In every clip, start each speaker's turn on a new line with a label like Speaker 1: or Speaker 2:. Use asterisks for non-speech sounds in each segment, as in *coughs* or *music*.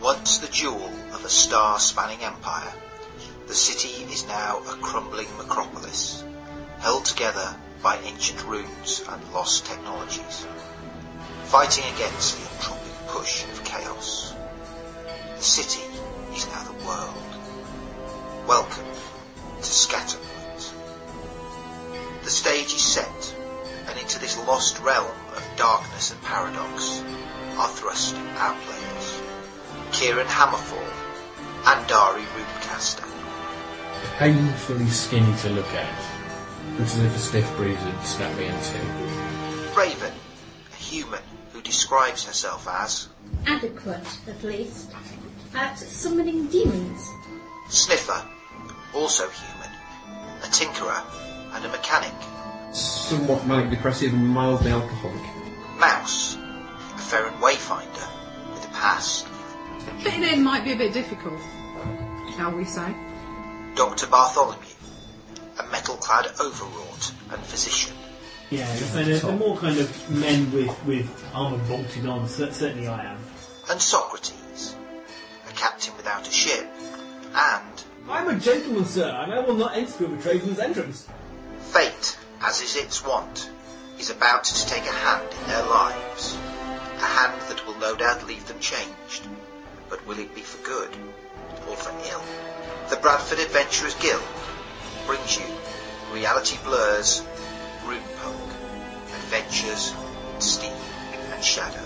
Speaker 1: Once the jewel of a star-spanning empire, the city is now a crumbling necropolis, held together by ancient ruins and lost technologies, fighting against the entropic push of chaos. The city is now the world. Welcome to Scatterpoint. The stage is set, and into this lost realm of darkness and paradox are thrust our players, Kieran Hammerfall and Dari Rootcaster.
Speaker 2: Painfully skinny to look at, looks as if a stiff breeze had snapped me in two.
Speaker 1: Raven, a human who describes herself as
Speaker 3: adequate, at least, at summoning demons.
Speaker 1: Sniffer, also human, a tinkerer and a mechanic.
Speaker 4: Somewhat manic depressive and mildly alcoholic.
Speaker 1: Mouse, a Ferran wayfinder with a past.
Speaker 5: Fitting in might be a bit difficult, shall we say?
Speaker 1: Dr. Bartholomew, a metal-clad overwrought and physician.
Speaker 6: Yeah, and uh, they're more kind of men with, with armour bolted on, cer- certainly I am.
Speaker 1: and Socrates, a captain without a ship, and
Speaker 7: I'm a gentleman, sir, and I will not enter with a tradesman's entrance.
Speaker 1: fate, as is its wont, is about to take a hand in their lives. A hand that will no doubt leave them changed, but will it be for good or for ill? The Bradford Adventurers Guild brings you Reality Blurs, Room Punk, Adventures in Steam and Shadow.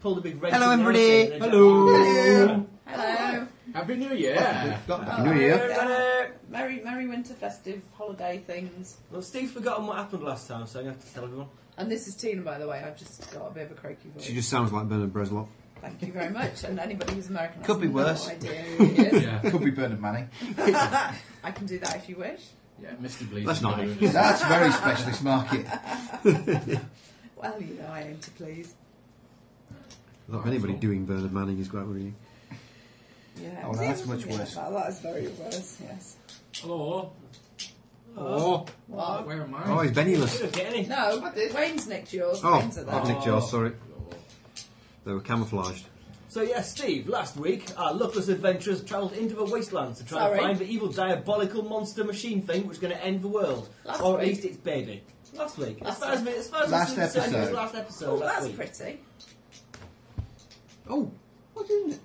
Speaker 6: Pulled a big red
Speaker 8: Hello,
Speaker 6: thing out
Speaker 8: everybody.
Speaker 6: and then-
Speaker 4: Hello.
Speaker 6: Hello.
Speaker 9: Hello.
Speaker 2: Happy New Year!
Speaker 4: Got Happy New Year.
Speaker 9: Hello. Merry, merry winter festive holiday things.
Speaker 7: Well, Steve's forgotten what happened last time, so I'm going to have to tell everyone.
Speaker 9: And this is Tina, by the way. I've just got a bit of a croaky voice.
Speaker 4: She just sounds like Bernard Bresloff.
Speaker 9: Thank you very much. And anybody who's American has
Speaker 8: Could be
Speaker 9: no
Speaker 8: worse.
Speaker 9: idea who
Speaker 4: *laughs*
Speaker 9: he is.
Speaker 2: Yeah,
Speaker 8: Could be Bernard Manning.
Speaker 9: I can do that if you wish.
Speaker 2: yeah, Mr. Bleed.
Speaker 4: That's not it.
Speaker 8: That's very specialist market.
Speaker 9: Well, you know, I aim to please.
Speaker 4: I thought if anybody doing Bernard Manning is great, wouldn't you?
Speaker 9: Yeah.
Speaker 8: Oh, no, that's much
Speaker 9: Yeah,
Speaker 8: worse.
Speaker 9: That, that is very worse. Yes.
Speaker 2: Hello.
Speaker 4: Oh,
Speaker 9: What?
Speaker 2: Where am I?
Speaker 4: oh, he's
Speaker 6: You
Speaker 4: Bennyless.
Speaker 6: don't get any.
Speaker 9: No, Wayne's next yours.
Speaker 4: Oh,
Speaker 9: Wayne's at
Speaker 4: I've
Speaker 9: that.
Speaker 4: nicked yours. Sorry, they were camouflaged.
Speaker 7: So, yeah, Steve, last week, our luckless adventurers travelled into the wastelands to try
Speaker 9: Sorry.
Speaker 7: and find the evil diabolical monster machine thing which is going to end the world.
Speaker 9: Last
Speaker 7: or
Speaker 9: week.
Speaker 7: at least its baby. Last week.
Speaker 9: Last
Speaker 7: as far as, we- as, far as
Speaker 8: Last
Speaker 7: we're concerned, it was
Speaker 8: episode.
Speaker 7: last episode.
Speaker 9: Oh,
Speaker 7: last
Speaker 9: that's
Speaker 7: week.
Speaker 9: pretty.
Speaker 4: Oh,
Speaker 8: What isn't it?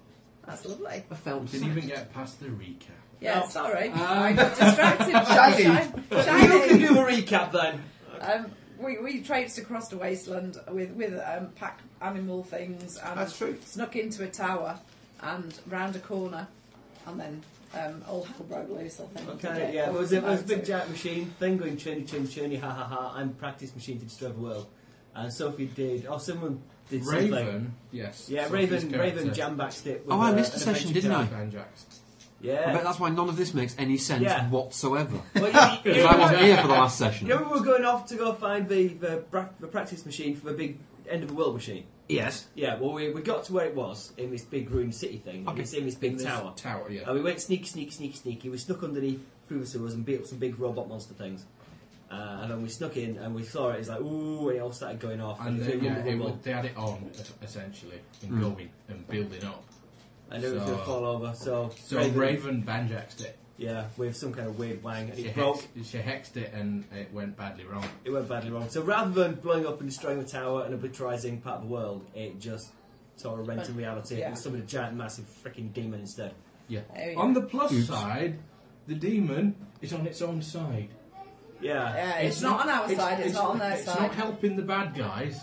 Speaker 9: That's lovely.
Speaker 4: I found
Speaker 2: Didn't even get past the recap.
Speaker 9: Yeah,
Speaker 7: Oh.
Speaker 9: sorry. *laughs* I got distracted. by
Speaker 8: Shaggy.
Speaker 9: Shag-
Speaker 7: You
Speaker 9: Shaggy.
Speaker 7: can do a recap then.
Speaker 9: Um, we, we traipsed across the wasteland with with um, pack animal things and
Speaker 8: That's true.
Speaker 9: snuck into a tower and round a corner and then um, all hell broke loose. I think.
Speaker 7: Okay, yeah,
Speaker 9: It
Speaker 7: there was, a, there was a big
Speaker 9: mountain.
Speaker 7: giant machine thing going churny, churny, churny, ha ha ha, I'm practice machine to destroy the world. And Sophie did, or someone did something.
Speaker 2: Raven, yes.
Speaker 7: Yeah,
Speaker 2: Sophie's
Speaker 7: Raven,
Speaker 2: character.
Speaker 7: Raven jambaxed it. With
Speaker 4: Oh, I
Speaker 7: uh,
Speaker 4: missed a
Speaker 7: an
Speaker 4: session,
Speaker 7: adventure
Speaker 4: didn't I?
Speaker 7: card.
Speaker 2: Van Jacks.
Speaker 4: I bet
Speaker 7: Yeah.
Speaker 4: that's why none of this makes any sense
Speaker 7: Yeah. *laughs*
Speaker 4: whatsoever. *laughs*
Speaker 7: Well, you- you
Speaker 4: Because I
Speaker 7: remember-
Speaker 4: wasn't here for the last
Speaker 7: you
Speaker 4: session.
Speaker 7: remember we were going off to go find the, the, bra- the practice machine for the big end of the world machine?
Speaker 4: Yes.
Speaker 7: Yeah, well, we, we got to where it was in this big ruined city thing.
Speaker 4: Okay.
Speaker 7: Okay. It's in this big
Speaker 2: This
Speaker 7: tower. Oh,
Speaker 2: Tower, yeah.
Speaker 7: And we went sneaky, sneaky, sneaky, sneaky. We snuck underneath through the sewers and beat up some big robot monster things. Uh, and then we snuck in and we saw it. It's like, ooh, and it all started going off.
Speaker 2: And
Speaker 7: it was
Speaker 2: they,
Speaker 7: doing
Speaker 2: yeah,
Speaker 7: rumble,
Speaker 2: it
Speaker 7: rumble,
Speaker 2: was, they had it on es- essentially and
Speaker 7: Mm.
Speaker 2: going and building up.
Speaker 7: and it was going to
Speaker 2: so-
Speaker 7: fall over. So,
Speaker 2: So Raven, Van Banjaxed it.
Speaker 7: yeah, with some kind of weird wang, and
Speaker 2: She
Speaker 7: it broke.
Speaker 2: hexed, she hexed it and it went badly wrong.
Speaker 7: It went badly wrong. So rather than blowing up and destroying the tower and obliterizing part of the world, it just tore a rent in reality.
Speaker 9: Yeah.
Speaker 7: It was summoned a giant, massive freaking demon instead.
Speaker 2: Yeah.
Speaker 9: There you
Speaker 2: On
Speaker 9: go.
Speaker 2: the plus
Speaker 4: Oops.
Speaker 2: side, the demon is on its own side.
Speaker 7: Yeah,
Speaker 9: Yeah, it's, not, on our side. It's, not on their
Speaker 2: it's
Speaker 9: side.
Speaker 2: not helping the bad guys.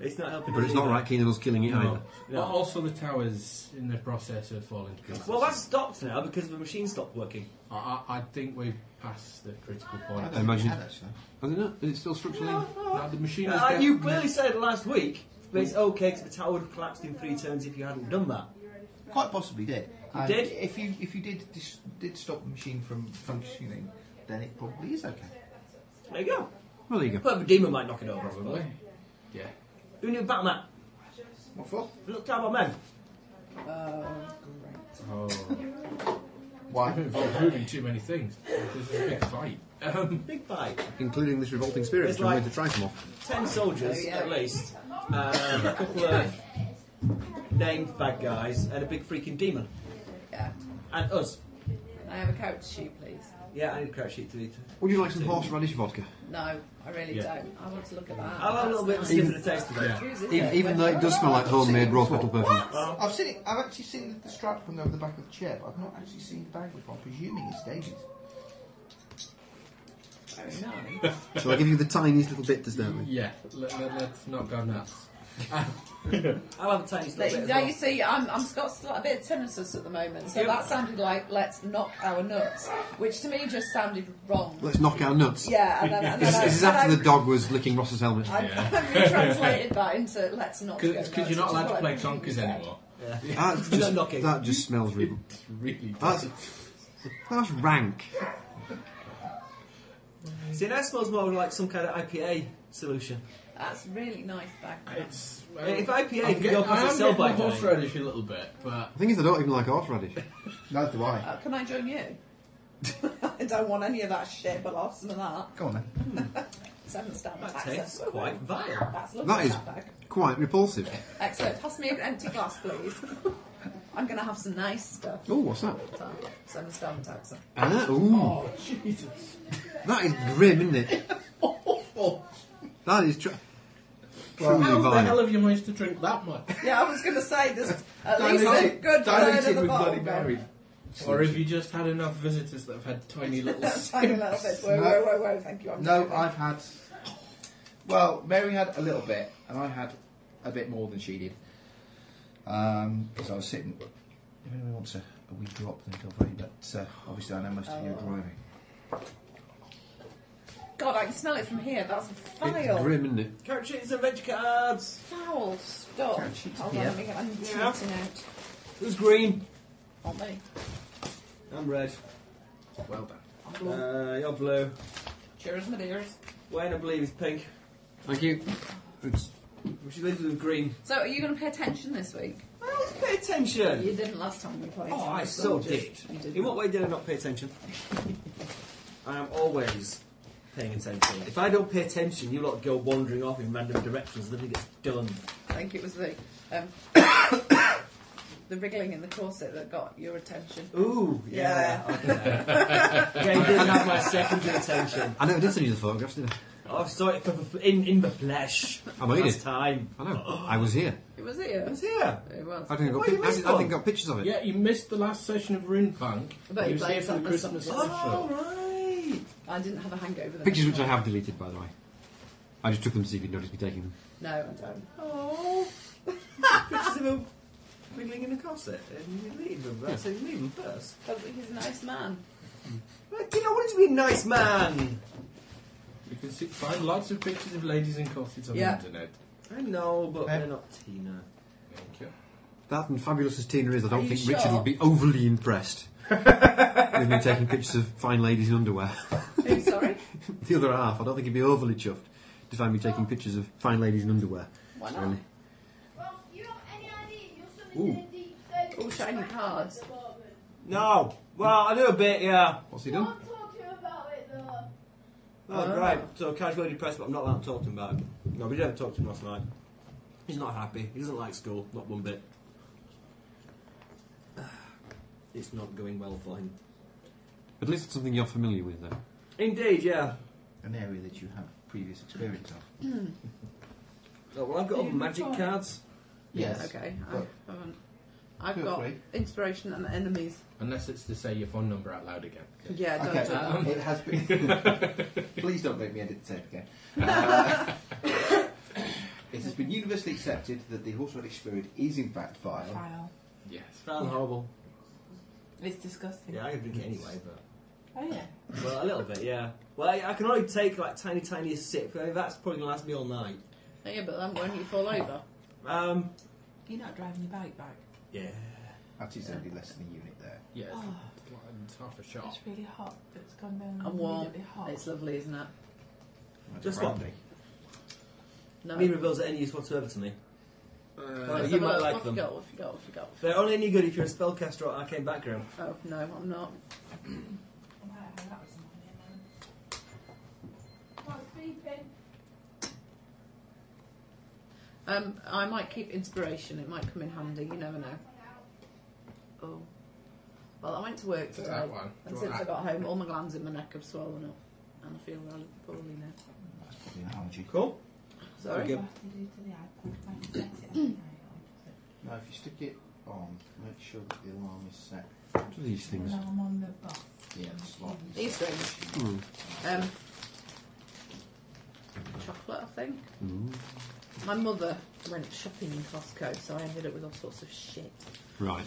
Speaker 7: it's not helping.
Speaker 4: But
Speaker 7: us
Speaker 4: it's not
Speaker 7: either.
Speaker 4: right keen on us killing it either.
Speaker 7: No.
Speaker 2: But also, the tower's in the process of falling to pieces.
Speaker 7: Well, that's stopped now because the machine stopped working.
Speaker 2: I, I, I think we've passed the critical point.
Speaker 4: I imagine.
Speaker 8: Yeah, actually.
Speaker 4: Is it not? Is it still structurally?
Speaker 9: Oh,
Speaker 2: Now, the machine is
Speaker 7: Uh,
Speaker 2: dead.
Speaker 7: you clearly said last week that it's okay because the tower would have collapsed in three turns if you hadn't done that.
Speaker 8: Quite possibly did. And
Speaker 7: did?
Speaker 8: If you if you did dis- did stop the machine from functioning, then it probably is okay.
Speaker 7: There you go.
Speaker 4: Well, there you go.
Speaker 7: But a demon might knock it over. I suppose.
Speaker 2: Probably. Yeah.
Speaker 7: Who knew Batman?
Speaker 8: What for?
Speaker 7: We looked out about men.
Speaker 9: Oh,
Speaker 2: Oh,
Speaker 8: Why?
Speaker 2: improving too many things. This is a big fight. Um,
Speaker 7: Big fight.
Speaker 4: Including this revolting spirit,
Speaker 7: It's
Speaker 4: which I'm going
Speaker 7: like-
Speaker 4: to try some off.
Speaker 7: Ten soldiers
Speaker 9: Oh, yeah.
Speaker 7: at least. Uh, a couple of named bad guys and a big freaking demon.
Speaker 9: yeah.
Speaker 7: And us.
Speaker 9: I have a character sheet, please.
Speaker 7: Yeah, I need a crack sheet to eat.
Speaker 4: Would you like some horseradish vodka?
Speaker 9: No, I really
Speaker 2: Yeah.
Speaker 9: don't. I want to look at that.
Speaker 7: I'll have a little bit of a sniff of the taste of it.
Speaker 2: yeah.
Speaker 4: Even, E-, even though it does smell like homemade rose petal perfume.
Speaker 8: I've seen it. I've actually seen the strap from over the back of the chair, but I've not actually seen the bag before. I'm presuming it's David's.
Speaker 9: Very nice.
Speaker 4: Shall I give you the tiniest little bit to start with?
Speaker 2: Yeah. Let, let, let's not go nuts.
Speaker 7: I'll have a tiny
Speaker 9: Like,
Speaker 7: little bit. as
Speaker 9: now
Speaker 7: well.
Speaker 9: you see, I'm, I'm got a bit tinnitus at the moment, so
Speaker 7: Yeah.
Speaker 9: that sounded like let's knock our nuts, which to me just sounded wrong.
Speaker 4: Let's knock our nuts.
Speaker 9: Yeah, and then, and then
Speaker 4: This,
Speaker 9: I,
Speaker 4: this is
Speaker 9: and
Speaker 4: after
Speaker 9: I-
Speaker 4: the dog was licking Ross's helmet.
Speaker 9: I, *laughs* I retranslated that into let's not. go
Speaker 2: Because
Speaker 9: nuts,
Speaker 2: you're not
Speaker 9: which is
Speaker 2: allowed to
Speaker 9: what
Speaker 2: play
Speaker 9: I think you
Speaker 2: Tonkers
Speaker 9: said.
Speaker 2: anymore.
Speaker 7: *laughs*
Speaker 4: That
Speaker 7: No
Speaker 4: just,
Speaker 7: knocking.
Speaker 4: that just smells really.
Speaker 2: It's really
Speaker 4: That's, that's rank.
Speaker 7: See, that smells more like some kind of IPA solution.
Speaker 9: That's really nice bag.
Speaker 2: It's, um,
Speaker 7: If IPA
Speaker 2: I'm
Speaker 7: could
Speaker 2: get-
Speaker 7: go past
Speaker 2: I am
Speaker 7: a sell
Speaker 2: getting
Speaker 7: by
Speaker 2: the
Speaker 7: day.
Speaker 2: horseradish a little bit, *laughs* but
Speaker 4: The thing is, I don't even like horseradish.
Speaker 8: Neither do I.
Speaker 9: Uh, can I join you? *laughs* I don't want any of that shit, but I'll have some of that.
Speaker 8: Go on then.
Speaker 9: Seven stamp
Speaker 7: That
Speaker 9: access.
Speaker 7: tastes quite vile.
Speaker 9: That's lovely.
Speaker 4: That is
Speaker 9: bag.
Speaker 4: quite repulsive.
Speaker 9: Excellent. Pass me an empty glass, please. *laughs* I'm going to have some nice stuff.
Speaker 4: Oh, what's that?
Speaker 9: Seven stamp access.
Speaker 4: Ah, ooh.
Speaker 6: Oh, Jesus.
Speaker 4: That is grim, isn't it?
Speaker 6: Awful.
Speaker 4: That is tr-
Speaker 2: how
Speaker 4: truly
Speaker 2: the hell
Speaker 4: vile.
Speaker 2: have you managed to drink that much?
Speaker 9: Yeah, I was going to say this. At least a good third of
Speaker 6: Diluted
Speaker 9: the
Speaker 6: with
Speaker 9: bottle. *laughs*
Speaker 6: Bloody Mary.
Speaker 2: or have you just had enough visitors that have had tiny little
Speaker 9: That's tiny little bit. Whoa,
Speaker 8: No.
Speaker 9: whoa, whoa, whoa! Thank you. I'm
Speaker 8: No,
Speaker 9: joking.
Speaker 8: I've had. Well, Mary had a little bit, and I had a bit more than she did. Because I was sitting. If anyone wants a, a wee drop, then feel free. But uh, obviously, I know most of you are
Speaker 9: Oh.
Speaker 8: driving.
Speaker 9: God, I can smell it from here. That's
Speaker 4: It's
Speaker 9: foul,
Speaker 4: grim, isn't it?
Speaker 7: Character sheets and veg cards.
Speaker 9: foul stuff. Hold on,
Speaker 8: Yeah.
Speaker 9: let me get. I'm cheating
Speaker 7: Yeah.
Speaker 9: out,
Speaker 7: Who's green?
Speaker 9: aren't they?
Speaker 7: I'm red.
Speaker 2: Well done.
Speaker 9: I'm blue.
Speaker 7: Uh, you're blue.
Speaker 9: Cheers, my dears.
Speaker 7: Wayne, I believe, is pink.
Speaker 4: Thank you. It's,
Speaker 7: Which leaves us with green.
Speaker 9: So, are you going to pay attention this week?
Speaker 7: Well, let's pay attention.
Speaker 9: You didn't last time we played.
Speaker 7: Oh, I so did.
Speaker 9: You did.
Speaker 7: In what way did I not pay attention? *laughs* I am always paying attention. If I don't pay attention, you lot go wandering off in random directions. Nothing gets done.
Speaker 9: I think it was the um, *coughs* the wriggling in the corset that got your attention.
Speaker 7: Ooh, yeah. *laughs* Okay. Jane didn't have my secondary attention.
Speaker 4: I never did send you the photographs, did I?
Speaker 7: Oh, sorry, for, for, in, in the flesh.
Speaker 4: I made
Speaker 7: Last
Speaker 4: it.
Speaker 7: time.
Speaker 4: I know. I was here.
Speaker 9: It was here.
Speaker 7: I was here.
Speaker 9: It was.
Speaker 4: I think I got,
Speaker 7: Why
Speaker 4: pic-
Speaker 7: you
Speaker 4: I
Speaker 7: missed
Speaker 4: think- I
Speaker 7: one?
Speaker 4: think I got pictures of it.
Speaker 2: Yeah, you missed the last session of Rune Punk.
Speaker 9: I bet you
Speaker 2: he was here
Speaker 9: played
Speaker 2: for the
Speaker 9: that
Speaker 2: Christmas
Speaker 9: or
Speaker 2: special.
Speaker 9: something.
Speaker 7: Oh, right.
Speaker 9: I didn't have a hangover. Then.
Speaker 4: Pictures which I have deleted, by the way. I just took them to see if you'd notice me taking them.
Speaker 9: No, I don't.
Speaker 7: Oh. Pictures of him wiggling in a corset. And you leave him, right? So you leave him first.
Speaker 9: But he's a nice man.
Speaker 7: But, you know, I wanted to be a nice man.
Speaker 2: You can see, find lots of pictures of ladies in corsets on
Speaker 9: Yeah.
Speaker 2: the internet.
Speaker 7: I know, but
Speaker 8: Yeah.
Speaker 7: they're not Tina.
Speaker 2: Thank you.
Speaker 4: That and fabulous as Tina is, I
Speaker 9: Are
Speaker 4: don't
Speaker 9: you
Speaker 4: think Richard
Speaker 9: sure?
Speaker 4: will be overly impressed with me taking pictures of fine ladies in underwear. *laughs*
Speaker 9: Who, sorry?
Speaker 4: the other half, I don't think he'd be overly chuffed to find me taking pictures of fine ladies in underwear.
Speaker 9: Why not?
Speaker 4: Really.
Speaker 9: All Oh, shiny cards.
Speaker 7: No. Well, I do a bit, yeah.
Speaker 4: What's he done?
Speaker 7: Oh,
Speaker 9: Ah.
Speaker 7: right. So casually depressed, but I'm not allowed to talk to him about it. No, we didn't talk to him last night. He's not happy. He doesn't like school, not one bit. *sighs* It's not going well for him.
Speaker 4: At least it's something you're familiar with, though.
Speaker 7: Indeed, yeah.
Speaker 8: An area that you have previous experience of.
Speaker 7: So, Oh, well, I've got all
Speaker 9: You
Speaker 7: the
Speaker 9: can
Speaker 7: magic
Speaker 9: try.
Speaker 7: cards.
Speaker 9: Yeah, okay. I
Speaker 8: But-
Speaker 9: haven't. I've
Speaker 8: Feel
Speaker 9: got
Speaker 8: free.
Speaker 9: inspiration and enemies.
Speaker 2: Unless it's to say your phone number out loud again.
Speaker 9: Yeah, don't
Speaker 8: okay,
Speaker 9: do that.
Speaker 2: Um,
Speaker 8: it has been.
Speaker 9: *laughs*
Speaker 8: Please don't make me edit the tape again. Uh, *laughs* it has been universally accepted that the horseradish spirit is in fact vile.
Speaker 9: Wow.
Speaker 2: Yes.
Speaker 7: Sounds horrible.
Speaker 9: It's disgusting.
Speaker 7: Yeah, I could drink it anyway, but.
Speaker 9: Oh, yeah.
Speaker 7: Well, a little bit, yeah. Well, I, I can only take like tiny, tiniest sip. I mean, that's probably gonna last me all night.
Speaker 9: Yeah, but then won't you fall over?
Speaker 7: Um,
Speaker 9: You're not driving your bike back.
Speaker 7: yeah.
Speaker 8: Actually, it's only less than a unit there.
Speaker 2: Yeah, it's, like- it's half a shot.
Speaker 10: It's really hot. It's gone down
Speaker 9: I'm warm.
Speaker 10: immediately hot.
Speaker 9: It's lovely, isn't it?
Speaker 8: That's
Speaker 7: Just what?
Speaker 8: brandy.
Speaker 9: No.
Speaker 7: Neither of those are any use whatsoever to me.
Speaker 2: Uh,
Speaker 7: Well,
Speaker 9: Let's
Speaker 7: you
Speaker 9: have a
Speaker 7: might
Speaker 9: look.
Speaker 7: like
Speaker 9: what
Speaker 7: them.
Speaker 9: You got, what you got, what you got?
Speaker 7: They're only any good if you're a spellcaster or arcane background.
Speaker 9: Oh no, I'm not.
Speaker 10: Wow, that was annoying.
Speaker 9: Um, I might keep inspiration. It might come in handy. You never know. Oh, well, I went to work
Speaker 2: Is it
Speaker 9: today,
Speaker 2: that one? Do
Speaker 9: and
Speaker 2: you
Speaker 9: since I
Speaker 2: want
Speaker 9: got home, all my glands in my neck have swollen up, and I feel really poorly now.
Speaker 8: That's probably an allergy.
Speaker 7: Cool.
Speaker 9: Sorry.
Speaker 7: Very
Speaker 10: What
Speaker 7: good.
Speaker 10: do you do to the iPad when you set it on
Speaker 8: Now, if you stick it on, make sure that the alarm is set.
Speaker 4: What are these
Speaker 10: the
Speaker 4: things?
Speaker 10: iPod? I'm on the bus.
Speaker 8: Yeah, the slot. is
Speaker 9: These
Speaker 8: set.
Speaker 9: things.
Speaker 4: Mm.
Speaker 9: Um, chocolate, I think. My mother went shopping in Costco, so I ended up with all sorts of shit.
Speaker 4: Right.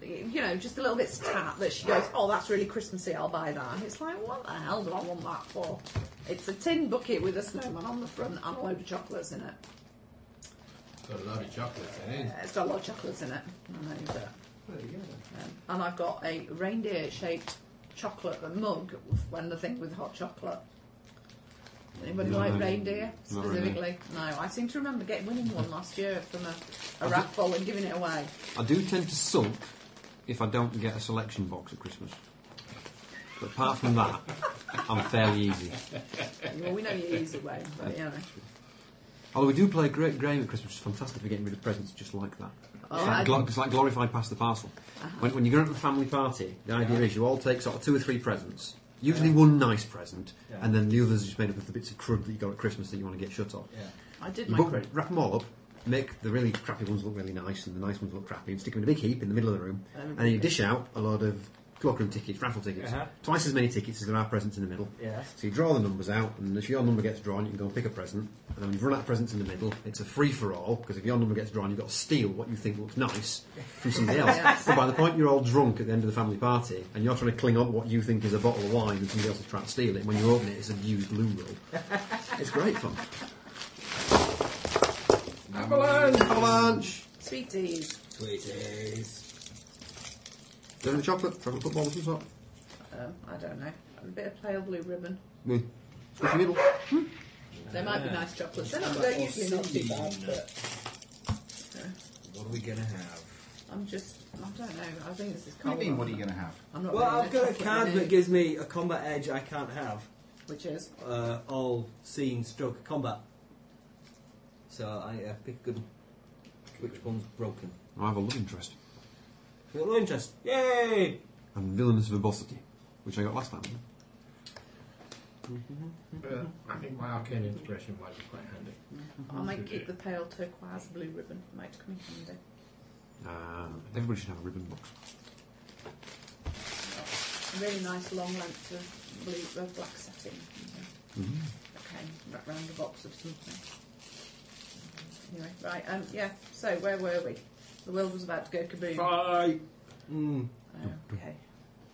Speaker 9: You know, just a little bit stat that she goes, "Oh, that's really Christmassy. I'll buy that." And it's like, what the hell do I want that for? It's a tin bucket with a snowman on the front and a load of chocolates in it.
Speaker 2: Got a lot of chocolates in it.
Speaker 9: It's got a lot of chocolates in it. I know that.
Speaker 8: There you go then.
Speaker 9: Um, and I've got a reindeer shaped chocolate mug with- and the thing with hot chocolate. Anybody
Speaker 4: No,
Speaker 9: like
Speaker 4: no.
Speaker 9: reindeer
Speaker 4: Not
Speaker 9: specifically? No, I seem to remember getting winning one last year from a, a raffle and giving it away.
Speaker 4: I do tend to sulk if I don't get a selection box at Christmas. But apart from that, I'm fairly easy.
Speaker 9: Well, we know you use it, Wayne, but you know.
Speaker 4: Although we do play a great game at Christmas, which is fantastic for getting rid of presents just like that.
Speaker 9: Oh,
Speaker 4: it's,
Speaker 9: I- Uh-huh.
Speaker 4: like glo- it's like glorified pass the parcel. When, when you go to a family party, the idea is you all take sort of two or three presents, usually one nice present,
Speaker 7: Yeah.
Speaker 4: and then the others are just made up of the bits of crud that you got at Christmas that you want to get shut off.
Speaker 7: Yeah.
Speaker 9: I did
Speaker 4: You
Speaker 9: my
Speaker 4: book-
Speaker 9: credit.
Speaker 4: wrap them all up, make the really crappy ones look really nice, and the nice ones look crappy, and stick them in a big heap in the middle of the room,
Speaker 9: Um,
Speaker 4: and then you dish out a lot of clockroom tickets, raffle tickets,
Speaker 7: Uh-huh.
Speaker 4: twice as many tickets as there are presents in the middle.
Speaker 7: Yes.
Speaker 4: So you draw the numbers out, and if your number gets drawn, you can go and pick a present. And then when you've run out of presents in the middle, it's a free for all because if your number gets drawn, you've got to steal what you think looks nice
Speaker 9: *laughs*
Speaker 4: from somebody else.
Speaker 9: Yes.
Speaker 4: So by the point you're all drunk at the end of the family party, and you're trying to cling on to what you think is a bottle of wine, and somebody else is trying to steal it. When you open it, it's a used loo roll.
Speaker 9: *laughs*
Speaker 4: It's great fun. Avalanche! Avalanche!
Speaker 9: Sweeties.
Speaker 7: Sweeties.
Speaker 4: Do you have any chocolate? Chocolate football of some sort?
Speaker 9: Um, I don't know. A bit of pale blue ribbon.
Speaker 4: Mm. Squishy middle.
Speaker 9: They might be
Speaker 7: Yeah.
Speaker 9: nice chocolates. They're, not, they're usually not too bad, but
Speaker 7: What are we gonna have?
Speaker 9: I'm just, I don't know. I think this is
Speaker 8: What
Speaker 9: cold.
Speaker 8: do you mean, what are you going to have?
Speaker 9: I'm not
Speaker 7: Well,
Speaker 9: really
Speaker 7: I've
Speaker 9: a
Speaker 7: got a
Speaker 9: chocolate
Speaker 7: card
Speaker 9: mood,
Speaker 7: that gives me a combat edge I can't have.
Speaker 9: Which is?
Speaker 7: Uh, all scene stroke combat. So I uh, pick good. Which one's broken?
Speaker 4: I have a love interest.
Speaker 7: Well, no interest. Yay!
Speaker 4: And villainous verbosity, which I got last time.
Speaker 2: But I think my arcane inspiration might be quite handy.
Speaker 9: I might keep the pale turquoise blue ribbon. It might come in handy.
Speaker 4: Uh, everybody should have a ribbon box.
Speaker 9: A really nice long length of blue, uh, black satin. Mm-hmm. Okay, wrap round the box of something. Anyway, right, um, yeah, so where were we? The world was about to go kaboom.
Speaker 2: Bye!
Speaker 7: Mm.
Speaker 9: Okay.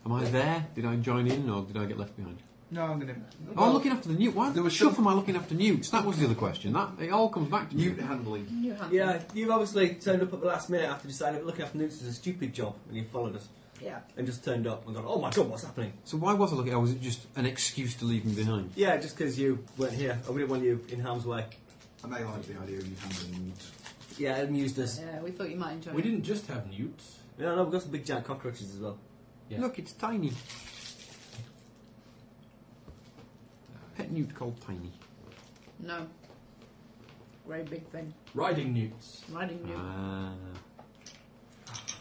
Speaker 4: Am I there? Did I join in or did I get left behind?
Speaker 8: No, I'm going to.
Speaker 4: oh, looking after the newt. Why
Speaker 8: There
Speaker 4: there
Speaker 8: was
Speaker 4: was stuff am I looking after newts? That was the other question. That It all comes back to
Speaker 8: Newt
Speaker 4: newt.
Speaker 8: handling.
Speaker 9: New hand.
Speaker 7: Yeah, you've obviously turned up at the last minute after deciding that looking after newts is a stupid job, and you followed us
Speaker 9: Yeah.
Speaker 7: and just turned up and gone, "Oh my god, what's happening?"
Speaker 4: So why was I looking? Or was it just an excuse to leave me behind?
Speaker 7: Yeah, just because you weren't here, I wouldn't want you in harm's way.
Speaker 8: And they like the idea of you handling nuts.
Speaker 7: Yeah, it amused us.
Speaker 9: Yeah, we thought you might enjoy
Speaker 2: We
Speaker 9: it.
Speaker 2: didn't just have newts.
Speaker 7: No, no, we've got some big giant cockroaches as well.
Speaker 2: Yeah.
Speaker 4: Look, it's tiny. Pet newt called Tiny.
Speaker 9: No. Great big thing.
Speaker 2: Riding newts.
Speaker 9: Riding new.
Speaker 4: Ah.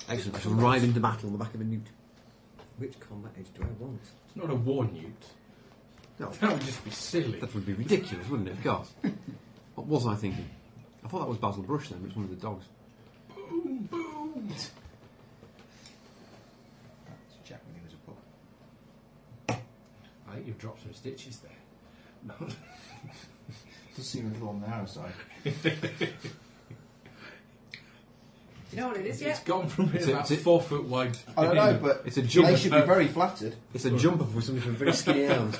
Speaker 4: Excellent. I shall ride into battle on the back of a newt.
Speaker 7: Which combat edge do I want?
Speaker 2: It's not a war newt.
Speaker 4: No,
Speaker 2: *laughs* That would just be silly.
Speaker 4: that would be ridiculous, wouldn't it?
Speaker 8: *laughs*
Speaker 4: Of course. what was I thinking? I thought that was Basil Brush then, but it's one of the dogs.
Speaker 2: Boom, boom!
Speaker 8: That's Jack when he was a pup.
Speaker 2: I think you've dropped some stitches there. *laughs* No.
Speaker 8: Does seem a little on the narrow side.
Speaker 9: Do you know what it is
Speaker 2: It's
Speaker 9: yet?
Speaker 2: gone from being
Speaker 4: It's a-
Speaker 2: about
Speaker 4: it's a-
Speaker 2: four foot wide.
Speaker 8: I don't know, but
Speaker 4: It's a
Speaker 8: they
Speaker 4: jumper.
Speaker 8: should be very flattered.
Speaker 4: It's a jumper for somebody with
Speaker 8: *laughs*
Speaker 4: very skinny arms.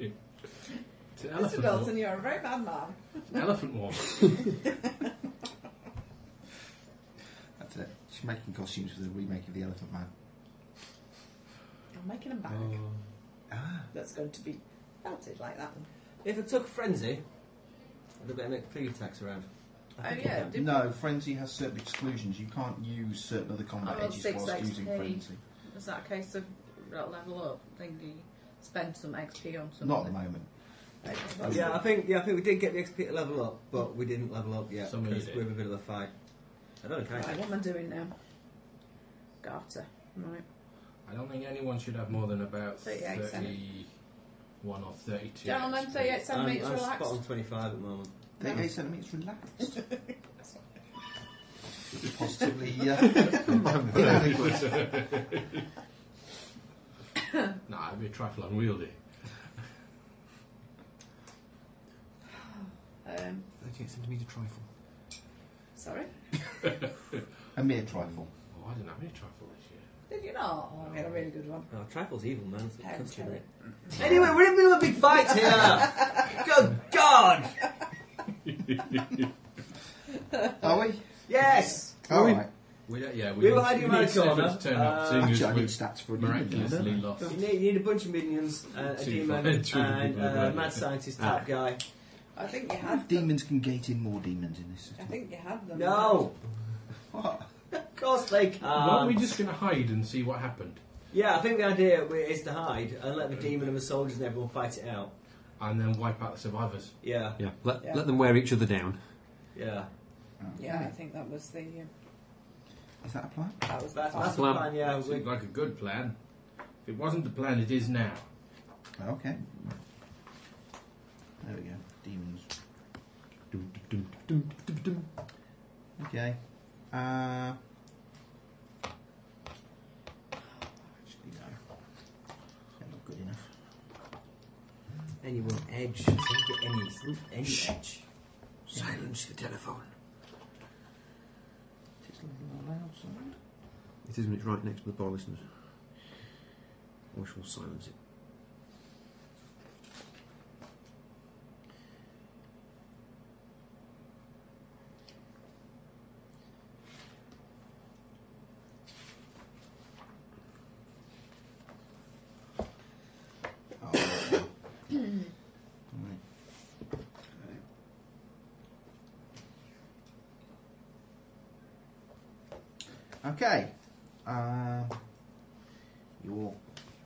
Speaker 2: It's an
Speaker 9: Mr.
Speaker 2: elephant walk.
Speaker 9: Dalton, you're a very bad man.
Speaker 2: Elephant walk.
Speaker 8: She's making costumes for the remake of The Elephant Man.
Speaker 9: I'm making them back.
Speaker 8: Ah.
Speaker 9: That's going to be belted like that one.
Speaker 7: If I took Frenzy, I'd have been three attacks around. I
Speaker 9: Oh,
Speaker 7: think I
Speaker 9: yeah,
Speaker 7: can.
Speaker 9: did-
Speaker 8: No, frenzy has certain exclusions. You can't use certain other combat
Speaker 9: I'm on
Speaker 8: edges
Speaker 9: Oh, six
Speaker 8: whilst
Speaker 9: XP.
Speaker 8: using frenzy.
Speaker 9: Is that a case of right, level up? Then do you spend some XP on something?
Speaker 8: Not at the moment.
Speaker 9: Okay.
Speaker 7: Yeah, I think yeah, I think we did get the XP to level up, but we didn't level up yet
Speaker 2: Somewhere you
Speaker 7: because
Speaker 2: did.
Speaker 7: we have a bit of a fight. I don't know.
Speaker 9: Right,
Speaker 7: Can
Speaker 9: what am I doing now? Garter. Right.
Speaker 2: I don't think anyone should have more than about
Speaker 9: 38
Speaker 2: thirty-one or thirty-two. *laughs*
Speaker 9: Gentlemen,
Speaker 2: XP.
Speaker 9: 38
Speaker 7: Um, I? I'm, I'm
Speaker 9: centimetres
Speaker 7: spot
Speaker 9: relaxed.
Speaker 7: on 25 at the moment.
Speaker 8: The
Speaker 9: No.
Speaker 8: eight
Speaker 9: *laughs*
Speaker 8: centimetres relaxed. Positively
Speaker 4: *laughs*
Speaker 8: uh, inadequate.
Speaker 2: Nah, it'd be a trifle unwieldy.
Speaker 9: Um,
Speaker 8: 38 centimetre trifle.
Speaker 9: sorry?
Speaker 8: A mere trifle.
Speaker 2: Oh, I didn't have any trifle this year.
Speaker 9: Did you not? Oh, I had a really good one.
Speaker 7: Oh, trifle's evil, man. It's
Speaker 9: Parents
Speaker 7: country,
Speaker 9: have
Speaker 7: mate.
Speaker 9: it.
Speaker 7: *laughs* Anyway, we're in the middle of a big fight here. *laughs* Good God!
Speaker 8: Are we?
Speaker 7: Yes.
Speaker 8: All right.
Speaker 2: We don't, yeah, we,
Speaker 7: We
Speaker 2: need-
Speaker 7: were hiding
Speaker 2: we
Speaker 7: around
Speaker 2: need
Speaker 7: a corner.
Speaker 2: Severus to turn
Speaker 7: Uh,
Speaker 2: up, seeing as
Speaker 8: Actually, I
Speaker 2: we
Speaker 8: need stats for a
Speaker 2: miraculously lost.
Speaker 7: You need, you need a bunch of minions, uh, a
Speaker 2: Two
Speaker 7: demon,
Speaker 2: fine- *laughs* two
Speaker 7: and
Speaker 2: people
Speaker 7: uh,
Speaker 2: already. *laughs*
Speaker 7: mad scientist type guy.
Speaker 9: I think you had them.
Speaker 8: Demons can gate in more demons in this
Speaker 9: I
Speaker 8: city.
Speaker 9: think you had them.
Speaker 7: No,
Speaker 8: What?
Speaker 7: of course they can't.
Speaker 2: Weren't we just going to hide and see what happened?
Speaker 7: Yeah, I think the idea wi- is to hide and let the demon and the soldiers and everyone fight it out.
Speaker 2: And then wipe out the survivors.
Speaker 7: Yeah,
Speaker 4: Yeah, let,
Speaker 9: Yeah.
Speaker 4: let them wear each other down.
Speaker 7: yeah.
Speaker 9: Yeah, I think that was the. Uh,
Speaker 8: Oh. Is that a plan?
Speaker 9: that was
Speaker 7: That's,
Speaker 9: that.
Speaker 7: that's the
Speaker 4: plan.
Speaker 7: plan. Yeah, we,
Speaker 2: Seemed like a good plan. If it wasn't the plan, it is now.
Speaker 8: Oh, Okay. There we go. Demons.
Speaker 4: Dum, dum, dum, dum, dum.
Speaker 8: Okay. Uh, actually, no. They're not good enough.
Speaker 7: anyone edge? Don't get any, any edge.
Speaker 8: Silence the telephone. It is a little loud sound.
Speaker 4: It is when it's right next to the bar listeners. I shall silence it.
Speaker 8: Oh, right. Right. Okay. Um, you all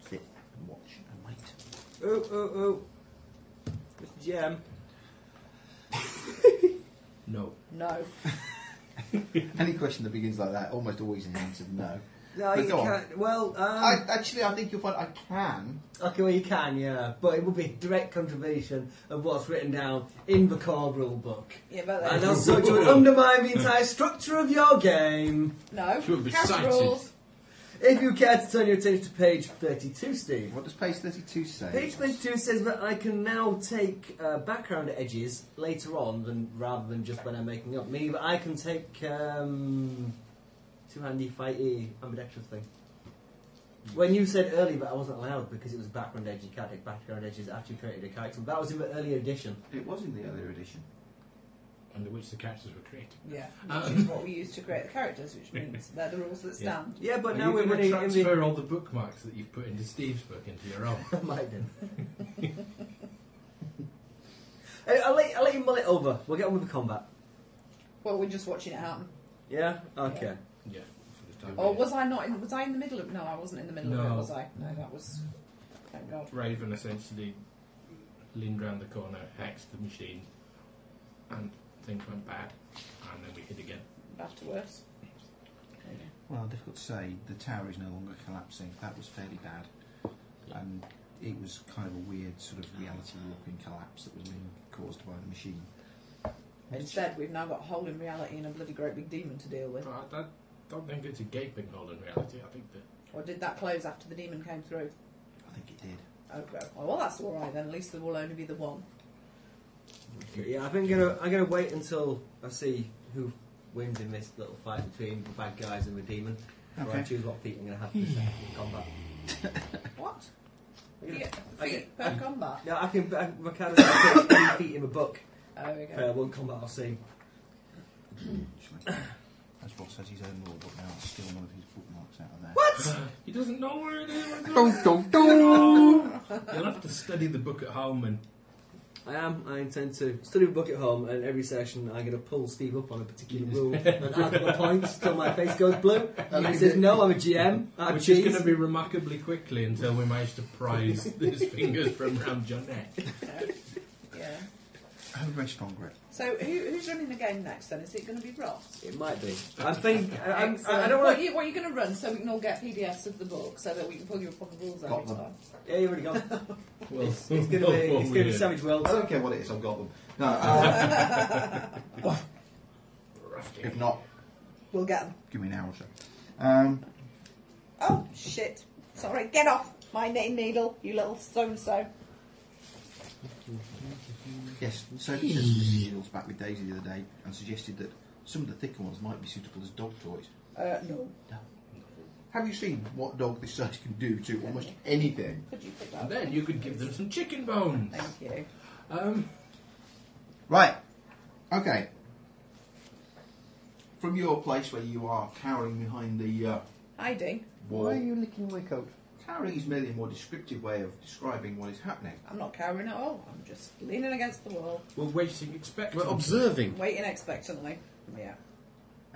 Speaker 8: sit and watch and wait.
Speaker 7: Ooh, ooh, ooh. Mr. GM.
Speaker 2: No.
Speaker 9: No.
Speaker 8: Any question that begins like that almost always is answered *laughs* no.
Speaker 7: No,
Speaker 8: But
Speaker 7: you
Speaker 8: go on.
Speaker 7: can't. Well, um,
Speaker 8: I, actually, I think you'll find I can.
Speaker 7: okay, well, you can, yeah, but it would be a direct contravention of what's written down in the core rule book.
Speaker 9: Yeah, but
Speaker 7: And
Speaker 9: there's-
Speaker 7: also it would undermine the entire structure of your game.
Speaker 9: no.
Speaker 2: Should be
Speaker 9: House
Speaker 2: cited.
Speaker 9: rules.
Speaker 7: If you care to turn your attention to page 32, Steve.
Speaker 8: What does page 32 say?
Speaker 7: Page 32 says that I can now take uh, background edges later on than rather than just when I'm making up. Me, but I can take um, two handy fighty ambidextrous thing. When you said earlier that I wasn't allowed because it was background edge, you can't take background edges after you created a character. That was in the earlier edition.
Speaker 8: It was in the earlier edition.
Speaker 2: Under which the characters were created.
Speaker 9: Yeah,
Speaker 2: Uh,
Speaker 9: which is what we use to create the characters,
Speaker 2: *laughs*
Speaker 9: which means they're the rules that
Speaker 2: Yeah.
Speaker 9: stand.
Speaker 7: Yeah, but
Speaker 2: Are
Speaker 7: now
Speaker 2: you
Speaker 7: we're
Speaker 2: gonna
Speaker 7: running in
Speaker 2: transfer
Speaker 7: the.
Speaker 2: all the bookmarks that you've put into Steve's book into your own. *laughs*
Speaker 7: I *laughs* might do. Hey, I'll, let, I'll let you mull it over. We'll get on with the combat.
Speaker 9: Well, we're just watching it happen.
Speaker 7: Yeah? Okay.
Speaker 2: yeah. For the time
Speaker 9: Or
Speaker 7: Oh,
Speaker 2: being.
Speaker 9: was I not? In, was I in the middle of? No, I wasn't in the middle of
Speaker 2: No.
Speaker 9: it. Was I? No, that was. Thank God.
Speaker 2: Raven essentially leaned round the corner, hexed the machine, and things went bad. And then we hid again.
Speaker 9: Back to worse.
Speaker 8: Well, difficult to say. The tower is no longer collapsing. That was fairly bad. And it was kind of a weird sort of reality warping collapse that was being caused by the machine.
Speaker 9: Instead, we've now got a hole in reality and a bloody great big demon to deal with.
Speaker 2: But I don't, don't think it's a gaping hole in reality. I think that
Speaker 9: Or did that close after the demon came through?
Speaker 8: I think it did.
Speaker 9: Okay. Oh, well, that's all right then. At least there will only be the one.
Speaker 7: Yeah, I think I'm gonna, I'm gonna wait until I see who wins in this little fight between the bad guys and the demon. Before I
Speaker 8: Okay.
Speaker 7: choose what feat I'm gonna have for the second combat.
Speaker 9: What?
Speaker 7: Yeah.
Speaker 9: Yeah,
Speaker 7: Okay.
Speaker 9: feet per combat.
Speaker 7: Yeah, I can. I, my card is three feet in the book uh,
Speaker 9: Oh, there we go.
Speaker 7: for one combat I'll see.
Speaker 8: Shall I- *coughs* as Ross says, his own rule book now. I'll steal one of his bookmarks out of there.
Speaker 2: He doesn't know where it
Speaker 7: *laughs*
Speaker 2: is.
Speaker 4: *laughs* Dun, dun, *laughs*
Speaker 2: No. You'll have to study the book at home and
Speaker 7: I am. I intend to study the book at home, and every session I'm going to pull Steve up on a particular rule and add the points till my face goes blue. And he says, "No, I'm a GM. I'm
Speaker 2: which is going
Speaker 7: cheese."
Speaker 2: to be remarkably quickly until we manage to
Speaker 7: *laughs*
Speaker 2: prise his fingers from round your neck.
Speaker 9: Yeah.
Speaker 8: I have a very strong grip.
Speaker 9: So who, who's running the game next then? Is it going to be Ross?
Speaker 7: It might be. I'm thinking. I, I'm, I, I
Speaker 9: Excellent.
Speaker 7: don't
Speaker 9: what,
Speaker 7: want.
Speaker 9: you, what are you going to run so we can all get PDFs of the book so that we can pull you up on the rules
Speaker 8: Got
Speaker 9: every
Speaker 8: them.
Speaker 9: time?
Speaker 7: Yeah, you've already gone.
Speaker 2: Well, *laughs*
Speaker 7: It's, it's
Speaker 2: Oh,
Speaker 7: going to be.
Speaker 4: *laughs* Oh,
Speaker 7: It's going to be Savage World.
Speaker 8: I don't care what it is, I've got them. No, uh, if not,
Speaker 9: We'll get them.
Speaker 8: give me an hour or so. Um,
Speaker 9: Oh, shit. Sorry, get off my knitting needle, you little so-and-so.
Speaker 8: yes, so she says Mrs. Needles back with Daisy the other day and suggested that some of the thicker ones might be suitable as dog toys.
Speaker 9: Uh, no.
Speaker 8: Have you seen what dog this size can do to almost anything?
Speaker 9: Could you put that?
Speaker 2: And then you could give them some chicken bones.
Speaker 9: Thank you.
Speaker 2: Um,
Speaker 8: Right. Okay. From your place where you are cowering behind the uh,
Speaker 9: Hiding.
Speaker 8: wall.
Speaker 7: licking my coat?
Speaker 8: Cowering is merely a more descriptive way of describing what is happening.
Speaker 9: I'm not cowering at all. I'm just leaning against the wall,
Speaker 2: we're waiting expectantly.
Speaker 4: We're observing.
Speaker 9: waiting expectantly. Yeah.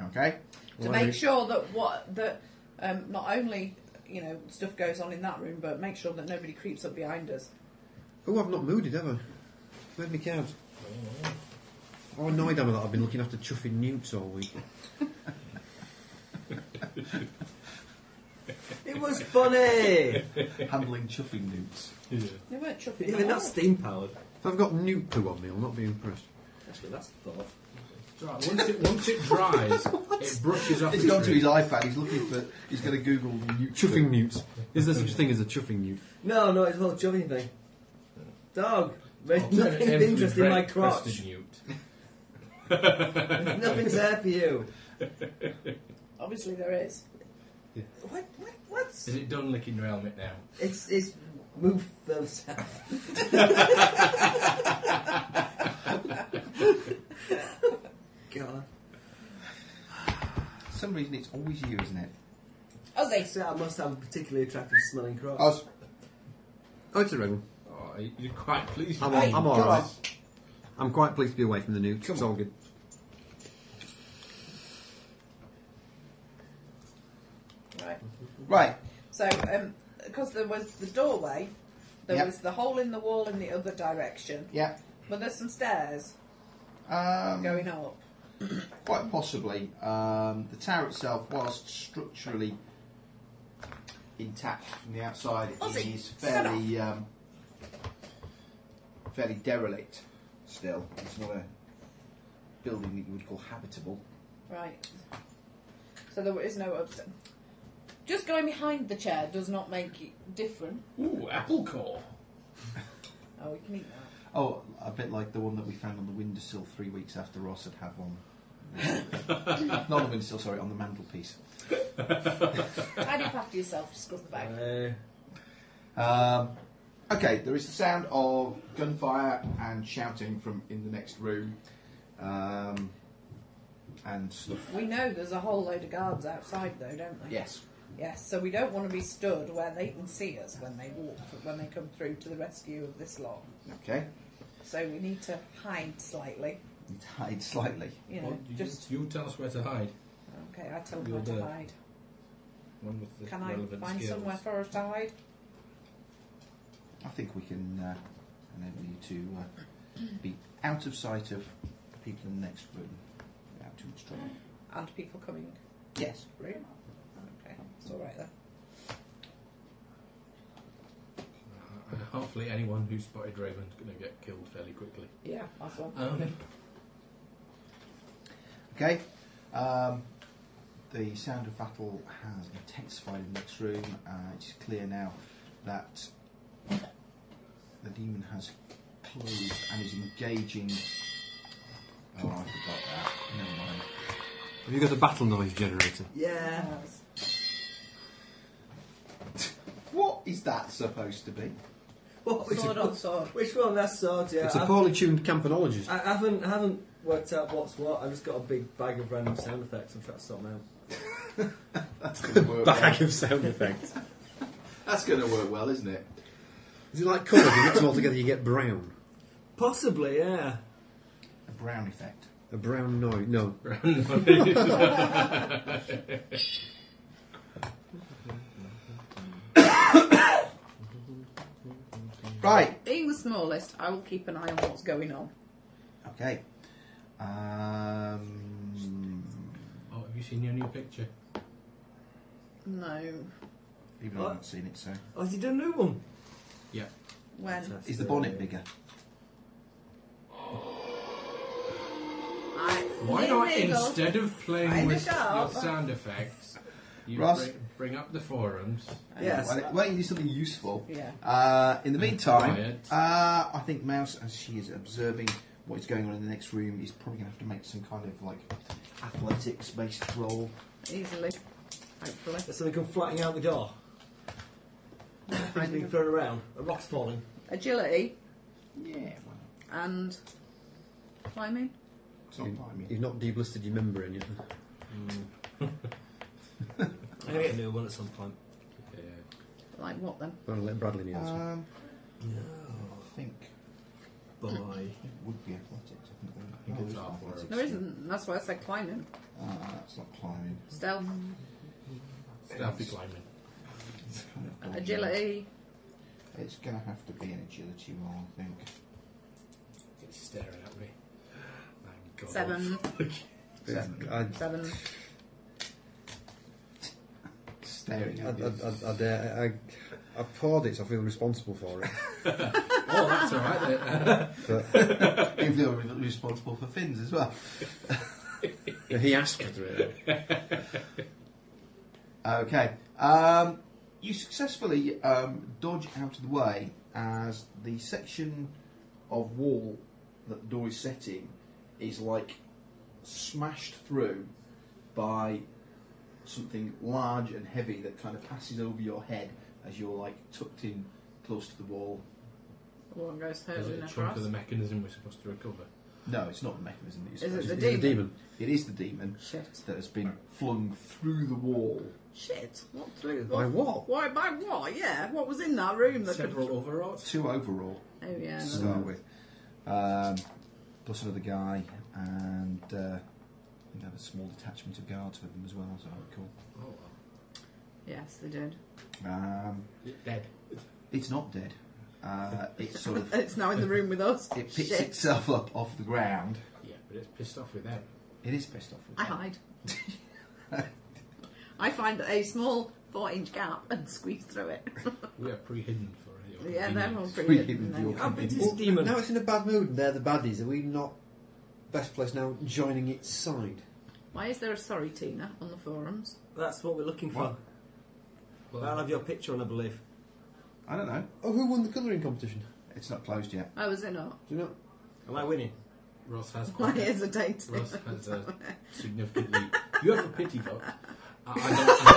Speaker 8: Okay?
Speaker 9: to
Speaker 4: Well,
Speaker 9: make sure that what that um, not only you know stuff goes on in that room, but make sure that nobody creeps up behind us.
Speaker 4: Oh, I've not mooded, have I? Made me count. How annoyed am I that I've been looking after chuffing newts all week?
Speaker 7: It was funny. *laughs*
Speaker 8: Handling chuffing newts.
Speaker 9: They weren't chuffing.
Speaker 7: yeah, they're not steam powered.
Speaker 4: If I've got newt poo on me, I'll not be impressed.
Speaker 7: Actually, that's a thought.
Speaker 2: Right, once, it, once it
Speaker 7: *laughs*
Speaker 2: dries, it brushes off.
Speaker 8: He's
Speaker 2: the
Speaker 8: gone to
Speaker 2: tree.
Speaker 8: his iPad, he's looking for, he's going to Google newt.
Speaker 4: Chuffing newts. Is there such a thing as a chuffing newt?
Speaker 7: No, no, it's a whole chubby thing. Dog.
Speaker 4: Oh,
Speaker 7: There's
Speaker 2: Alternate
Speaker 7: nothing
Speaker 2: end for
Speaker 7: interesting in my
Speaker 2: breakfast
Speaker 7: crotch.
Speaker 2: is newt.
Speaker 4: *laughs*
Speaker 7: Nothing's there for you.
Speaker 9: Obviously, there is.
Speaker 2: Yeah.
Speaker 9: What? What? What's?
Speaker 2: Is it done licking your helmet now?
Speaker 7: It's it's move them south. God.
Speaker 8: For some reason, it's always you, isn't it?
Speaker 9: Ozzy.
Speaker 7: So I must have a particularly attractive smelling crotch.
Speaker 8: I was,
Speaker 4: Oh, it's a red one.
Speaker 2: Oh, you're quite pleased.
Speaker 4: I'm,
Speaker 2: with
Speaker 4: all,
Speaker 2: it.
Speaker 4: I'm all right. I'm quite pleased to be away from the newts.
Speaker 8: Come
Speaker 4: It's all good.
Speaker 9: Right.
Speaker 8: right,
Speaker 9: So, because there was the doorway, there
Speaker 8: Yep.
Speaker 9: was the hole in the wall in the other direction,
Speaker 8: yeah.
Speaker 9: but there's some stairs
Speaker 8: Um,
Speaker 9: going up.
Speaker 8: quite possibly. Um, the tower itself, whilst structurally intact from the outside, it
Speaker 9: Ozzy,
Speaker 8: is
Speaker 9: shut
Speaker 8: fairly, um, fairly derelict still. It's not a building that you would call habitable.
Speaker 9: Right. So there is no upstairs. Just going behind the chair does not make it different.
Speaker 2: Ooh, apple core.
Speaker 9: Oh, we can eat
Speaker 2: *laughs*
Speaker 9: that.
Speaker 8: Oh, a bit like the one that we found on the windowsill three weeks after Ross had had one. *laughs* Not on the windowsill, sorry, on the mantelpiece.
Speaker 9: Tidy up after yourself, just scrub the bag.
Speaker 7: Uh,
Speaker 8: Um, okay, there is the sound of gunfire and shouting from in the next room. Um, and stuff.
Speaker 9: We know there's a whole load of guards outside, though, don't we?
Speaker 8: Yes.
Speaker 9: Yes. So we don't want to be stood where they can see us when they walk, when they come through to the rescue of this lot.
Speaker 8: Okay. *laughs*
Speaker 9: So we need to hide slightly.
Speaker 8: It hides slightly.
Speaker 9: You know,
Speaker 2: Well, you,
Speaker 9: just
Speaker 2: you tell us where to hide.
Speaker 9: okay. I tell them
Speaker 2: You'll
Speaker 9: where
Speaker 2: do.
Speaker 9: to hide.
Speaker 2: One with the
Speaker 9: Can I
Speaker 2: relevant
Speaker 9: find
Speaker 2: skills.
Speaker 9: somewhere for us to hide?
Speaker 8: I think we can uh, enable you to uh, be out of sight of people in the next room without too much trouble.
Speaker 9: And people coming
Speaker 8: Yes.
Speaker 9: room. Okay, it's all right then.
Speaker 2: Uh, hopefully, anyone who spotted Raven's going to get killed fairly quickly.
Speaker 9: Yeah, that's one.
Speaker 2: Um,
Speaker 8: Okay. Um, the sound of battle has intensified in the next room. Uh, it's clear now that the demon has closed and is engaging. Oh, I forgot that. Never mind.
Speaker 4: Have you got the battle noise generator?
Speaker 7: yeah.
Speaker 8: What is that supposed to be?
Speaker 7: What was
Speaker 9: Sword
Speaker 7: it?
Speaker 9: on sword.
Speaker 7: Which one? That's sword. Yeah.
Speaker 4: It's a
Speaker 7: I've-
Speaker 4: *laughs* poorly tuned campanologist.
Speaker 7: I haven't I haven't worked out what's what. I've just got a big bag of random sound effects I'm trying to sort them out.
Speaker 8: That's *laughs* going to work
Speaker 4: Bag
Speaker 8: well.
Speaker 4: of sound effects.
Speaker 8: That's going to work well, isn't it?
Speaker 4: Is it like colour? If you mix them all together, you get brown.
Speaker 7: Possibly, yeah.
Speaker 8: A brown effect.
Speaker 4: A brown noise. No.
Speaker 8: Right.
Speaker 9: Being the smallest, I will keep an eye on what's going on.
Speaker 8: Okay. Um,
Speaker 2: Oh, have you seen your new picture?
Speaker 9: No.
Speaker 8: even I haven't seen it, so.
Speaker 7: Oh, has he done a new one?
Speaker 2: Yeah.
Speaker 9: When?
Speaker 8: Is the bonnet bigger?
Speaker 9: I,
Speaker 2: Why
Speaker 9: Here
Speaker 2: not
Speaker 9: we go.
Speaker 2: instead of playing
Speaker 9: Find
Speaker 2: with
Speaker 9: it out.
Speaker 2: your sound effects, you
Speaker 8: Ross.
Speaker 2: bring, bring up the forums?
Speaker 7: Yes.
Speaker 8: Why, why don't you do something useful?
Speaker 9: Yeah.
Speaker 8: Uh, in the meantime,
Speaker 2: Quiet.
Speaker 8: uh, I think Mouse, as she is observing what is going on in the next room, is probably going to have to make some kind of like athletics based roll.
Speaker 9: Easily. Hopefully.
Speaker 7: So they come flattening out the door. Things being thrown around. A rock's falling.
Speaker 9: Agility
Speaker 8: Yeah, well,
Speaker 9: and climbing.
Speaker 8: it's not climbing.
Speaker 4: You've not deblisted your membrane yet.
Speaker 7: I'm going to get a new one at some point.
Speaker 2: Yeah.
Speaker 9: Like what then?
Speaker 4: I'm going to let Bradley know. so.
Speaker 8: Um, I think
Speaker 7: Boy.
Speaker 8: it would be athletics. I think, there-
Speaker 2: I think
Speaker 8: no,
Speaker 2: it's
Speaker 8: there's
Speaker 2: half
Speaker 8: athletics.
Speaker 9: There isn't. That's why I said climbing.
Speaker 8: Uh, that's not climbing.
Speaker 9: Stealth,
Speaker 2: Stealthy climbing.
Speaker 8: It's kind of dodging.
Speaker 9: agility.
Speaker 8: It's going to have to be an agility roll, I think.
Speaker 2: It's staring at me. Thank God.
Speaker 9: Seven.
Speaker 4: Uh,
Speaker 8: Seven.
Speaker 4: I,
Speaker 9: Seven.
Speaker 8: Staring
Speaker 4: I, I,
Speaker 8: at you.
Speaker 4: I, I, dare, I, I, I poured it, so I feel responsible for it.
Speaker 2: Oh, that's all right. Then.
Speaker 9: *laughs*
Speaker 4: But
Speaker 8: You feel re- responsible for fins as well.
Speaker 4: *laughs* he asked me to do it.
Speaker 8: Okay. Um, you successfully um, dodge out of the way as the section of wall that the door is set in is like smashed through by something large and heavy that kind of passes over your head as you're like tucked in close to the wall.
Speaker 9: One goes
Speaker 2: Is
Speaker 9: totally
Speaker 2: it a chunk
Speaker 9: across.
Speaker 2: of the mechanism we're supposed to recover?
Speaker 8: No, it's not the mechanism that
Speaker 9: Is
Speaker 8: you're
Speaker 9: it the
Speaker 8: supposed
Speaker 9: demon?
Speaker 4: Demon.
Speaker 8: to. It is the demon
Speaker 9: Shit.
Speaker 8: that has been flung through the wall.
Speaker 9: Shit. What through?
Speaker 4: By what?
Speaker 9: Why? By what? Yeah. What was in that room? That
Speaker 2: Several
Speaker 9: could...
Speaker 2: overwrought.
Speaker 8: Two overall.
Speaker 9: Oh yeah.
Speaker 8: to
Speaker 9: No.
Speaker 8: start with. Um, plus another guy, and uh, I think they had a small detachment of guards with them as well, so that would be
Speaker 2: Oh, well.
Speaker 9: Yes, they did. *laughs*
Speaker 8: cool. Um,
Speaker 2: Is it dead.
Speaker 8: it's not dead. Uh, it
Speaker 9: *laughs*
Speaker 8: sort of
Speaker 9: it's now in the room with us.
Speaker 8: it picks
Speaker 9: Shit.
Speaker 8: itself up off the ground.
Speaker 2: Yeah, but it's pissed off with them.
Speaker 8: It is pissed off. With
Speaker 9: I
Speaker 8: them.
Speaker 9: hide. *laughs* I find a small four-inch gap *laughs* and squeeze through it.
Speaker 2: We are pre-hidden for it.
Speaker 9: yeah, then we'll
Speaker 8: We
Speaker 9: bring it.
Speaker 8: didn't
Speaker 9: and then
Speaker 8: do
Speaker 9: you- Oh, but
Speaker 8: anything.
Speaker 9: it's-
Speaker 7: demon.
Speaker 4: Now it's in a bad mood and they're the baddies. Are we not best place now joining its side?
Speaker 9: Why is there a sorry Tina on the forums?
Speaker 7: That's what we're looking for.
Speaker 8: What?
Speaker 7: I'll have your picture on, I believe.
Speaker 8: I don't know.
Speaker 4: Oh, who won the colouring competition?
Speaker 8: It's not closed yet.
Speaker 9: Oh, is it *laughs* not?
Speaker 4: Do you know?
Speaker 7: Am I winning?
Speaker 2: Ross has
Speaker 9: *laughs* Why
Speaker 2: quite a,
Speaker 9: hesitate?
Speaker 2: *laughs* Ross
Speaker 9: *laughs*
Speaker 2: has a significantly. You have a pity vote. I, I don't.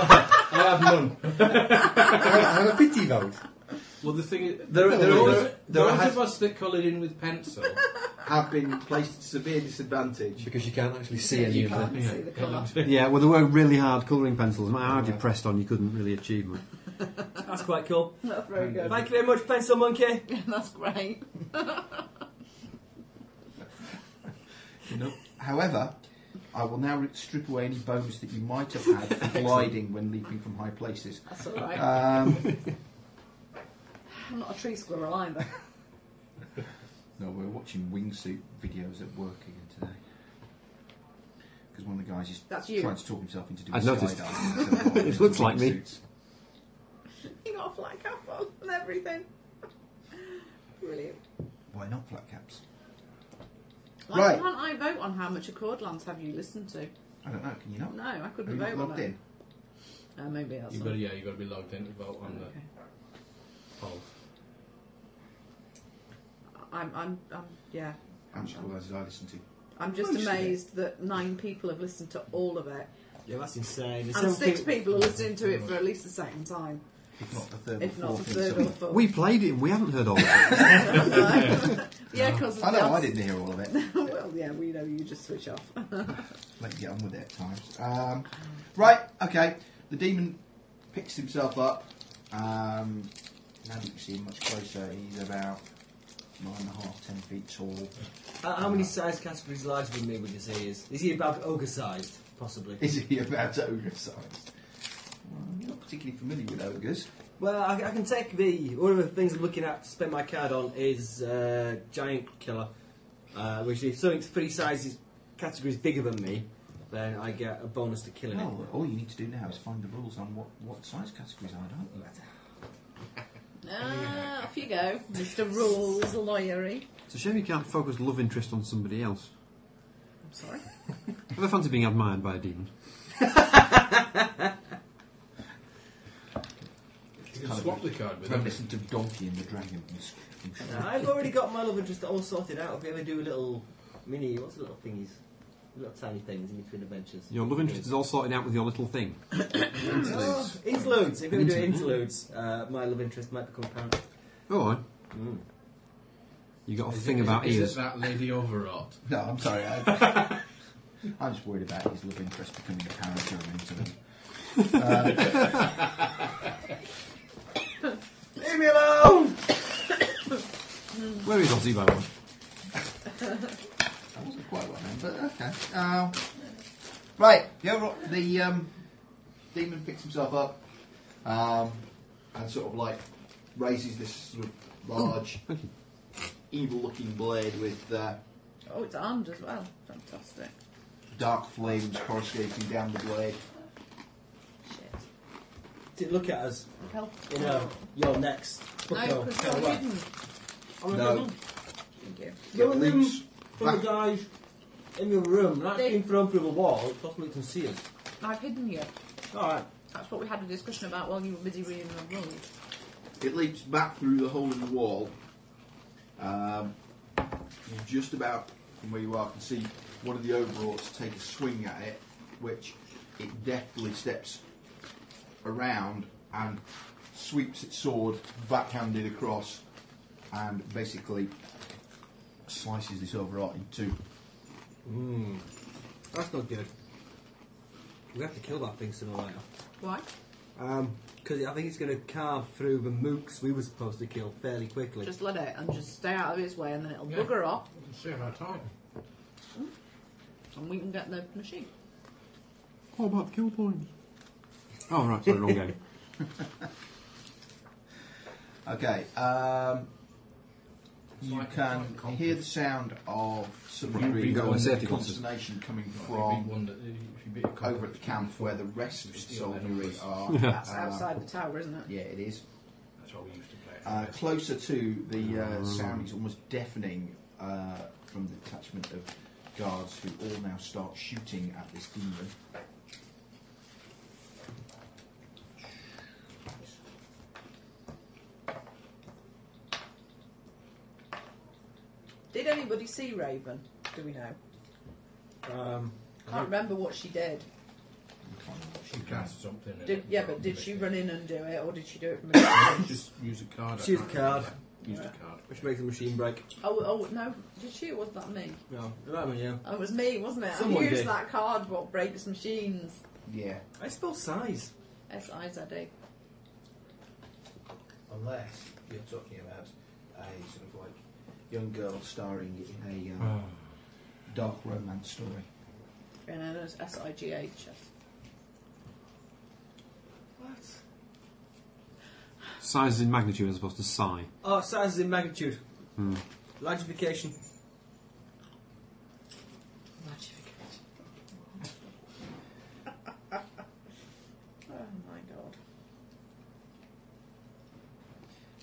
Speaker 2: *laughs* I have none.
Speaker 4: I I have a pity vote.
Speaker 2: Well, the thing is,
Speaker 8: There- there-
Speaker 2: those,
Speaker 8: there- there
Speaker 2: those
Speaker 8: has-
Speaker 2: of us that coloured in with pencil,
Speaker 8: Have been placed at severe disadvantage.
Speaker 4: Because you can't actually see any
Speaker 9: you
Speaker 4: of them.
Speaker 9: can't see the colour.
Speaker 4: Yeah, well, they were really hard colouring pencils. My hard you pressed on, you couldn't really achieve much.
Speaker 7: That's quite cool.
Speaker 9: That's very good.
Speaker 7: Thank you very much, Pencil Monkey.
Speaker 9: *laughs* That's great.
Speaker 8: No. However, I will now re- strip away any bonus that you might have had for gliding when leaping from high places.
Speaker 9: That's all right.
Speaker 8: Um,
Speaker 9: I'm not a tree squirrel either. *laughs*
Speaker 8: No, we were watching wingsuit videos at work again today. Because one of the guys is
Speaker 9: That's you.
Speaker 8: trying to talk himself into doing
Speaker 4: I noticed.
Speaker 8: skydiving. So
Speaker 4: *laughs* It looks like me.
Speaker 8: wingsuits.
Speaker 9: you got a flat cap on and everything. Brilliant.
Speaker 8: Why not flat caps?
Speaker 9: Why
Speaker 8: Right.
Speaker 9: can't I vote on how much Accordlands have you listened to?
Speaker 8: I don't know, can you not?
Speaker 9: No, I
Speaker 8: Are you
Speaker 9: couldn't
Speaker 8: not
Speaker 9: vote on
Speaker 8: logged
Speaker 9: that.
Speaker 8: in?
Speaker 9: Uh, maybe that's
Speaker 2: you
Speaker 9: not-
Speaker 2: got yeah, you got to be logged in to vote on
Speaker 9: okay.
Speaker 2: the poll.
Speaker 9: I'm, I'm, I'm, yeah.
Speaker 8: How much otherwise did I listen to?
Speaker 9: I'm just
Speaker 8: Most of it.
Speaker 9: amazed that nine people have listened to all of it,
Speaker 7: Yeah, that's insane. There's
Speaker 9: and
Speaker 7: seven
Speaker 9: six
Speaker 7: people-
Speaker 9: people are listening to it for at least the second time.
Speaker 8: If not the third
Speaker 9: If
Speaker 8: or
Speaker 9: not
Speaker 8: fourth.
Speaker 9: the
Speaker 8: in
Speaker 9: third or
Speaker 8: summer.
Speaker 9: fourth.
Speaker 4: We played it and we haven't heard all of it. *laughs*
Speaker 9: yeah, because
Speaker 8: I know I didn't hear all of it.
Speaker 9: *laughs* well, yeah, we know you just switch off. *laughs*
Speaker 8: Let you get on with it at times. Um, right, okay. The demon picks himself up. Um, now that you can see him much closer, he's about nine and a half, ten feet tall.
Speaker 7: How, how many size categories larger than me would you say he is? Is he about ogre sized, possibly?
Speaker 8: Is he about ogre sized? I'm not particularly familiar with ogres.
Speaker 7: Well, I, I can take the. One of the things I'm looking at to spend my card on is uh, Giant Killer, uh, which is something three sizes, categories bigger than me, then I get a bonus to killing
Speaker 8: No, all you need to do now is find the rules on what, what size categories are, don't you?
Speaker 9: ah, off you go, Mr. Rules Lawyery.
Speaker 4: It's a shame you can't focus love interest on somebody else.
Speaker 9: I'm
Speaker 4: *laughs*
Speaker 9: sorry.
Speaker 4: Ever fancy being admired by a demon?
Speaker 2: You can swap the card with him.
Speaker 8: Reminiscent of Donkey and the Dragon. from
Speaker 7: it.
Speaker 8: Shrek.
Speaker 7: Now, I've already got my love interest all sorted out. If we ever do a little mini. What's the little thingies? Little tiny things in between adventures.
Speaker 4: Your love interest is all sorted out with your little thing.
Speaker 7: Oh, interludes. If we do interludes, uh, my love interest might become apparent.
Speaker 4: Go on.
Speaker 7: Mm.
Speaker 4: You got a
Speaker 2: Is it-
Speaker 4: thing
Speaker 2: is it-
Speaker 4: about
Speaker 2: is it
Speaker 4: ears.
Speaker 2: that Lady Overrot?
Speaker 8: No, I'm sorry. I, I'm just worried about his love interest becoming apparent during an incident. Uh, Leave me alone!
Speaker 4: Where is Ozzy by the way?
Speaker 8: That wasn't quite what I meant, but okay. Uh, right, the, overall, the um, demon picks himself up um, and sort of like raises this sort of large, evil looking blade with. Uh,
Speaker 9: Oh, it's armed as well. Fantastic.
Speaker 8: dark flames coruscating down the blade.
Speaker 9: Shit.
Speaker 7: Did it look at us?
Speaker 9: Help.
Speaker 7: You know, uh, your next.
Speaker 9: No,
Speaker 7: bucko.
Speaker 9: because
Speaker 7: Tell
Speaker 9: you're
Speaker 7: what.
Speaker 9: hidden.
Speaker 7: I'm a
Speaker 8: No.
Speaker 7: villain.
Speaker 9: Thank you.
Speaker 7: You're a villain.
Speaker 8: Loops
Speaker 7: from the guys in the room. That's
Speaker 9: They-
Speaker 7: being thrown through the wall. Possibly can see us.
Speaker 9: I've hidden you.
Speaker 7: All right.
Speaker 9: That's what we had a discussion about while you were busy reading the rules.
Speaker 8: It leaps back through the hole in the wall. Um, you just about, from where you are, can see one of the overlords take a swing at it, which it deftly steps around and sweeps its sword backhanded across and basically slices this overlord in two.
Speaker 7: That's not good. We have to kill that thing sooner or later.
Speaker 9: Why?
Speaker 7: Because I think it's going to carve through the mooks we were supposed to kill fairly quickly.
Speaker 9: Just let it and just stay out of his way and then it'll
Speaker 2: Yeah.
Speaker 9: bugger off
Speaker 2: Save our time.
Speaker 9: and we can get the machine.
Speaker 4: What about the kill points? Oh, right, sorry, wrong game.
Speaker 8: Okay, um,
Speaker 2: It's
Speaker 8: you
Speaker 2: like-
Speaker 8: can
Speaker 2: it's like
Speaker 8: hear the sound of some
Speaker 4: You've been
Speaker 8: degree
Speaker 4: going safety
Speaker 8: of
Speaker 4: glasses.
Speaker 8: consternation coming
Speaker 2: It'd
Speaker 8: from
Speaker 2: be one that if you beat a cop,
Speaker 8: over at the camp where the rest of the
Speaker 2: Steal their
Speaker 8: soldiery
Speaker 2: numbers.
Speaker 8: *laughs* are.
Speaker 9: That's
Speaker 8: uh,
Speaker 7: Ah.
Speaker 9: outside the tower, isn't it?
Speaker 8: Yeah, it is.
Speaker 2: That's how we used to play it.
Speaker 8: Uh, closer to the uh, sound is almost deafening uh, from the detachment of guards who all now start shooting at this demon.
Speaker 9: Did anybody see Raven? Do we know?
Speaker 7: Um,
Speaker 9: Can't remember what she did.
Speaker 2: she cast something. and
Speaker 9: did
Speaker 2: it
Speaker 9: yeah,
Speaker 2: got
Speaker 9: but did
Speaker 2: the
Speaker 9: she
Speaker 2: bit.
Speaker 9: run in and do it, or did she do it
Speaker 7: *coughs*
Speaker 9: from a
Speaker 2: Just use a card. I
Speaker 7: Choose
Speaker 2: can't
Speaker 7: the card.
Speaker 2: remember. Use the
Speaker 9: Yeah.
Speaker 2: card.
Speaker 7: which makes the machine break.
Speaker 9: Oh, oh no, did she? Or was that me?
Speaker 7: No, that one, yeah.
Speaker 9: That was me, wasn't it?
Speaker 7: Someone
Speaker 9: I used
Speaker 7: did.
Speaker 9: that card. What breaks machines?
Speaker 8: Yeah.
Speaker 7: I spell size.
Speaker 9: S I Z A.
Speaker 8: Unless you're talking about a sort of like young girl starring in a uh,
Speaker 2: Oh,
Speaker 8: dark romance story.
Speaker 9: And then it's S I G H.
Speaker 4: Size in magnitude as opposed to psi.
Speaker 7: Oh, size is in magnitude.
Speaker 4: Hmm.
Speaker 7: Largification.
Speaker 9: *laughs* Oh my god.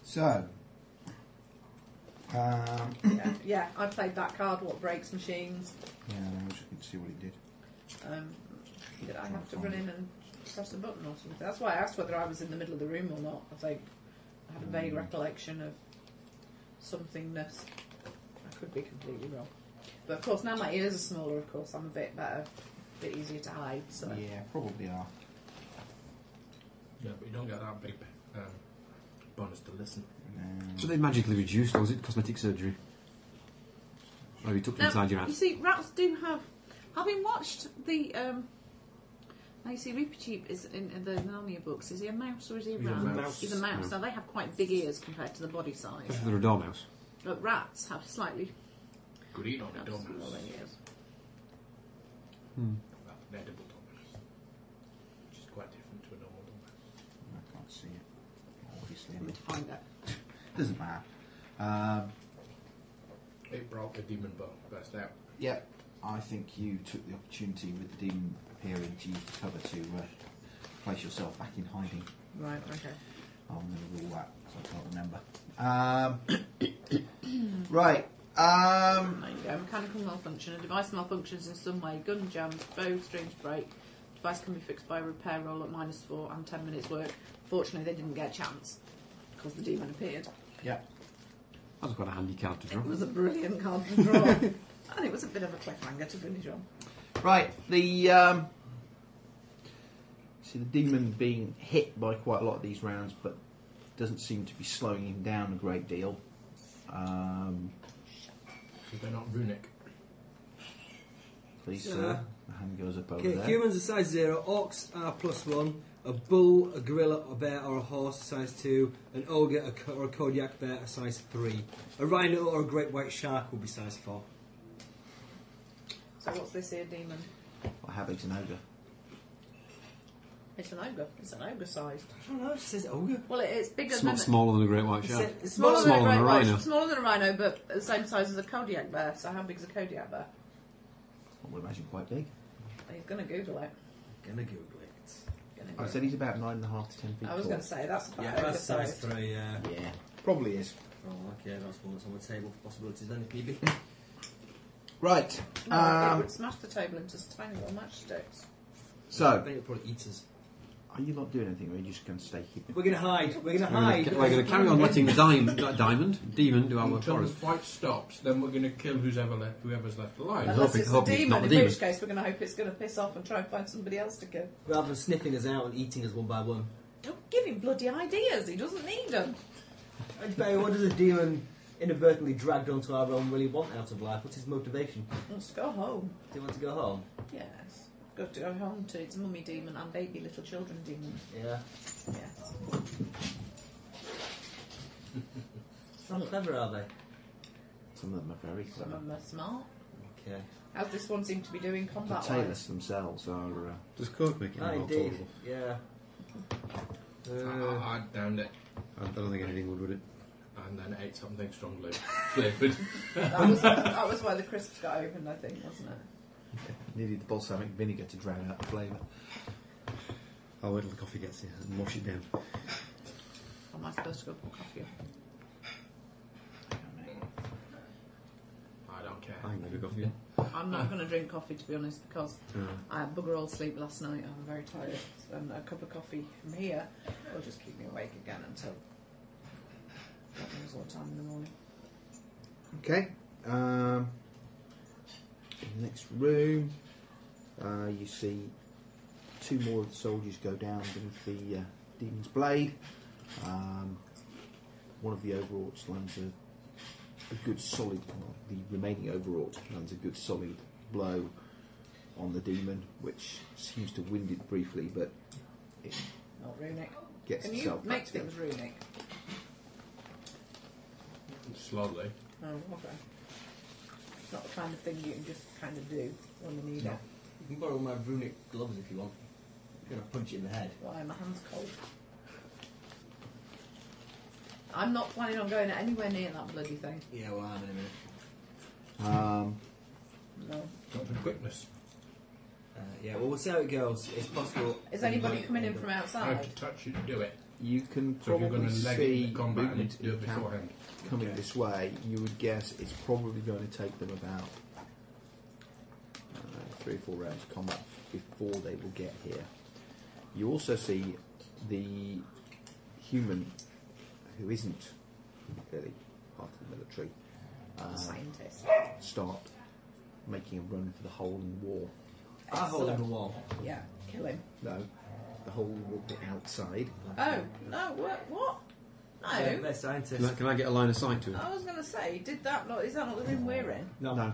Speaker 8: So, um, *coughs*
Speaker 9: Yeah, yeah. I played that card. What breaks machines?
Speaker 8: Yeah, I was going to see what it did.
Speaker 9: Um, did I have to run in and press a button or something? That's why I asked whether I was in the middle of the room or not. I think I had a vague recollection of somethingness. I could be completely wrong. But of course, now my ears are smaller, of course, I'm a bit better, a bit easier to hide. So
Speaker 8: Yeah, probably are.
Speaker 2: yeah, but you don't get that big um, bonus to listen.
Speaker 4: So they magically reduced, or was it cosmetic surgery? Or you took it
Speaker 9: Now,
Speaker 4: inside your
Speaker 9: Um, You
Speaker 4: hand?
Speaker 9: see, rats do have. Having watched the. Um, now you see, Reaper Cheap is in, in the Narnia books. Is he a mouse or is he a
Speaker 2: He's a
Speaker 9: rat?
Speaker 2: mouse.
Speaker 9: He's a mouse.
Speaker 4: Mm.
Speaker 9: Now they have quite big ears compared to the body size.
Speaker 4: Especially if they're a dormouse.
Speaker 9: But rats have slightly
Speaker 2: Good eat on it, don't
Speaker 9: smaller ears.
Speaker 2: Well, an edible donuts, which is quite different to a normal donut.
Speaker 8: I can't see it. Obviously,
Speaker 9: Let me find out.
Speaker 8: *laughs* doesn't matter. Um,
Speaker 2: It brought the demon bone burst out.
Speaker 8: yeah, I think you took the opportunity with the demon appearing to use the cover to uh, place yourself back in hiding.
Speaker 9: Right, okay.
Speaker 8: I'm going to rule that because I can't remember. Um, *coughs* right. Um,
Speaker 9: There you go. Mechanical malfunction. A device malfunctions in some way. Gun jams, bow strings break. Device can be fixed by a repair roll at minus four and ten minutes work. Fortunately, they didn't get a chance because the demon appeared.
Speaker 8: yeah.
Speaker 4: That was quite a handy card to draw.
Speaker 9: It was a brilliant card to draw. *laughs* and it was a bit of a cliffhanger to finish on.
Speaker 8: Right, the um, see the demon being hit by quite a lot of these rounds, but doesn't seem to be slowing him down a great deal. Um,
Speaker 2: Because they're not runic.
Speaker 8: please,
Speaker 7: Yeah.
Speaker 8: sir, the hand goes up over
Speaker 7: Okay,
Speaker 8: there.
Speaker 7: humans are size zero, orcs are plus one, a bull, a gorilla, a bear, or a horse are size two, an ogre a co- or a Kodiak bear are size three, a rhino or a great white shark will be size four.
Speaker 9: So, what's this here demon?
Speaker 8: I have it an ogre.
Speaker 9: It's an ogre. It's an ogre sized.
Speaker 7: I don't know, it says ogre.
Speaker 9: Well, it, it's bigger
Speaker 4: It's
Speaker 9: than.
Speaker 4: not smaller than a great white shark.
Speaker 7: It's-
Speaker 9: It's
Speaker 7: it's
Speaker 9: smaller,
Speaker 4: smaller
Speaker 9: than,
Speaker 4: than
Speaker 9: a
Speaker 4: a
Speaker 9: great
Speaker 4: rhino.
Speaker 9: white, smaller than a rhino, but the same size as a Kodiak bear. So, how big's a Kodiak bear?
Speaker 8: I would imagine quite big.
Speaker 9: He's going to Google it.
Speaker 7: I'm gonna Google it.
Speaker 9: Gonna
Speaker 8: I said he's about nine and a half to ten feet
Speaker 9: I was
Speaker 8: tall.
Speaker 9: going to say that's about
Speaker 7: Yeah, that's size
Speaker 9: oversized.
Speaker 7: three, yeah.
Speaker 8: Yeah, probably is.
Speaker 7: Oh, okay, that's one that's on the table for possibilities then, PB.
Speaker 8: Right.
Speaker 9: No, it
Speaker 8: Um,
Speaker 9: would smash the table into tiny little matchsticks.
Speaker 7: I
Speaker 8: so,
Speaker 7: think it'll probably eat us.
Speaker 8: are you not doing anything, or are you just going to stay here?
Speaker 7: We're gonna hide, we're gonna
Speaker 4: We're gonna
Speaker 7: hide.
Speaker 4: ca- We're going to carry on letting the diamond, diamond, demon do our work
Speaker 2: Until
Speaker 4: for
Speaker 2: the
Speaker 4: us.
Speaker 2: fight stops, then we're going to kill who's ever left, whoever's left alive.
Speaker 4: Hello.
Speaker 9: Unless
Speaker 4: hoping-
Speaker 9: it's
Speaker 4: hoping
Speaker 9: a
Speaker 4: it's
Speaker 9: demon,
Speaker 4: not a
Speaker 9: in
Speaker 4: demon.
Speaker 9: which case we're going to hope it's going to piss off and try and find somebody else to kill.
Speaker 7: *laughs* Rather than sniffing us out and eating us one by one.
Speaker 9: Don't give him bloody ideas. He doesn't need them.
Speaker 7: Barry, what does a demon inadvertently dragged onto our own really want out of life? What's his motivation?
Speaker 9: He wants to go home.
Speaker 7: Do you want to go home?
Speaker 9: Yes. Got to go home to its mummy demon and baby little children demon.
Speaker 7: Yeah.
Speaker 9: Yes.
Speaker 7: How clever are they?
Speaker 8: Some of them are very
Speaker 9: Some
Speaker 8: clever.
Speaker 9: of them are smart.
Speaker 7: Okay.
Speaker 9: How's this one seem to be doing
Speaker 8: The
Speaker 9: combat wise?
Speaker 8: tailors themselves are. Uh,
Speaker 4: Does Coke make it
Speaker 7: Ah,
Speaker 4: more
Speaker 7: indeed.
Speaker 4: tolerable?
Speaker 7: Yeah.
Speaker 2: I,
Speaker 7: Uh,
Speaker 2: I downed Ah, it
Speaker 4: I don't think anything would, would it?
Speaker 2: and then ate something strongly *laughs* flavoured.
Speaker 9: That was, that was why the crisps got opened, I think, wasn't it?
Speaker 8: Needed the balsamic vinegar to drown out the flavour.
Speaker 4: I'll wait till the coffee gets here and wash it down.
Speaker 9: Am I supposed to go for coffee?
Speaker 2: I don't care.
Speaker 4: I ain't going to go coffee.
Speaker 9: I'm not going to drink coffee to be honest because
Speaker 4: Uh,
Speaker 9: I had bugger all sleep last night. I'm very tired. And a cup of coffee from here will just keep me awake again until God knows what time in the morning.
Speaker 8: Okay. Um, next room, uh, you see two more of the soldiers go down beneath the uh, demon's blade. Um, one of the overawts lands a, a good solid, well, the remaining overwrought lands a good solid blow on the demon, which seems to wind it briefly, but it
Speaker 9: Not runic.
Speaker 8: gets
Speaker 9: Can you
Speaker 8: itself back
Speaker 9: make
Speaker 8: together.
Speaker 9: things runic?
Speaker 2: Slowly.
Speaker 9: Oh, okay. It's not the kind of thing you can just kind of do when you need it.
Speaker 7: you can borrow my runic gloves if you want. I'm gonna punch you in the head.
Speaker 9: Why my hands cold? I'm not planning on going anywhere near that bloody thing.
Speaker 7: Yeah, well, I'm in a minute.
Speaker 8: Um,
Speaker 9: No.
Speaker 2: Got the quickness.
Speaker 7: Uh, yeah, well, we'll see how it goes. It's possible.
Speaker 9: Is anybody coming in from
Speaker 2: I have
Speaker 9: outside?
Speaker 2: to touch it to do it.
Speaker 8: you can
Speaker 2: So if you're
Speaker 8: probably
Speaker 2: going to leg it
Speaker 8: see
Speaker 2: in combat, I need
Speaker 8: movement
Speaker 2: to do it
Speaker 8: in camp.
Speaker 2: beforehand.
Speaker 8: coming this way, you would guess it's probably going to take them about uh, three or four rounds of combat before they will get here. You also see the human who isn't really part of the military uh,
Speaker 9: Scientist.
Speaker 8: start making a run for the hole in the wall.
Speaker 7: I hold on
Speaker 9: Excellent.
Speaker 7: the wall.
Speaker 9: Yeah, kill him.
Speaker 8: No, the whole of the outside.
Speaker 9: Oh, no, what? what?
Speaker 7: They're,
Speaker 9: No.
Speaker 7: they're scientists.
Speaker 4: Can I, can I get a line of sight to him?
Speaker 9: I was going to say, did that not, is that not the room we're in?
Speaker 7: No.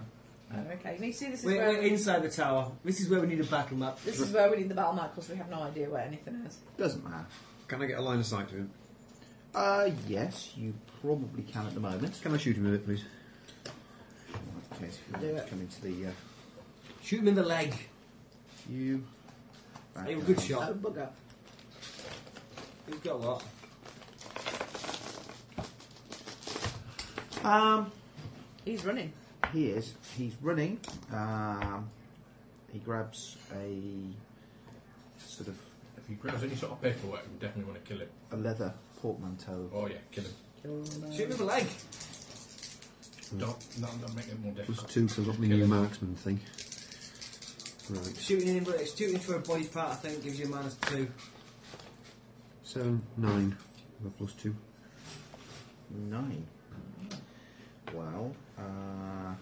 Speaker 9: Oh, okay. You see, this is,
Speaker 7: We're,
Speaker 9: where
Speaker 7: we're inside the tower. This is where we need a battle map.
Speaker 9: this is where we need the battle map because we have no idea where anything is.
Speaker 8: Doesn't matter.
Speaker 4: Can I get a line of sight to him?
Speaker 8: Uh, yes, you probably can at the moment.
Speaker 4: Can I shoot him with it, please?
Speaker 8: Okay, so if you want to come into the. Uh,
Speaker 7: Shoot him in the leg.
Speaker 8: you.
Speaker 7: Hey, good shot.
Speaker 8: Oh, bugger.
Speaker 7: He's got what?
Speaker 8: Um,
Speaker 9: He's running.
Speaker 8: he is. He's running. Um, he grabs a sort of
Speaker 2: If he grabs any sort of paperwork, we definitely want to kill him.
Speaker 8: a leather portmanteau.
Speaker 2: Oh yeah, kill him.
Speaker 7: Shoot him in the leg.
Speaker 8: Mm.
Speaker 2: Don't, no, no, make it more
Speaker 4: Plus
Speaker 2: difficult.
Speaker 4: two because I've got my new marksman thing. Right.
Speaker 7: Shooting in the shooting for a body part. I think gives you minus two.
Speaker 4: Seven, nine. Well, Plus two.
Speaker 8: Nine. Well, uh,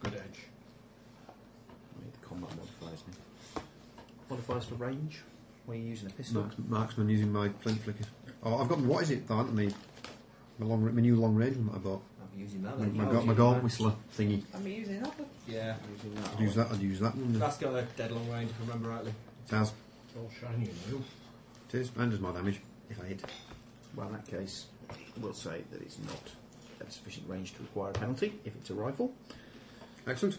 Speaker 2: Good edge.
Speaker 8: wait, the combat modifiers me. Modifiers for range? When you're using a pistol?
Speaker 4: Marks, marksman using my flint flicker. Oh, I've got what is it? That me. My, long, my new long range one that I bought.
Speaker 7: I'm using that.
Speaker 4: My,
Speaker 7: then.
Speaker 4: my,
Speaker 7: Oh,
Speaker 4: go- my
Speaker 7: shooting
Speaker 4: gold
Speaker 7: that.
Speaker 4: whistler thingy.
Speaker 9: I'm using that.
Speaker 7: Yeah.
Speaker 8: Using that,
Speaker 4: I'd use that. I'd use that one. then.
Speaker 7: That's got a dead long range, if I remember rightly.
Speaker 4: It has.
Speaker 2: It's all shiny and new.
Speaker 4: It is. And does my damage if I hit.
Speaker 8: Well, in that case, we'll say that it's not at sufficient range to require a penalty if it's a rifle.
Speaker 4: Excellent.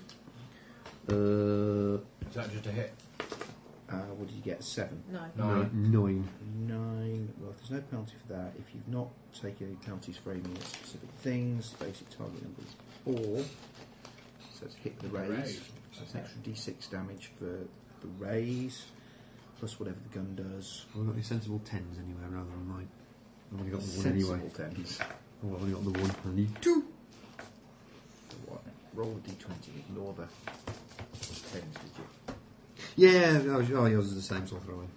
Speaker 8: Uh,
Speaker 2: Is that just a hit?
Speaker 8: uh, what did you get? Seven.
Speaker 9: No.
Speaker 2: Nine.
Speaker 4: Nine.
Speaker 8: Nine. Well, there's no penalty for that. If you've not taken any penalties for aiming at specific things, basic target number is four. So it's hit with the raise.
Speaker 2: Raise.
Speaker 8: So it's an extra d6 damage for the raise, plus whatever the gun does.
Speaker 4: I've got these sensible tens anywhere rather than mine. I've only got the one
Speaker 8: Sensible
Speaker 4: anyway.
Speaker 8: tens.
Speaker 4: Oh, I've only got the one. I need two.
Speaker 8: So what? Roll a d20. Ignore the tens, did you?
Speaker 4: Yeah, oh, oh, yours is the same, so I'll throw in.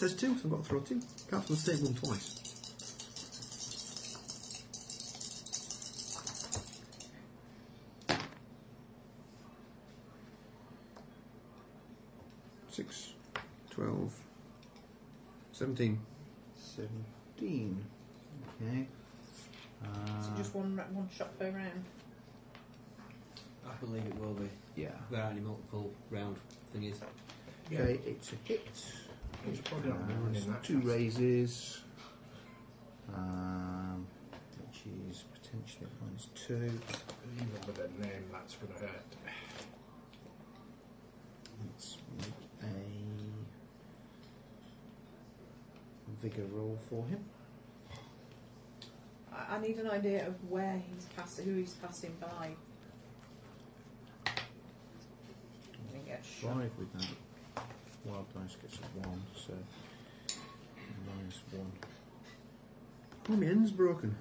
Speaker 4: There's two, so I've got to throw two. Can't from the same one twice. Six, twelve, seventeen.
Speaker 8: 17. Okay.
Speaker 9: Is it
Speaker 8: Uh,
Speaker 9: just one, ra- one shot per round?
Speaker 7: I believe it will be.
Speaker 8: yeah.
Speaker 7: There are any multiple round thingies.
Speaker 8: Okay, it's a hit.
Speaker 2: It's probably not
Speaker 8: Uh,
Speaker 2: running that.
Speaker 8: two raises. Um, which is potentially minus two.
Speaker 2: Even with a name, that's going to hurt.
Speaker 8: Let's make a vigor roll for him.
Speaker 9: I, I need an idea of where he's passed, who he's passing by. Didn't get shot.
Speaker 8: Five with that. Wild dice gets a one, so minus one.
Speaker 4: Oh, my end's broken.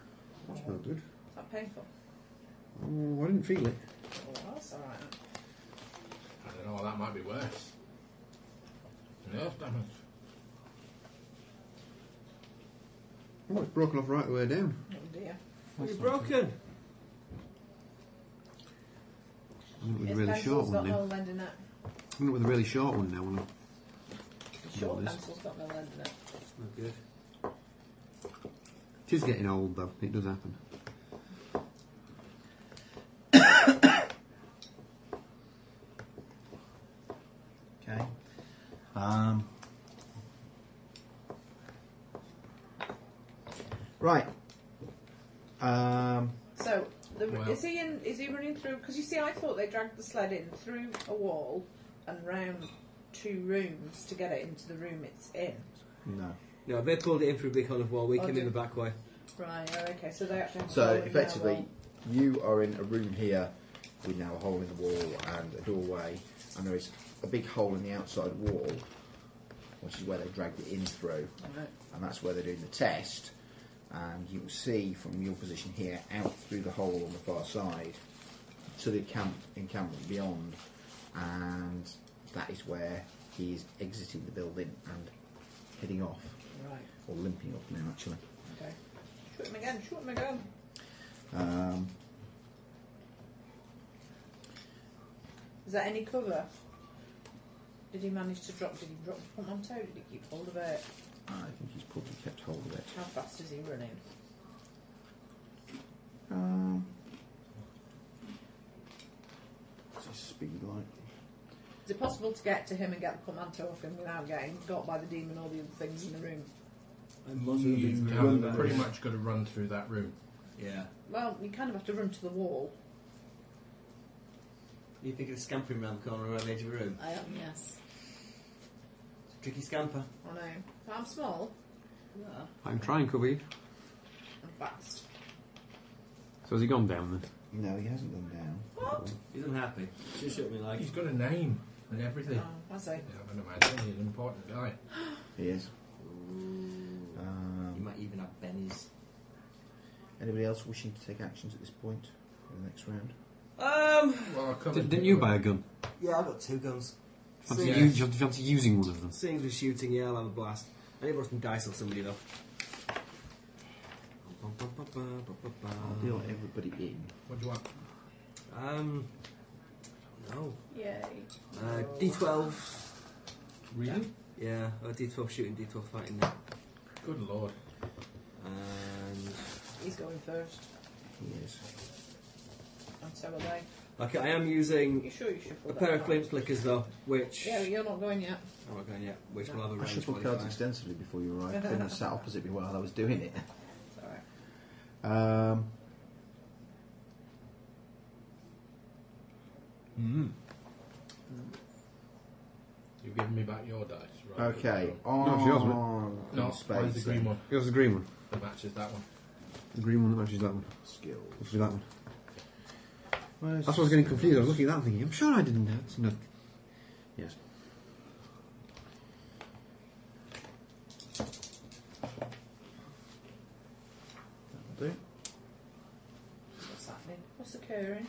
Speaker 4: That's not good.
Speaker 9: Is that painful?
Speaker 4: Oh, I didn't feel it.
Speaker 9: Oh, that's alright.
Speaker 2: I don't know, that might be worse. Nerve damage.
Speaker 4: Oh, it's broken off right the way down.
Speaker 9: Oh dear.
Speaker 7: You're broken.
Speaker 4: I think it was a
Speaker 9: His
Speaker 4: really short
Speaker 9: pencil's got
Speaker 4: one now.
Speaker 9: no lend in it.
Speaker 4: I think it was a really short one now. Wasn't it?
Speaker 9: The short
Speaker 4: Well, this-
Speaker 9: pencil's got no lend in it.
Speaker 7: Not good.
Speaker 4: It is getting old though. It does happen.
Speaker 8: Okay. Um, right. Um,
Speaker 9: So, the,
Speaker 2: Well-
Speaker 9: is he in? Is he running through? Because you see, I thought they dragged the sled in through a wall and round two rooms to get it into the room it's in.
Speaker 8: no.
Speaker 7: No, they pulled it in through a big hole of wall. We
Speaker 9: Oh,
Speaker 7: came in the
Speaker 9: did-
Speaker 7: back way.
Speaker 9: Right. Oh, okay. So they actually. Have to
Speaker 8: So
Speaker 9: go in their
Speaker 8: effectively,
Speaker 9: wall.
Speaker 8: you are in a room here with now a hole in the wall and a doorway, and there is a big hole in the outside wall, which is where they dragged it in through,
Speaker 9: Right.
Speaker 8: and that's where they're doing the test. And you will see from your position here out through the hole on the far side to the camp encampment beyond, and that is where he is exiting the building and heading off,
Speaker 9: Right.
Speaker 8: or limping off now actually.
Speaker 9: Okay. Shoot him again. Shoot him again.
Speaker 8: Um,
Speaker 9: Is there any cover? Did he manage to drop? Did he drop the pump on toe? Did he keep hold of it?
Speaker 8: Ah, I think he's probably kept hold of it.
Speaker 9: How fast is he running?
Speaker 8: Um, what's his speed like?
Speaker 9: Is it possible to get to him and get the portmanteau off him without getting got by the demon or the other things in the room?
Speaker 2: You have pretty much got to run through that room.
Speaker 7: Yeah.
Speaker 9: Well, you kind of have to run to the wall.
Speaker 7: You think of scampering round the corner around the edge of a room?
Speaker 9: I am, yes.
Speaker 7: Tricky scamper.
Speaker 9: I know. Oh, But I'm small. Yeah.
Speaker 4: I'm trying, Cubby.
Speaker 9: I'm fast.
Speaker 4: So has he gone down then?
Speaker 8: No, he hasn't gone down.
Speaker 9: What?
Speaker 7: He's unhappy. She shook me like.
Speaker 2: He's got a name and everything.
Speaker 9: Oh, I say.
Speaker 2: Yeah, I can imagine he's an important guy.
Speaker 8: He is.
Speaker 7: You
Speaker 8: Um,
Speaker 7: might even have Benny's.
Speaker 8: anybody else wishing to take actions at this point in the next round?
Speaker 7: Um.
Speaker 2: Well, I'll come
Speaker 4: Did,
Speaker 2: and
Speaker 4: didn't
Speaker 2: pick
Speaker 4: you
Speaker 2: him up.
Speaker 4: buy a gun?
Speaker 7: Yeah, I've got two guns.
Speaker 4: Fancy,
Speaker 2: Yes.
Speaker 4: you, do you fancy using one of them?
Speaker 7: Seeing as we're shooting, yeah, I'll have a blast. I need to brought some dice off somebody though.
Speaker 8: I'll deal everybody in.
Speaker 2: What do you want?
Speaker 7: Um. No.
Speaker 9: Yay.
Speaker 7: Uh, D12.
Speaker 2: Really?
Speaker 7: Yeah, oh, D12 shooting, D12 fighting now.
Speaker 2: Good lord.
Speaker 7: And.
Speaker 9: He's going first.
Speaker 8: He is.
Speaker 9: And so are they.
Speaker 7: Okay, I am
Speaker 9: You
Speaker 7: using
Speaker 9: sure you shuffle
Speaker 7: a
Speaker 9: that
Speaker 7: pair of
Speaker 9: back?
Speaker 7: glimpse flickers though, which. oh
Speaker 9: Yeah, you're not going yet.
Speaker 7: I'm not going yet, which will have a
Speaker 8: I
Speaker 7: range
Speaker 8: shuffled cards
Speaker 7: 25.
Speaker 8: extensively before you arrived. Fiona sat opposite me while I was doing it.
Speaker 9: It's alright.
Speaker 8: Um, mm,
Speaker 2: You've given me back your dice, right?
Speaker 8: okay. On
Speaker 4: No, it's yours, mate.
Speaker 2: No, mine's the
Speaker 8: space.
Speaker 2: green one.
Speaker 4: Here's the green one.
Speaker 2: That matches that one.
Speaker 4: The green one that matches that one.
Speaker 8: Skills.
Speaker 4: Must be that one.
Speaker 8: Where's
Speaker 4: That's what I was getting confused. I was looking at that thinking, I'm sure I didn't know. It's not. Yes.
Speaker 8: That'll do.
Speaker 9: What's happening? What's occurring?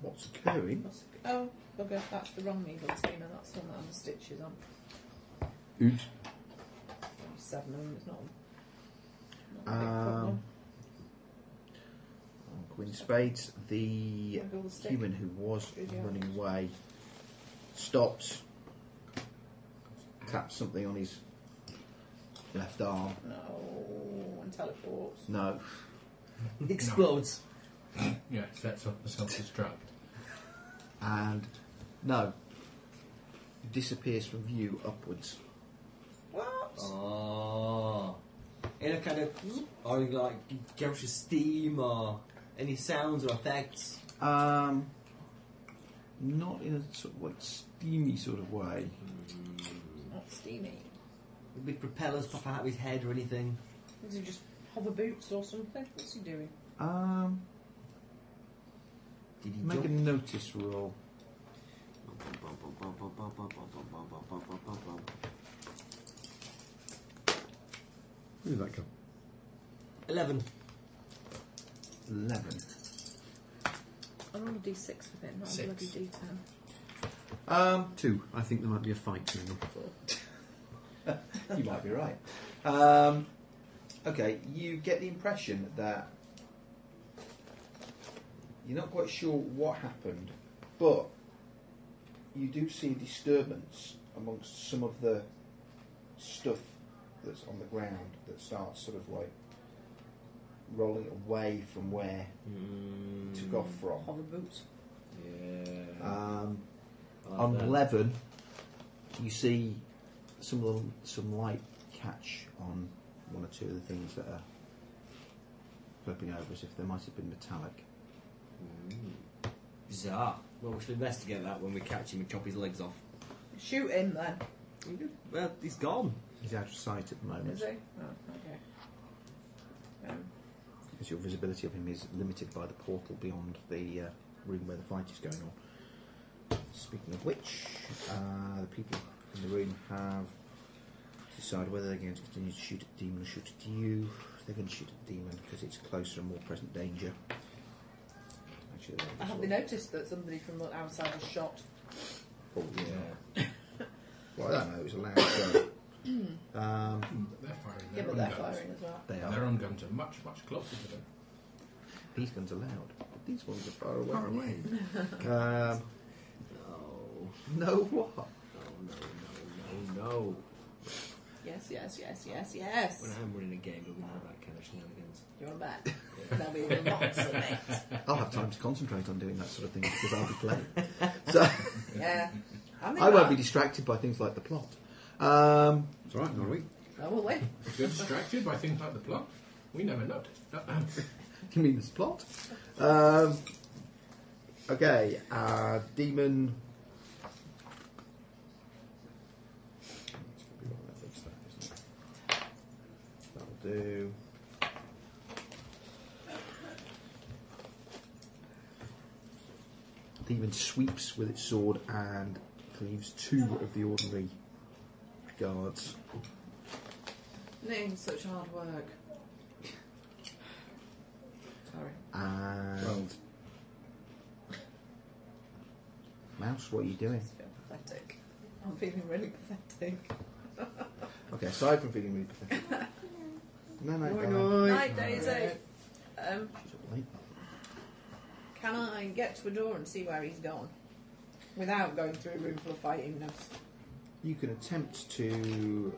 Speaker 8: What's occurring?
Speaker 9: What's occ- oh, bugger, that's the wrong needle steamer. That's the one that I'm the stitches on.
Speaker 4: Oops.
Speaker 9: There's Seven of them. It's not, not a big
Speaker 8: Um,
Speaker 9: problem.
Speaker 8: on Queen Spades, the
Speaker 9: Wiggle the stick.
Speaker 8: human who was
Speaker 9: Video.
Speaker 8: running away stops, taps something on his left arm.
Speaker 9: No, and teleports.
Speaker 8: No,
Speaker 7: Explodes.
Speaker 2: Yeah, it sets up the self-destruct.
Speaker 8: and no, disappears from view upwards.
Speaker 9: What?
Speaker 7: Oh. In a kind of. Or like gouge of steam or any sounds or effects.
Speaker 8: Um, not in a sort of like steamy sort of way.
Speaker 9: Not steamy.
Speaker 7: Mm. Big propellers pop out of his head or anything.
Speaker 9: Is he just hover boots or something? What's he doing?
Speaker 8: Um,
Speaker 7: Did he
Speaker 8: make a
Speaker 7: jump?
Speaker 8: notice roll.
Speaker 4: Where did that go?
Speaker 7: 11.
Speaker 8: Eleven.
Speaker 9: I'm on a D6 with it, not
Speaker 2: Six.
Speaker 9: a bloody D10.
Speaker 8: Um,
Speaker 4: Two. I think there might be a fight going on.
Speaker 8: you might be right. Um, okay, you get the impression that you're not quite sure what happened, but you do see a disturbance amongst some of the stuff that's on the ground that starts sort of like rolling away from where it took off from.
Speaker 9: Hover boots.
Speaker 7: Mm. Yeah.
Speaker 8: Um, on eleven, you see some little, some light catch on one or two of the things that are flipping over as if they might have been metallic.
Speaker 7: Mm. Bizarre. Well, we should investigate that when we catch him and chop his legs off.
Speaker 9: Shoot him then,
Speaker 7: Well, he's gone.
Speaker 8: He's out of sight at the moment
Speaker 9: is he? Oh, okay. Um,
Speaker 8: because your visibility of him is limited by the portal beyond the uh, room where the fight is going on. Speaking of which, uh, the people in the room have decided whether they're going to continue to shoot at the demon or shoot at you. They're going to shoot at the demon because it's closer and more present danger. Actually,
Speaker 9: I
Speaker 8: they're just
Speaker 9: haven't
Speaker 8: all-
Speaker 9: noticed that somebody from the outside was shot.
Speaker 8: Oh, yeah. well, I don't know. It was a loud show. um,
Speaker 2: Mm, They're firing their
Speaker 9: Yeah, but
Speaker 2: own
Speaker 9: they're
Speaker 2: guns.
Speaker 9: firing as well.
Speaker 8: they
Speaker 2: And Their
Speaker 8: are.
Speaker 2: own guns are much, much closer to them.
Speaker 8: These guns are loud. But these ones are far away. um, no. No what?
Speaker 7: Oh, no, no.
Speaker 11: Oh no.
Speaker 9: Yes, yes, yes, yes, yes.
Speaker 11: When I'm running a game, there'll be none of that kind of shenanigans.
Speaker 9: Do you want
Speaker 8: *laughs*
Speaker 9: that? There'll be lots of it.
Speaker 8: I'll have time to concentrate on doing that sort of thing because I'll be playing. So
Speaker 9: Yeah. I'm in
Speaker 8: I won't
Speaker 9: that.
Speaker 8: be distracted by things like the plot. Um,
Speaker 4: it's all right, nor are we.
Speaker 9: Probably.
Speaker 2: If you're distracted by things like the plot, we never noticed.
Speaker 8: *laughs* You mean this plot? Um, okay, uh, demon. That'll do. Demon sweeps with its sword and cleaves two of the ordinary guards.
Speaker 9: Doing such hard work. Sorry.
Speaker 8: And Mouse, what are you doing?
Speaker 9: I feel pathetic. I'm feeling really pathetic.
Speaker 8: Okay, aside from feeling really pathetic. *laughs* no, no,
Speaker 9: Night,
Speaker 8: no.
Speaker 9: Daisy. Um,
Speaker 8: Late.
Speaker 9: can I get to a door and see where he's gone? Without going through a room full of fighting nubs.
Speaker 8: You can attempt to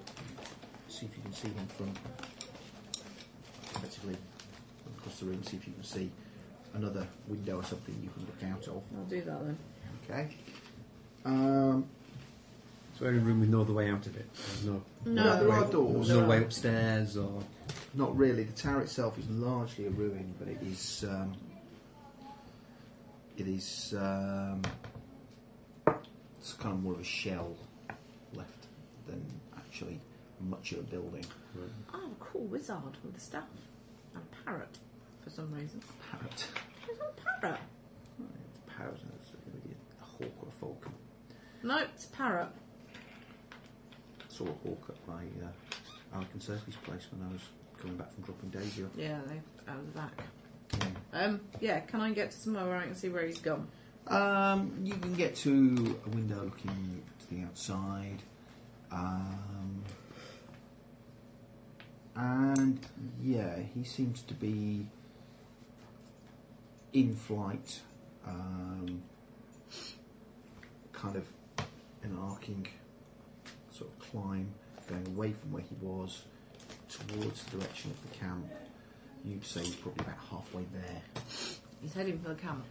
Speaker 8: see if you can see him from effectively across the room. See if you can see another window or something you can look out of.
Speaker 9: I'll do that then.
Speaker 8: Okay. Um,
Speaker 4: So every room with no other way out of it. There's no.
Speaker 9: No, there
Speaker 4: way
Speaker 9: are
Speaker 4: up-
Speaker 8: doors.
Speaker 4: There's
Speaker 8: There
Speaker 4: no way
Speaker 8: are.
Speaker 4: upstairs or.
Speaker 8: Not really. The tower itself is largely a ruin, but it is. Um, it is. Um, it's kind of more of a shell left than actually much of a building.
Speaker 9: I have a cool wizard with a staff and a parrot for some reason.
Speaker 8: Parrot.
Speaker 9: There's not a parrot.
Speaker 8: It's a parrot. and It's going to be a hawk or a falcon.
Speaker 9: No, it's a parrot.
Speaker 8: Saw a hawk at my uh, Alec and Sophie's place when I was coming back from dropping Daisy off.
Speaker 9: Yeah, they out of the back. Um, yeah, can I get to somewhere where I can see where he's gone?
Speaker 8: Um, you can get to a window looking to the outside. Um, and yeah, he seems to be in flight, um, kind of an arcing sort of climb, going away from where he was towards the direction of the camp. You'd say he's probably about halfway there.
Speaker 9: He's heading for the camp.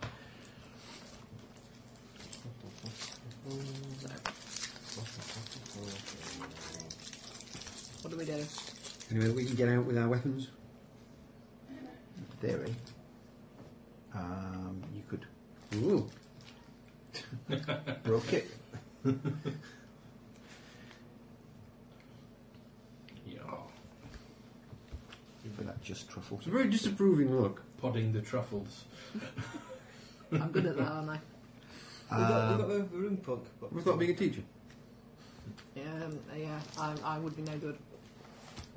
Speaker 9: So, what do we do?
Speaker 4: Anyway, we can get out with our weapons.
Speaker 8: theory, um, you could
Speaker 4: Ooh.
Speaker 8: broke it.
Speaker 2: Yeah.
Speaker 8: For that just truffle.
Speaker 4: It's a very disapproving look.
Speaker 2: *clears throat* Podding the truffles.
Speaker 9: I'm good at that, aren't I?
Speaker 7: we've, got,
Speaker 8: Um,
Speaker 7: we've got the room punk. But
Speaker 4: We've got being a teacher.
Speaker 9: Yeah, Um, yeah, I, I would be no good.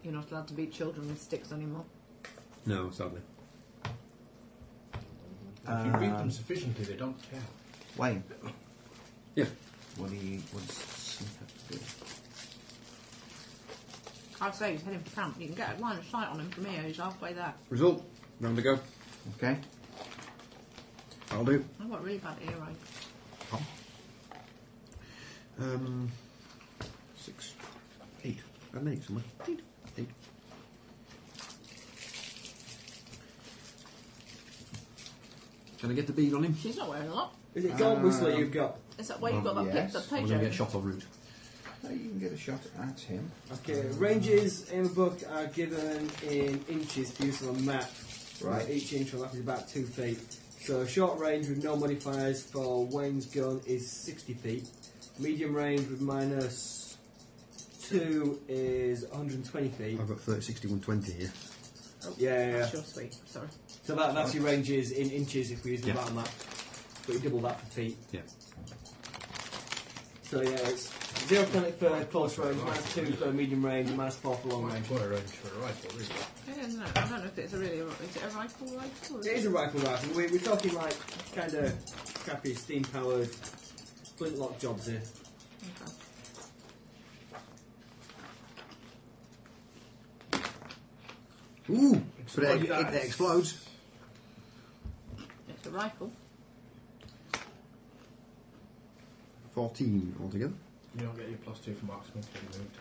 Speaker 9: You're not allowed to beat children with sticks anymore.
Speaker 4: No, sadly.
Speaker 2: if you beat
Speaker 8: Um,
Speaker 2: them sufficiently, they don't care.
Speaker 8: Wayne.
Speaker 4: Yeah.
Speaker 8: What do you? What does Sneak have to do?
Speaker 9: I say he's heading for camp. You can get a line of sight on him from here. He's halfway there.
Speaker 4: Result. Round to go.
Speaker 8: Okay.
Speaker 4: I'll do.
Speaker 9: I've got really bad earache.
Speaker 4: Um, six, eight. I made somewhere. Eight. Eight. Can I get the bead on him?
Speaker 9: She's not wearing a lot.
Speaker 7: Is it gold whistler you've got?
Speaker 9: Is that where you've got that pic-
Speaker 8: Yes.
Speaker 9: that
Speaker 4: I'm
Speaker 9: page?
Speaker 4: going to
Speaker 9: over?
Speaker 4: get shot en route.
Speaker 8: Uh, you can get a shot at him.
Speaker 7: Okay, ranges in the book are given in inches for use on a map.
Speaker 8: Right.
Speaker 7: Each inch on a map is about two feet. So short range with no modifiers for Wayne's gun is 60 feet. Medium range with minus two is 120 feet.
Speaker 4: I've got 30, 60, 120 here.
Speaker 7: Yeah, yeah, yeah.
Speaker 9: That's your sweet. Sorry.
Speaker 7: So that, that's your ranges in inches if we use the
Speaker 4: Yeah.
Speaker 7: battle map. But you double that for feet.
Speaker 4: Yeah.
Speaker 7: So yeah, it's zero point for close range, minus two for medium range, minus four for long
Speaker 2: Quite,
Speaker 7: range.
Speaker 2: quite a range for a rifle, really.
Speaker 9: Yeah, no, I don't know if it's a really. Is it a rifle rifle?
Speaker 7: It is a rifle rifle. We're, we're talking like kind of crappy steam powered flintlock jobs here.
Speaker 9: Okay.
Speaker 4: Ooh! But
Speaker 2: Explode
Speaker 4: it, it,
Speaker 2: that.
Speaker 4: it explodes.
Speaker 9: It's a rifle.
Speaker 4: 14 altogether.
Speaker 2: You don't get your plus two for marksman because you moved.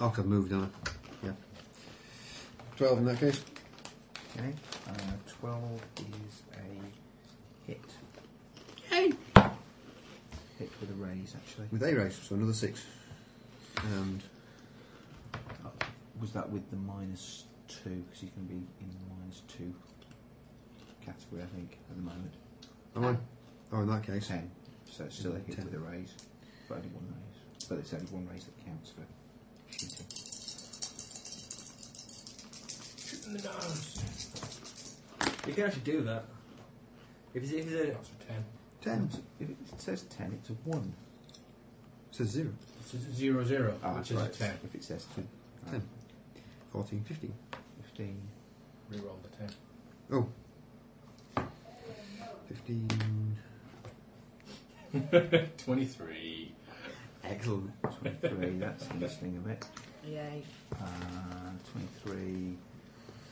Speaker 4: Oh, 'cause I've moved on. Yeah. 12 in that case.
Speaker 8: Okay. Uh, 12 is a hit.
Speaker 5: Hey.
Speaker 8: Hit with a raise, actually.
Speaker 4: With A race, so another 6. And
Speaker 8: Was that with the minus 2? Because he's going to be in the minus 2 category, I think, at the moment.
Speaker 4: Oh, I- oh, in that case.
Speaker 8: 10. So it's still a hit
Speaker 4: Ten.
Speaker 8: with a raise. But only one raise. But it's only one raise that counts for shooting.
Speaker 2: Shoot in the nose.
Speaker 7: You can actually do that. If it's, if it's a,
Speaker 2: That's a ten.
Speaker 8: 10. If it says 10, it's a 1.
Speaker 4: It says 0.
Speaker 2: It's a zero zero,
Speaker 8: Ah,
Speaker 2: which
Speaker 8: that's
Speaker 2: is
Speaker 8: right.
Speaker 2: a ten.
Speaker 8: If it says 10.
Speaker 4: 10. 14, 15.
Speaker 8: 15.
Speaker 2: Reroll the ten.
Speaker 4: Oh. 15.
Speaker 2: 23.
Speaker 8: Excellent. 23, that's the listening of it.
Speaker 9: Yay.
Speaker 8: Uh, 23.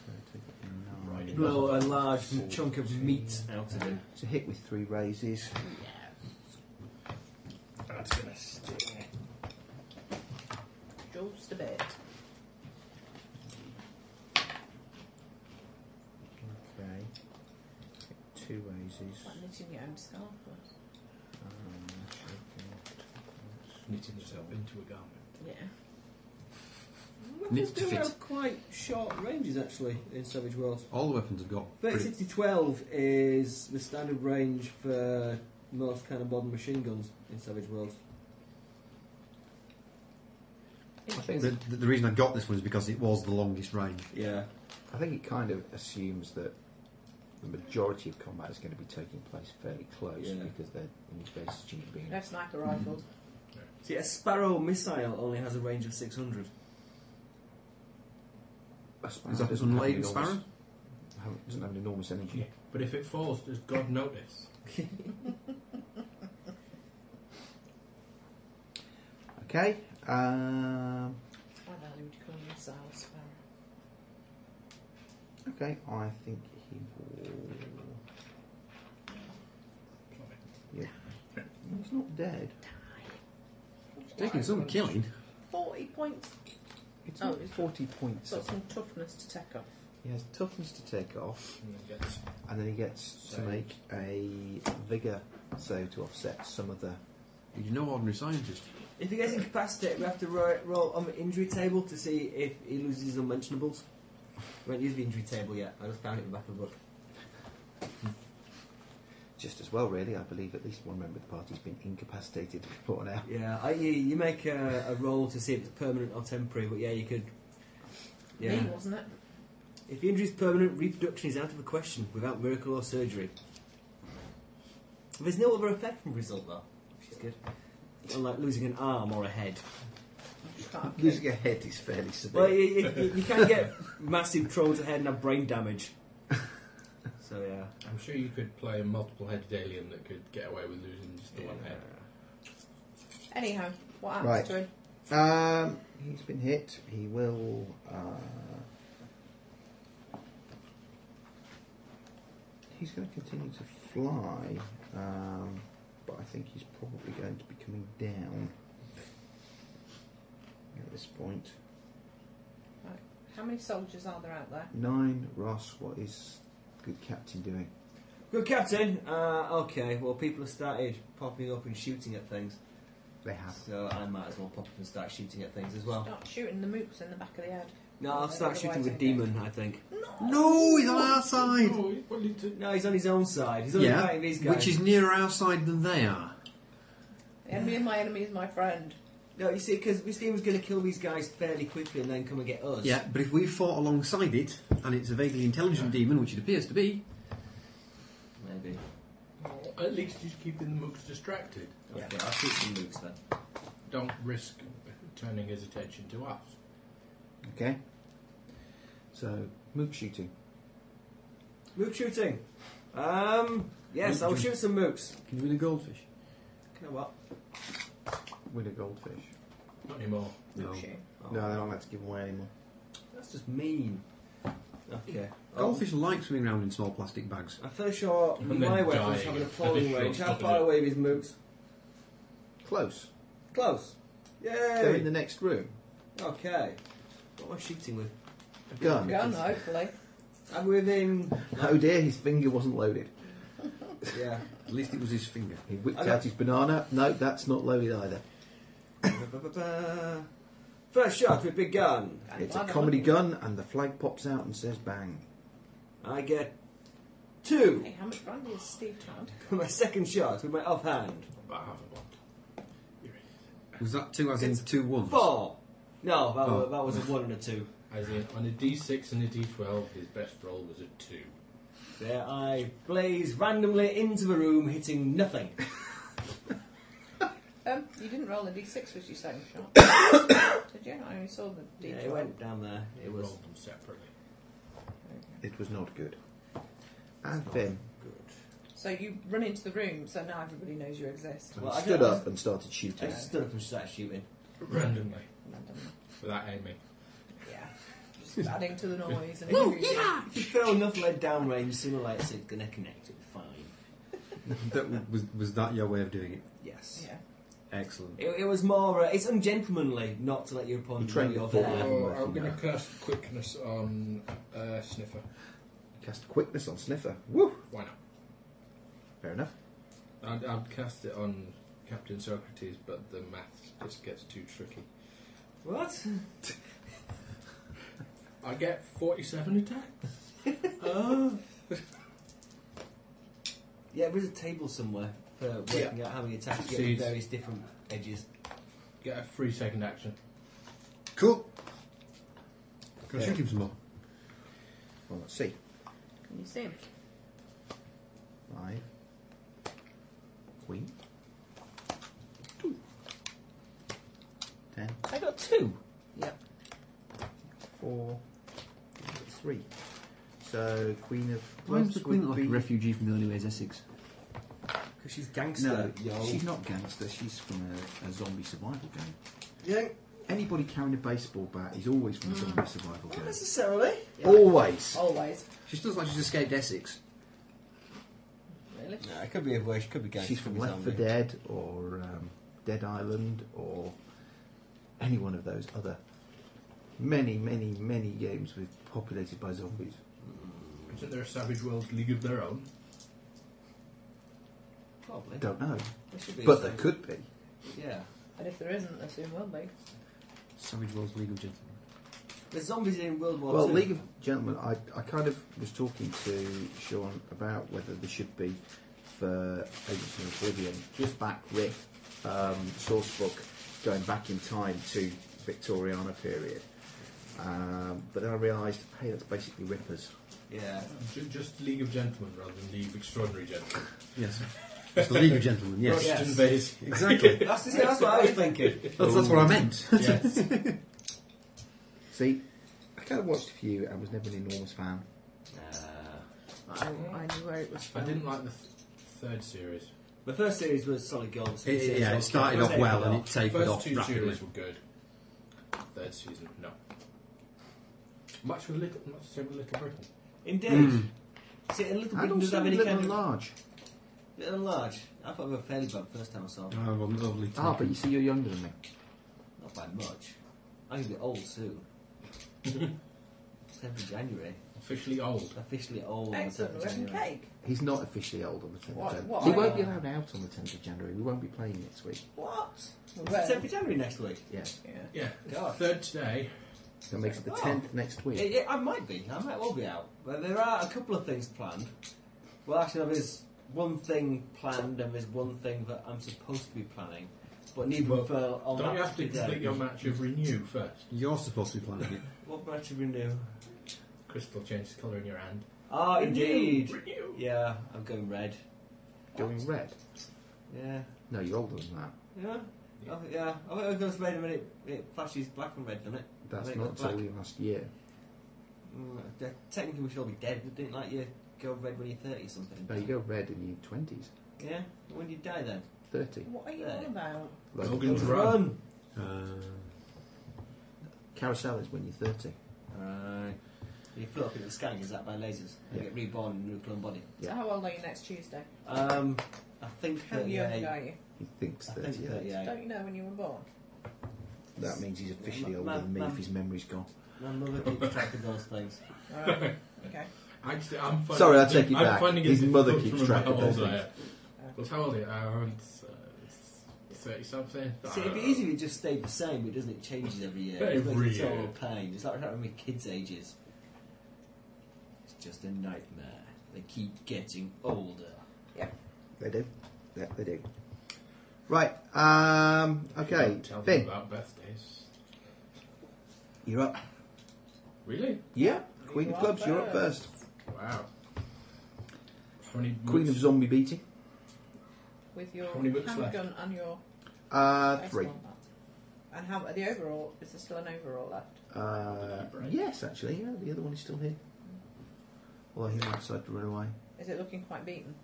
Speaker 2: Right.
Speaker 8: 39.
Speaker 7: blow a large chunk of meat out of it.
Speaker 8: It's a hit with three raises.
Speaker 2: That's gonna stick.
Speaker 9: Just a bit.
Speaker 8: Okay. Two raises.
Speaker 9: Like knitting your own scarf. or-
Speaker 8: Um, okay.
Speaker 2: Knitting yourself into a garment.
Speaker 9: Yeah.
Speaker 4: Knit
Speaker 7: Weapons do
Speaker 4: to fit.
Speaker 7: have quite short ranges actually in Savage Worlds.
Speaker 4: All the weapons have got.
Speaker 7: 30 to 12 is the standard range for most kind of modern machine guns in Savage Worlds.
Speaker 4: I think the, the, the reason I got this one is because it was the longest range.
Speaker 7: Yeah.
Speaker 8: I think it kind of assumes that the majority of combat is going to be taking place fairly close
Speaker 7: Yeah.
Speaker 8: because they're in your face you being.
Speaker 9: No sniper rifles.
Speaker 7: See, a Sparrow missile only has a range of 600.
Speaker 8: A sparrow
Speaker 4: Is
Speaker 8: doesn't
Speaker 4: that
Speaker 8: have an
Speaker 4: unladen
Speaker 8: enormous-
Speaker 4: sparrow?
Speaker 8: have- Doesn't have an enormous energy.
Speaker 2: Yeah. But if it falls, does God notice?
Speaker 8: Okay. Um,
Speaker 9: Why the hell would you call them missiles? Sparrow?
Speaker 8: okay. I think he will. Yeah. He's not dead.
Speaker 4: Taking some killing.
Speaker 9: 40 points.
Speaker 8: It's
Speaker 9: Oh,
Speaker 8: not
Speaker 9: is it?
Speaker 8: 40 points.
Speaker 9: Got some toughness to take off.
Speaker 8: He has toughness to take off,
Speaker 2: And then gets
Speaker 8: and then he gets to
Speaker 2: Save.
Speaker 8: make a vigour save to offset some of the.
Speaker 4: You're no ordinary scientist.
Speaker 7: If he gets incapacitated, we have to ro- roll on the injury table to see if he loses his unmentionables. We haven't used the injury table yet. I just found it in the back of the book.
Speaker 8: Just as well, really. I believe at least one member of the party's been incapacitated *laughs* before now.
Speaker 7: Yeah, I, you, you make a, a roll to see if it's permanent or temporary, but yeah, you could. Yeah.
Speaker 9: Me, wasn't it?
Speaker 7: If the injury is permanent, reproduction is out of the question without miracle or surgery. There's no other effect from the result, though, which is good. Unlike losing an arm or a head.
Speaker 9: Can't
Speaker 8: Losing a head is fairly severe.
Speaker 7: Well, you, you, you- you can get massive trauma to the head and have brain damage. So, yeah.
Speaker 2: I'm sure you could play a multiple headed alien that could get away with losing just the one head.
Speaker 9: Anyhow, what happens
Speaker 8: Right.
Speaker 9: to him?
Speaker 8: Um, he's been hit. He will. Uh, he's going to continue to fly, um, but I think he's probably going to be coming down at this point.
Speaker 9: How many soldiers are there out there?
Speaker 8: Nine, Ross. What is good captain doing?
Speaker 7: Good captain. Uh, okay, well, people have started popping up and shooting at things,
Speaker 8: They have.
Speaker 7: so I might as well pop up and start shooting at things as well.
Speaker 9: Start shooting the mooks in the back of the head.
Speaker 7: No, I'll start shooting with Demon, I think.
Speaker 4: No, he's on our side!
Speaker 2: Oh, you- well, you did-
Speaker 7: No, he's on his own side. He's only
Speaker 4: Yeah,
Speaker 7: fighting these guys.
Speaker 4: which is nearer our side than they are.
Speaker 9: The enemy of my enemy is my friend.
Speaker 7: No, you see, because this team was going to kill these guys fairly quickly and then come and get us.
Speaker 4: Yeah, but if we fought alongside it, and it's a vaguely intelligent demon, which it appears to be,
Speaker 7: Maybe.
Speaker 2: At least just keeping the mooks distracted.
Speaker 7: Yeah. I'll shoot some mooks then.
Speaker 2: Don't risk turning his attention to us.
Speaker 8: Okay. So mook shooting.
Speaker 7: Mook shooting. Um, yes,
Speaker 4: Mook
Speaker 7: I'll
Speaker 4: shooting.
Speaker 7: shoot some mooks.
Speaker 4: can you win a goldfish?
Speaker 7: You know what?
Speaker 8: Win a goldfish.
Speaker 2: Not anymore.
Speaker 4: No.
Speaker 9: Shoot.
Speaker 7: Oh,
Speaker 8: No, they're not allowed to give away anymore.
Speaker 7: That's just mean. Okay. Um,
Speaker 4: Goldfish like swimming around in small plastic bags.
Speaker 7: I'm fairly sure
Speaker 2: And then
Speaker 7: my weapons
Speaker 2: dying
Speaker 7: have an
Speaker 2: and
Speaker 7: appalling
Speaker 2: finish
Speaker 7: range.
Speaker 2: on
Speaker 7: How
Speaker 2: top of
Speaker 7: far
Speaker 2: it.
Speaker 7: away are these mooks?
Speaker 8: Close.
Speaker 7: Close.
Speaker 8: They're in the next room.
Speaker 7: Okay.
Speaker 11: What am I shooting with?
Speaker 8: A gun.
Speaker 9: Gun, hopefully.
Speaker 7: I'm within.
Speaker 8: Oh dear, his finger wasn't loaded.
Speaker 7: Yeah.
Speaker 8: At least it was his finger. He whipped
Speaker 7: I
Speaker 8: out his banana. No, that's not loaded either.
Speaker 7: Ba-ba-ba-ba. First shot with big gun.
Speaker 8: It's a comedy gun, and the flag pops out and says bang.
Speaker 7: I get two. *laughs*
Speaker 9: Hey, how much brandy has Steve had?
Speaker 7: for my second shot with my offhand.
Speaker 2: About half a bottle.
Speaker 4: Was that two as in two ones?
Speaker 7: Four. No, that,
Speaker 4: Oh.
Speaker 7: wa- that was a one and a two.
Speaker 2: As in, on a d6 and a d12, his best roll was a 2.
Speaker 7: There I blaze randomly into the room, hitting nothing.
Speaker 9: Um, you didn't roll a d6 with your second
Speaker 7: *coughs*
Speaker 9: shot. Did you? I only saw the
Speaker 7: Yeah,
Speaker 9: d12.
Speaker 7: it went down there.
Speaker 2: He
Speaker 7: It was
Speaker 2: rolled them separately.
Speaker 8: It was not good. And then
Speaker 7: good.
Speaker 9: So you run into the room, so now everybody knows you exist.
Speaker 7: Well,
Speaker 8: I
Speaker 7: I
Speaker 8: stood
Speaker 7: don't-
Speaker 8: up and started shooting.
Speaker 7: I stood up and started shooting.
Speaker 2: Randomly.
Speaker 9: Randomly.
Speaker 2: Without aiming.
Speaker 9: Yeah.
Speaker 2: *laughs*
Speaker 9: Just adding to the noise and confusion.
Speaker 7: If you throw enough lead downrange, sooner or later it's gonna connect. It'll be fine.
Speaker 4: *laughs* that w- was, was that your way of doing it?
Speaker 7: Yes.
Speaker 9: Yeah.
Speaker 4: Excellent.
Speaker 7: It, it was more. Uh, it's ungentlemanly not to let your opponent
Speaker 8: You train
Speaker 7: know
Speaker 8: your
Speaker 7: you're
Speaker 8: footwork.
Speaker 7: there.
Speaker 8: Oh, I'm
Speaker 2: I'm going
Speaker 8: gonna
Speaker 2: to cast quickness on uh, Sniffer.
Speaker 8: Cast quickness on Sniffer. Woo!
Speaker 2: Why not?
Speaker 8: Fair enough.
Speaker 2: I'd, I'd cast it on Captain Socrates, but the maths just gets too tricky.
Speaker 7: What?
Speaker 2: I get 47 attacks.
Speaker 7: Yeah, there is a table somewhere for working out how many attacks you get
Speaker 2: Seeds.
Speaker 7: from various different edges.
Speaker 2: Get a free second action.
Speaker 4: Cool. Can I shoot him some more?
Speaker 8: Well, let's see.
Speaker 9: Can you see him?
Speaker 8: Five. Queen. Two. Ten.
Speaker 7: I got two.
Speaker 9: Yep.
Speaker 8: Four. Three. So, Queen of.
Speaker 4: Where's
Speaker 8: Clubs
Speaker 4: the Queen
Speaker 8: would
Speaker 4: like a
Speaker 8: be-
Speaker 4: refugee from the only ways Essex?
Speaker 7: Because she's gangster.
Speaker 8: No,
Speaker 7: yo.
Speaker 8: she's not gangster. She's from a, a zombie survival game.
Speaker 7: Yeah,
Speaker 8: Anybody carrying a baseball bat is always from a
Speaker 4: Mm.
Speaker 8: zombie survival
Speaker 7: not
Speaker 8: game.
Speaker 7: necessarily.
Speaker 8: Always.
Speaker 9: Always.
Speaker 4: She sounds like she's escaped Essex.
Speaker 9: Really?
Speaker 7: No, it could be a worse. It could be gangster.
Speaker 8: She's from Left for Dead or um, Dead Island or any one of those other many, many, many games with populated by zombies.
Speaker 2: Isn't there a Savage Worlds League of their own?
Speaker 7: Probably.
Speaker 8: I don't know,
Speaker 7: There should be
Speaker 8: but
Speaker 7: some-
Speaker 8: there could be.
Speaker 7: Yeah.
Speaker 9: And if there isn't, there soon will be.
Speaker 4: Savage World's League of Gentlemen.
Speaker 7: There's zombies in World War
Speaker 8: Well,
Speaker 7: Two.
Speaker 8: League of Gentlemen, I, I kind of was talking to Sean about whether there should be for Agency of Oblivion, just back with um, Sourcebook going back in time to Victoriana period. Um, but then I realised, hey, that's basically Rippers. *laughs*
Speaker 7: Yeah.
Speaker 2: Ju- Just League of Gentlemen rather than League of Extraordinary Gentlemen.
Speaker 4: Yes. *laughs* It's the League of Gentlemen, yes.
Speaker 7: Yes.
Speaker 2: Rushton Bays.
Speaker 4: *laughs* Exactly.
Speaker 7: That's, that's what I was thinking.
Speaker 4: That's, that's what I *laughs* meant.
Speaker 2: Yes.
Speaker 8: See, I kind of watched a few and was never an enormous fan.
Speaker 9: I, I knew where it was
Speaker 2: *laughs* I
Speaker 9: from.
Speaker 2: didn't like the th- third series.
Speaker 7: The first series was solid gold.
Speaker 4: It- it- yeah, it started off well and it tapered
Speaker 2: First
Speaker 4: off
Speaker 2: two
Speaker 4: rapidly.
Speaker 2: series were good. Third season, no. Much with little, much the same with Little Britain.
Speaker 7: Indeed.
Speaker 8: Hmm.
Speaker 7: See, a little bit doesn't
Speaker 8: And also
Speaker 7: have any
Speaker 8: Little
Speaker 7: kind
Speaker 8: and
Speaker 7: of
Speaker 8: Large.
Speaker 7: little and large. I thought they were fairly bad the first time I saw them.
Speaker 4: I wasn't overly
Speaker 8: Ah, but
Speaker 4: taken.
Speaker 8: you see, you're younger than me.
Speaker 7: Not by much. I'm gonna be old soon.
Speaker 8: *laughs*
Speaker 7: Tenth of January.
Speaker 2: Officially old.
Speaker 7: Officially old. on the
Speaker 9: Excellent.
Speaker 7: 10th
Speaker 9: We're
Speaker 7: of
Speaker 9: having
Speaker 7: January.
Speaker 9: cake.
Speaker 8: He's not officially old on the 10th
Speaker 9: What-
Speaker 8: of January.
Speaker 9: what
Speaker 8: he
Speaker 9: are
Speaker 8: won't
Speaker 9: you?
Speaker 8: be allowed out on the 10th of January. We won't be playing next week.
Speaker 9: What? We
Speaker 7: It's
Speaker 9: will.
Speaker 7: Tenth of January next week.
Speaker 8: Yeah.
Speaker 2: Yeah.
Speaker 7: God.
Speaker 2: Third today.
Speaker 8: So it makes it the
Speaker 7: Oh.
Speaker 8: 10th next week.
Speaker 7: Yeah, yeah, I might be. I might well be out. But there are a couple of things planned. Well, actually, there is one thing planned and there's one thing that I'm supposed to be planning, but neither
Speaker 2: Well,
Speaker 7: well, fell on
Speaker 2: Don't
Speaker 7: that
Speaker 2: you have to
Speaker 7: particular
Speaker 2: complete
Speaker 7: day.
Speaker 2: your match of renew first?
Speaker 4: You're supposed to be planning it.
Speaker 7: What match have we new?
Speaker 2: Crystal changes colour in your hand.
Speaker 7: Ah, indeed.
Speaker 2: Renew.
Speaker 7: Yeah, I'm going red.
Speaker 8: Going red.
Speaker 7: Yeah,
Speaker 8: No, you're older than that.
Speaker 7: yeah,
Speaker 2: Yeah.
Speaker 7: oh, yeah. I think it goes red and then it, it flashes black and red, doesn't it?
Speaker 8: That's
Speaker 7: Make
Speaker 8: not
Speaker 7: it black.
Speaker 8: until last year.
Speaker 7: Mm, uh, technically, we should all be dead. Didn't it, like you go red when you're thirty or something?
Speaker 8: No, you go red in your 20s,
Speaker 7: Yeah. When do you die then?
Speaker 8: 30.
Speaker 9: What are you on about?
Speaker 8: Like-
Speaker 2: Logan's Run.
Speaker 4: Uh,
Speaker 8: Carousel is when you're 30.
Speaker 7: Right. You float up into the sky, is that by lasers? You
Speaker 8: Yeah.
Speaker 7: get reborn in a new clone body.
Speaker 9: So how old are you next Tuesday?
Speaker 7: Um, I think
Speaker 9: How
Speaker 7: 38.
Speaker 9: young are you?
Speaker 8: He thinks
Speaker 7: I think
Speaker 8: 38.
Speaker 2: *laughs*
Speaker 7: 38.
Speaker 9: Don't you know when you were born?
Speaker 8: That means he's officially
Speaker 7: Ma-
Speaker 8: older
Speaker 7: ma-
Speaker 8: than me
Speaker 7: ma-
Speaker 8: if his memory's gone.
Speaker 7: My mother keeps track of
Speaker 2: *laughs*
Speaker 7: those things.
Speaker 9: Alright, okay.
Speaker 2: Actually, I'm finding
Speaker 8: Sorry, I
Speaker 2: it-
Speaker 8: take it
Speaker 2: I'm
Speaker 8: back.
Speaker 2: finding it
Speaker 8: His
Speaker 2: difficult
Speaker 8: mother
Speaker 2: to
Speaker 8: keeps
Speaker 2: remember
Speaker 8: track of
Speaker 2: how
Speaker 8: those
Speaker 2: old I
Speaker 8: things.
Speaker 2: am. Well, how old are you? Around uh, thirty something.
Speaker 7: See, it'd be
Speaker 2: Uh,
Speaker 7: easy if it just stayed the same, but doesn't it changes every year?
Speaker 2: Every
Speaker 7: it's a total
Speaker 2: year.
Speaker 7: pain. It's like having with kids' ages. It's just a nightmare. They keep getting older.
Speaker 8: They do. Yeah, they do. Right. Um, okay.
Speaker 2: Tell them
Speaker 8: Finn,
Speaker 2: about birthdays.
Speaker 8: you're up.
Speaker 2: Really?
Speaker 8: Yeah. Queen of Clubs, you're up first.
Speaker 2: Wow. How many
Speaker 8: Queen of
Speaker 2: months-
Speaker 8: Zombie Beating.
Speaker 9: With your
Speaker 2: How many books left?
Speaker 9: handgun and your
Speaker 8: Uh,
Speaker 9: baseball
Speaker 8: three.
Speaker 9: bat. And how the overall? Is there still an overall left?
Speaker 8: Uh, yes, actually. Yeah, the other one is still here. Although he might decide to run away.
Speaker 9: Is it looking quite beaten?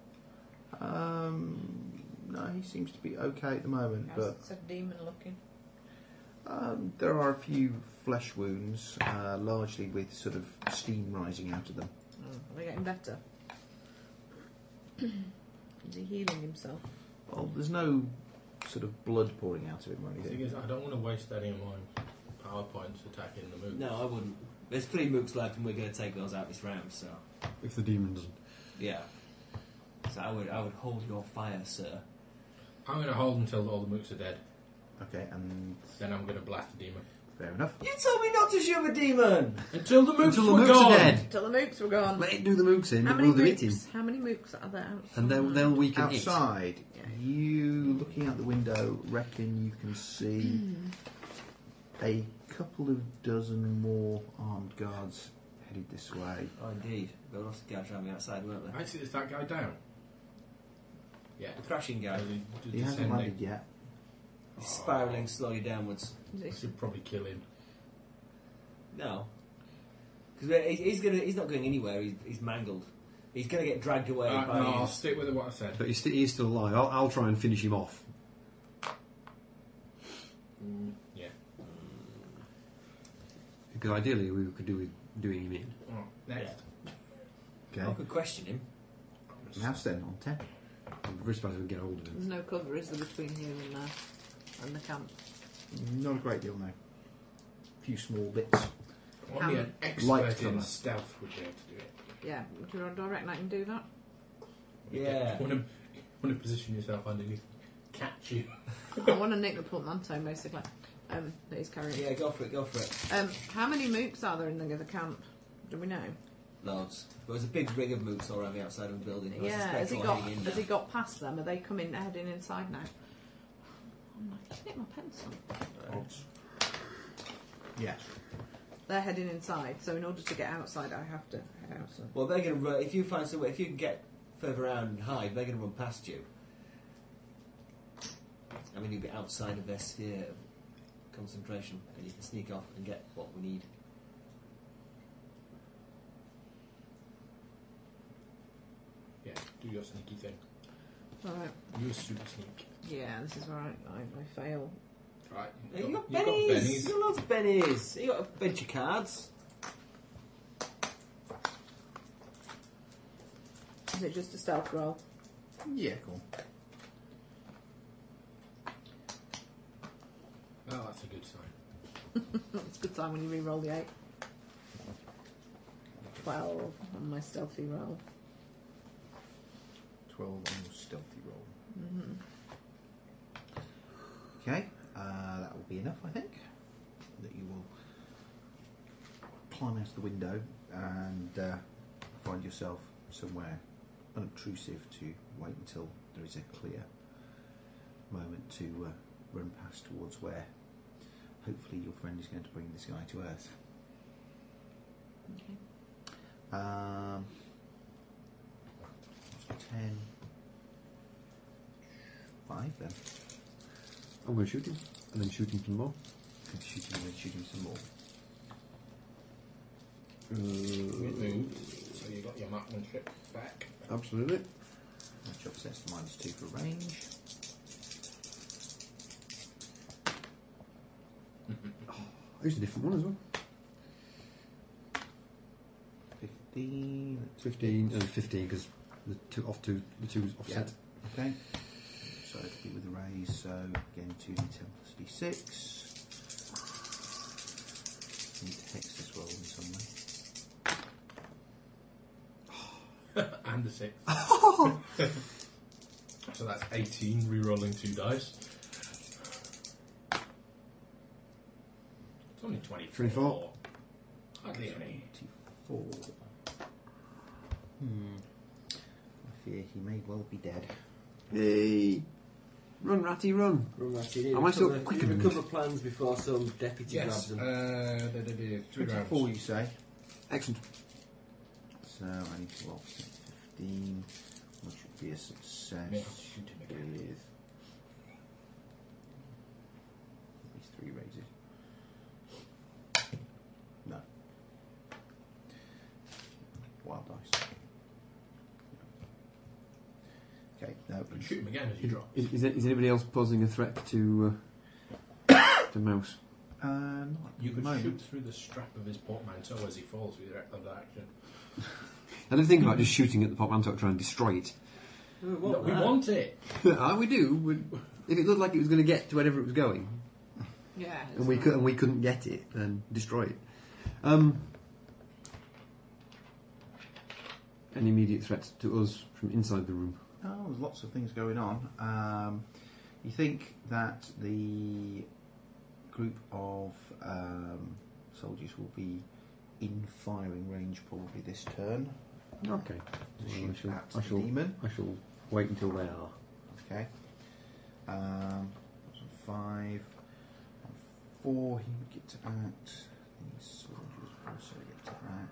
Speaker 8: Um, no, he seems to be okay at the moment,
Speaker 9: How's
Speaker 8: but
Speaker 9: it's a demon looking?
Speaker 8: um, there are a few flesh wounds, uh, largely with sort of steam rising out of them.
Speaker 9: Mm. Are they getting better? *clears throat* Is he healing himself?
Speaker 8: Well, there's no sort of blood pouring out of him or
Speaker 2: The thing
Speaker 8: anything.
Speaker 2: is, I don't want to waste any of my power points attacking the moon.
Speaker 7: No, I wouldn't. There's three mooks left, and we're going to take those out this round. So,
Speaker 4: If the demon doesn't.
Speaker 7: yeah. So I would, I would hold your fire, sir.
Speaker 2: I'm going to hold until all the mooks are dead.
Speaker 8: Okay, and
Speaker 2: Then I'm going to blast the demon.
Speaker 8: fair enough.
Speaker 7: You told me not to shoot a demon.
Speaker 2: Until the mooks
Speaker 4: Until the
Speaker 2: were
Speaker 4: mooks
Speaker 2: gone.
Speaker 4: are dead.
Speaker 9: Till the mooks were gone.
Speaker 4: Let it do the mooks in,
Speaker 9: how
Speaker 4: it
Speaker 9: many
Speaker 4: will do it in.
Speaker 9: mooks? How many mooks are there? outside?
Speaker 4: And they'll, they'll weaken it.
Speaker 8: Outside,
Speaker 9: Yeah.
Speaker 8: you looking out the window, reckon you can see a couple of dozen more armed guards headed this way.
Speaker 7: Oh, indeed. There were lots of guys round me outside, weren't there?
Speaker 2: Actually, is that guy down? Yeah.
Speaker 7: The crashing guy.
Speaker 2: Uh, the- the
Speaker 8: He hasn't
Speaker 2: descending.
Speaker 8: landed yet.
Speaker 7: He's spiraling slowly downwards.
Speaker 9: Is
Speaker 2: I
Speaker 9: it-
Speaker 2: should probably kill him.
Speaker 7: No, because he's gonna. He's not going anywhere. He's, he's mangled. He's gonna get dragged away.
Speaker 2: Uh,
Speaker 7: by
Speaker 2: no, I'll
Speaker 7: his-
Speaker 2: stick with what I said.
Speaker 4: But he's, st- he's still alive. I'll, I'll try and finish him off.
Speaker 2: Mm, yeah.
Speaker 4: Because ideally, we could do with doing him in.
Speaker 2: Oh, next.
Speaker 7: I
Speaker 8: Okay.
Speaker 7: could question him.
Speaker 8: Mouse then on 10.
Speaker 4: I'm very surprised we can get hold of him.
Speaker 9: There's no cover, is there, between here and there? And the camp.
Speaker 8: Not a great deal, no. A few small bits.
Speaker 2: Only
Speaker 9: Um,
Speaker 2: an expert in
Speaker 8: cover.
Speaker 2: stealth would be able to do it.
Speaker 9: Yeah, do you do I reckon I can do that?
Speaker 7: Yeah.
Speaker 2: want to, want to position yourself underneath. Catch you.
Speaker 9: I want to nick the portmanteau, basically, um, that he's carrying.
Speaker 7: Yeah, go for it. Go for it.
Speaker 9: Um, how many mooks are there in the other camp? Do we know?
Speaker 7: Loads. There was a big ring of mooks all around the outside of the building. I
Speaker 9: yeah,
Speaker 7: suspect
Speaker 9: has he
Speaker 7: all
Speaker 9: got
Speaker 7: hanging in
Speaker 9: has he
Speaker 7: there.
Speaker 9: got past them? Are they coming heading inside now? I'm like, hit my pencil.
Speaker 8: Odds. Yeah.
Speaker 9: They're heading inside, so in order to get outside, I have to head outside.
Speaker 7: Well, they're gonna run. If you find some way, if you can get further around and hide, they're gonna run past you. I mean, you'll be outside of their sphere of concentration, and you can sneak off and get what we need.
Speaker 2: Yeah, do your sneaky thing.
Speaker 9: All right.
Speaker 2: You're a super sneak.
Speaker 9: Yeah, this is where I, I, I fail.
Speaker 2: Right.
Speaker 7: Hey, you got
Speaker 2: you've got
Speaker 7: bennies. You got loads of bennies. You got adventure cards.
Speaker 9: Is it just a stealth roll?
Speaker 8: Yeah, cool.
Speaker 2: Oh, that's a good sign.
Speaker 9: It's a good time when you re-roll the eight. Twelve on my stealthy roll.
Speaker 8: 12 on your stealthy roll. Okay, uh, that will be enough, I think. That you will climb out of the window and uh, find yourself somewhere unobtrusive to wait until there is a clear moment to uh, run past towards where hopefully your friend is going to bring this guy to earth.
Speaker 9: Okay.
Speaker 8: Um, 10, 5 then.
Speaker 4: I'm going to shoot him. And then shoot him some more.
Speaker 8: Could shoot him and shoot him some more.
Speaker 2: Remove. So you got your marksmanship back.
Speaker 4: Absolutely.
Speaker 8: Which offsets the minus 2 for range.
Speaker 4: I used a different one as well.
Speaker 8: 15.
Speaker 4: 15 and 15 because uh, the two off two the two's offset.
Speaker 8: Okay. So it'll be with a raise, so again 2d10 plus d6.
Speaker 2: and a
Speaker 7: *laughs*
Speaker 2: six. *laughs* so that's 18, re-rolling two dice. It's only 24.
Speaker 4: 24.
Speaker 2: Hardly any.
Speaker 8: Four. Hmm. I fear he may well be dead.
Speaker 4: Hey. Run, Ratty, run.
Speaker 7: Run, Ratty,
Speaker 4: Am I still
Speaker 7: recover-
Speaker 4: quickened?
Speaker 7: Recover plans before some deputy grabs
Speaker 8: Yes.
Speaker 7: them.
Speaker 8: Uh, da, da, da, three rounds.
Speaker 4: 24,
Speaker 8: you say?
Speaker 4: Excellent.
Speaker 8: So I need to roll 15, which would be a success.
Speaker 2: Yeah, shoot him again.
Speaker 8: With at least three raises. No. Wild dice. Okay, no.
Speaker 2: Shoot him again as you drop.
Speaker 4: Is, is, is anybody else posing a threat to uh, *coughs* to Mouse?
Speaker 8: Uh, not at
Speaker 2: You
Speaker 8: the
Speaker 2: could
Speaker 8: moment.
Speaker 2: shoot through the strap of his portmanteau as he falls with your reckless action.
Speaker 4: I did think about just shooting at the portmanteau to try and destroy it. *laughs*
Speaker 7: We want
Speaker 2: No, we
Speaker 7: that.
Speaker 2: want it.
Speaker 4: Ah, we do. We, if it looked like it was going to get to wherever it was going,
Speaker 5: Yeah.
Speaker 4: and we could, and we couldn't get it, then destroy it. Um, any immediate threats to us from inside the room?
Speaker 8: Oh, there's lots of things going on. Um, you think that the group of um, soldiers will be in firing range probably this turn?
Speaker 4: Okay.
Speaker 8: To
Speaker 4: Well, I
Speaker 8: shoot
Speaker 4: shall,
Speaker 8: at
Speaker 4: I
Speaker 8: the
Speaker 4: shall,
Speaker 8: demon.
Speaker 4: I shall wait until they are.
Speaker 8: Okay. Um, that's on five. On four, he would get to that. These soldiers would also get to that.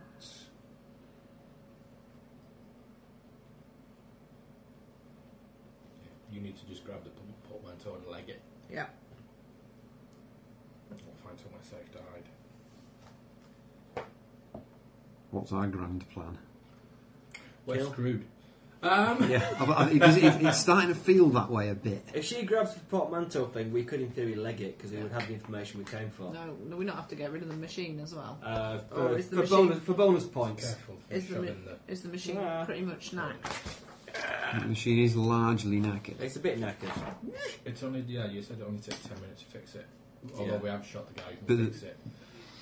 Speaker 2: You need to just grab the p- portmanteau and leg it.
Speaker 9: Yeah.
Speaker 2: I'll find somewhere safe to hide.
Speaker 4: What's our grand plan?
Speaker 2: We're
Speaker 7: Kill.
Speaker 2: screwed. Um,
Speaker 4: I- I- because it- it's starting to feel that way a bit.
Speaker 7: If she grabs the portmanteau thing, we could in theory leg it because we would have the information we came for.
Speaker 5: No, no, we not have to get rid of the machine as well.
Speaker 7: Uh, for,
Speaker 9: Oh, is the
Speaker 7: for
Speaker 9: machine-
Speaker 7: bonus, for bonus points.
Speaker 2: careful. for
Speaker 5: Is the,
Speaker 2: shoving
Speaker 5: ma- is the machine
Speaker 7: Yeah.
Speaker 5: pretty much knacked?
Speaker 4: The machine is largely knackered.
Speaker 7: It's a bit knackered.
Speaker 2: the- It's only yeah. You said it only takes ten minutes to fix it. Although
Speaker 7: Yeah.
Speaker 2: we have shot the guy who
Speaker 4: But
Speaker 2: can
Speaker 4: the-
Speaker 2: fix it.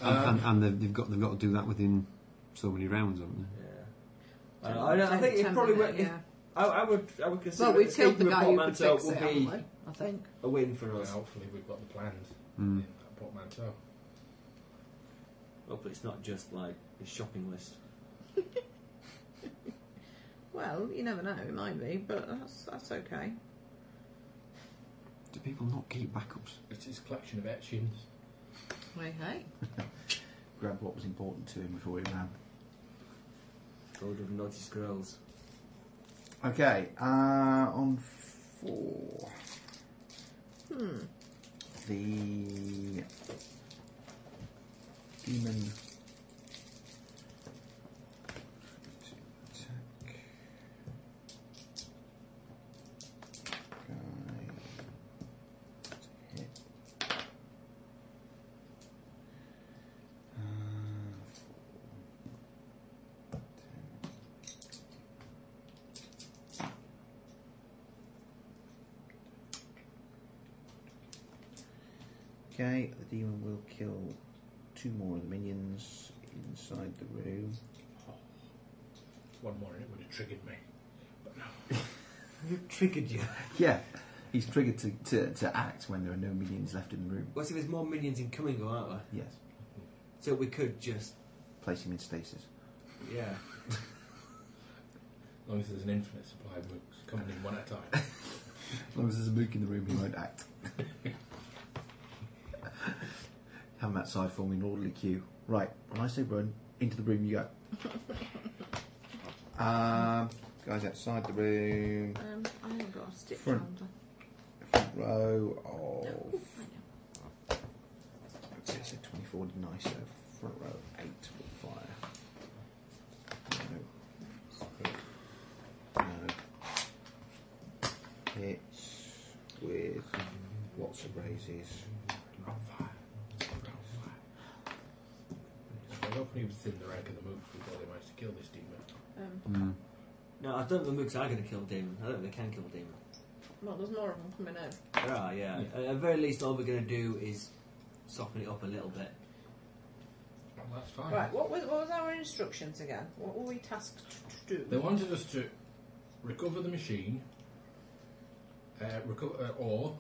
Speaker 4: And,
Speaker 2: Um,
Speaker 4: and, and they've, they've got they've got to do that within so many rounds, haven't they?
Speaker 7: Yeah. I, don't know, I, don't- I think it
Speaker 5: Ten
Speaker 7: probably
Speaker 5: minute,
Speaker 7: would.
Speaker 5: yeah.
Speaker 7: I, I would. I would consider.
Speaker 5: Well, we
Speaker 7: escaping
Speaker 5: killed the
Speaker 7: with
Speaker 5: guy who could
Speaker 7: portmanteau
Speaker 5: fix it,
Speaker 7: would be
Speaker 5: haven't we? I think.
Speaker 7: a win for
Speaker 2: and
Speaker 7: us.
Speaker 2: hopefully we've got the plans
Speaker 4: Mm.
Speaker 2: in that portmanteau.
Speaker 7: Hopefully, Oh, it's not just like a shopping list.
Speaker 9: Well, you never know. It might be, but that's that's okay.
Speaker 4: Do people not keep backups?
Speaker 2: It's his collection of etchings.
Speaker 5: Hey, hey.
Speaker 8: Grab what was important to him before he ran.
Speaker 7: Gold of naughty scrolls.
Speaker 8: Okay, uh, on four. The demon attack guy to hit. Uh, four, ten, Okay, the demon will kill two more of the minions inside the room.
Speaker 2: One more and it would have triggered me. But no.
Speaker 8: Triggered you? yeah, he's triggered to, to, to act when there are no minions left in the room.
Speaker 7: Well, see, there's more minions in Cummingo, aren't there?
Speaker 8: Yes,
Speaker 7: So we could just,
Speaker 8: place him in stasis.
Speaker 7: yeah.
Speaker 2: As long as there's an infinite supply of books coming in one at a time.
Speaker 8: As long as there's a mook in the room, he won't act. *laughs* Have him outside forming an orderly queue. Right, when I say run, into the room *laughs* you go. um, guys outside the room,
Speaker 9: Um, I haven't got a stitch
Speaker 8: Front.
Speaker 9: handle.
Speaker 8: front row
Speaker 9: No,
Speaker 8: of.
Speaker 9: oh, I know.
Speaker 8: So it's a 24 didn't I? So front row, 8 will fire. No. No. Hits with lots of raises.
Speaker 2: Rock fire. Rock fire. So I hope he was in the rank of the mooks before they managed to kill this demon.
Speaker 9: Um,
Speaker 7: No, I don't think the mooks are going to kill Demon. I don't think they can kill Demon.
Speaker 9: well, there's more of them coming out.
Speaker 7: There are, yeah. At the very least, all we're going to do is soften it up a little bit.
Speaker 2: Well, that's fine.
Speaker 9: Right, what was, what was our instructions again? What were we tasked to do?
Speaker 2: They wanted us to recover the machine, uh, reco- uh, or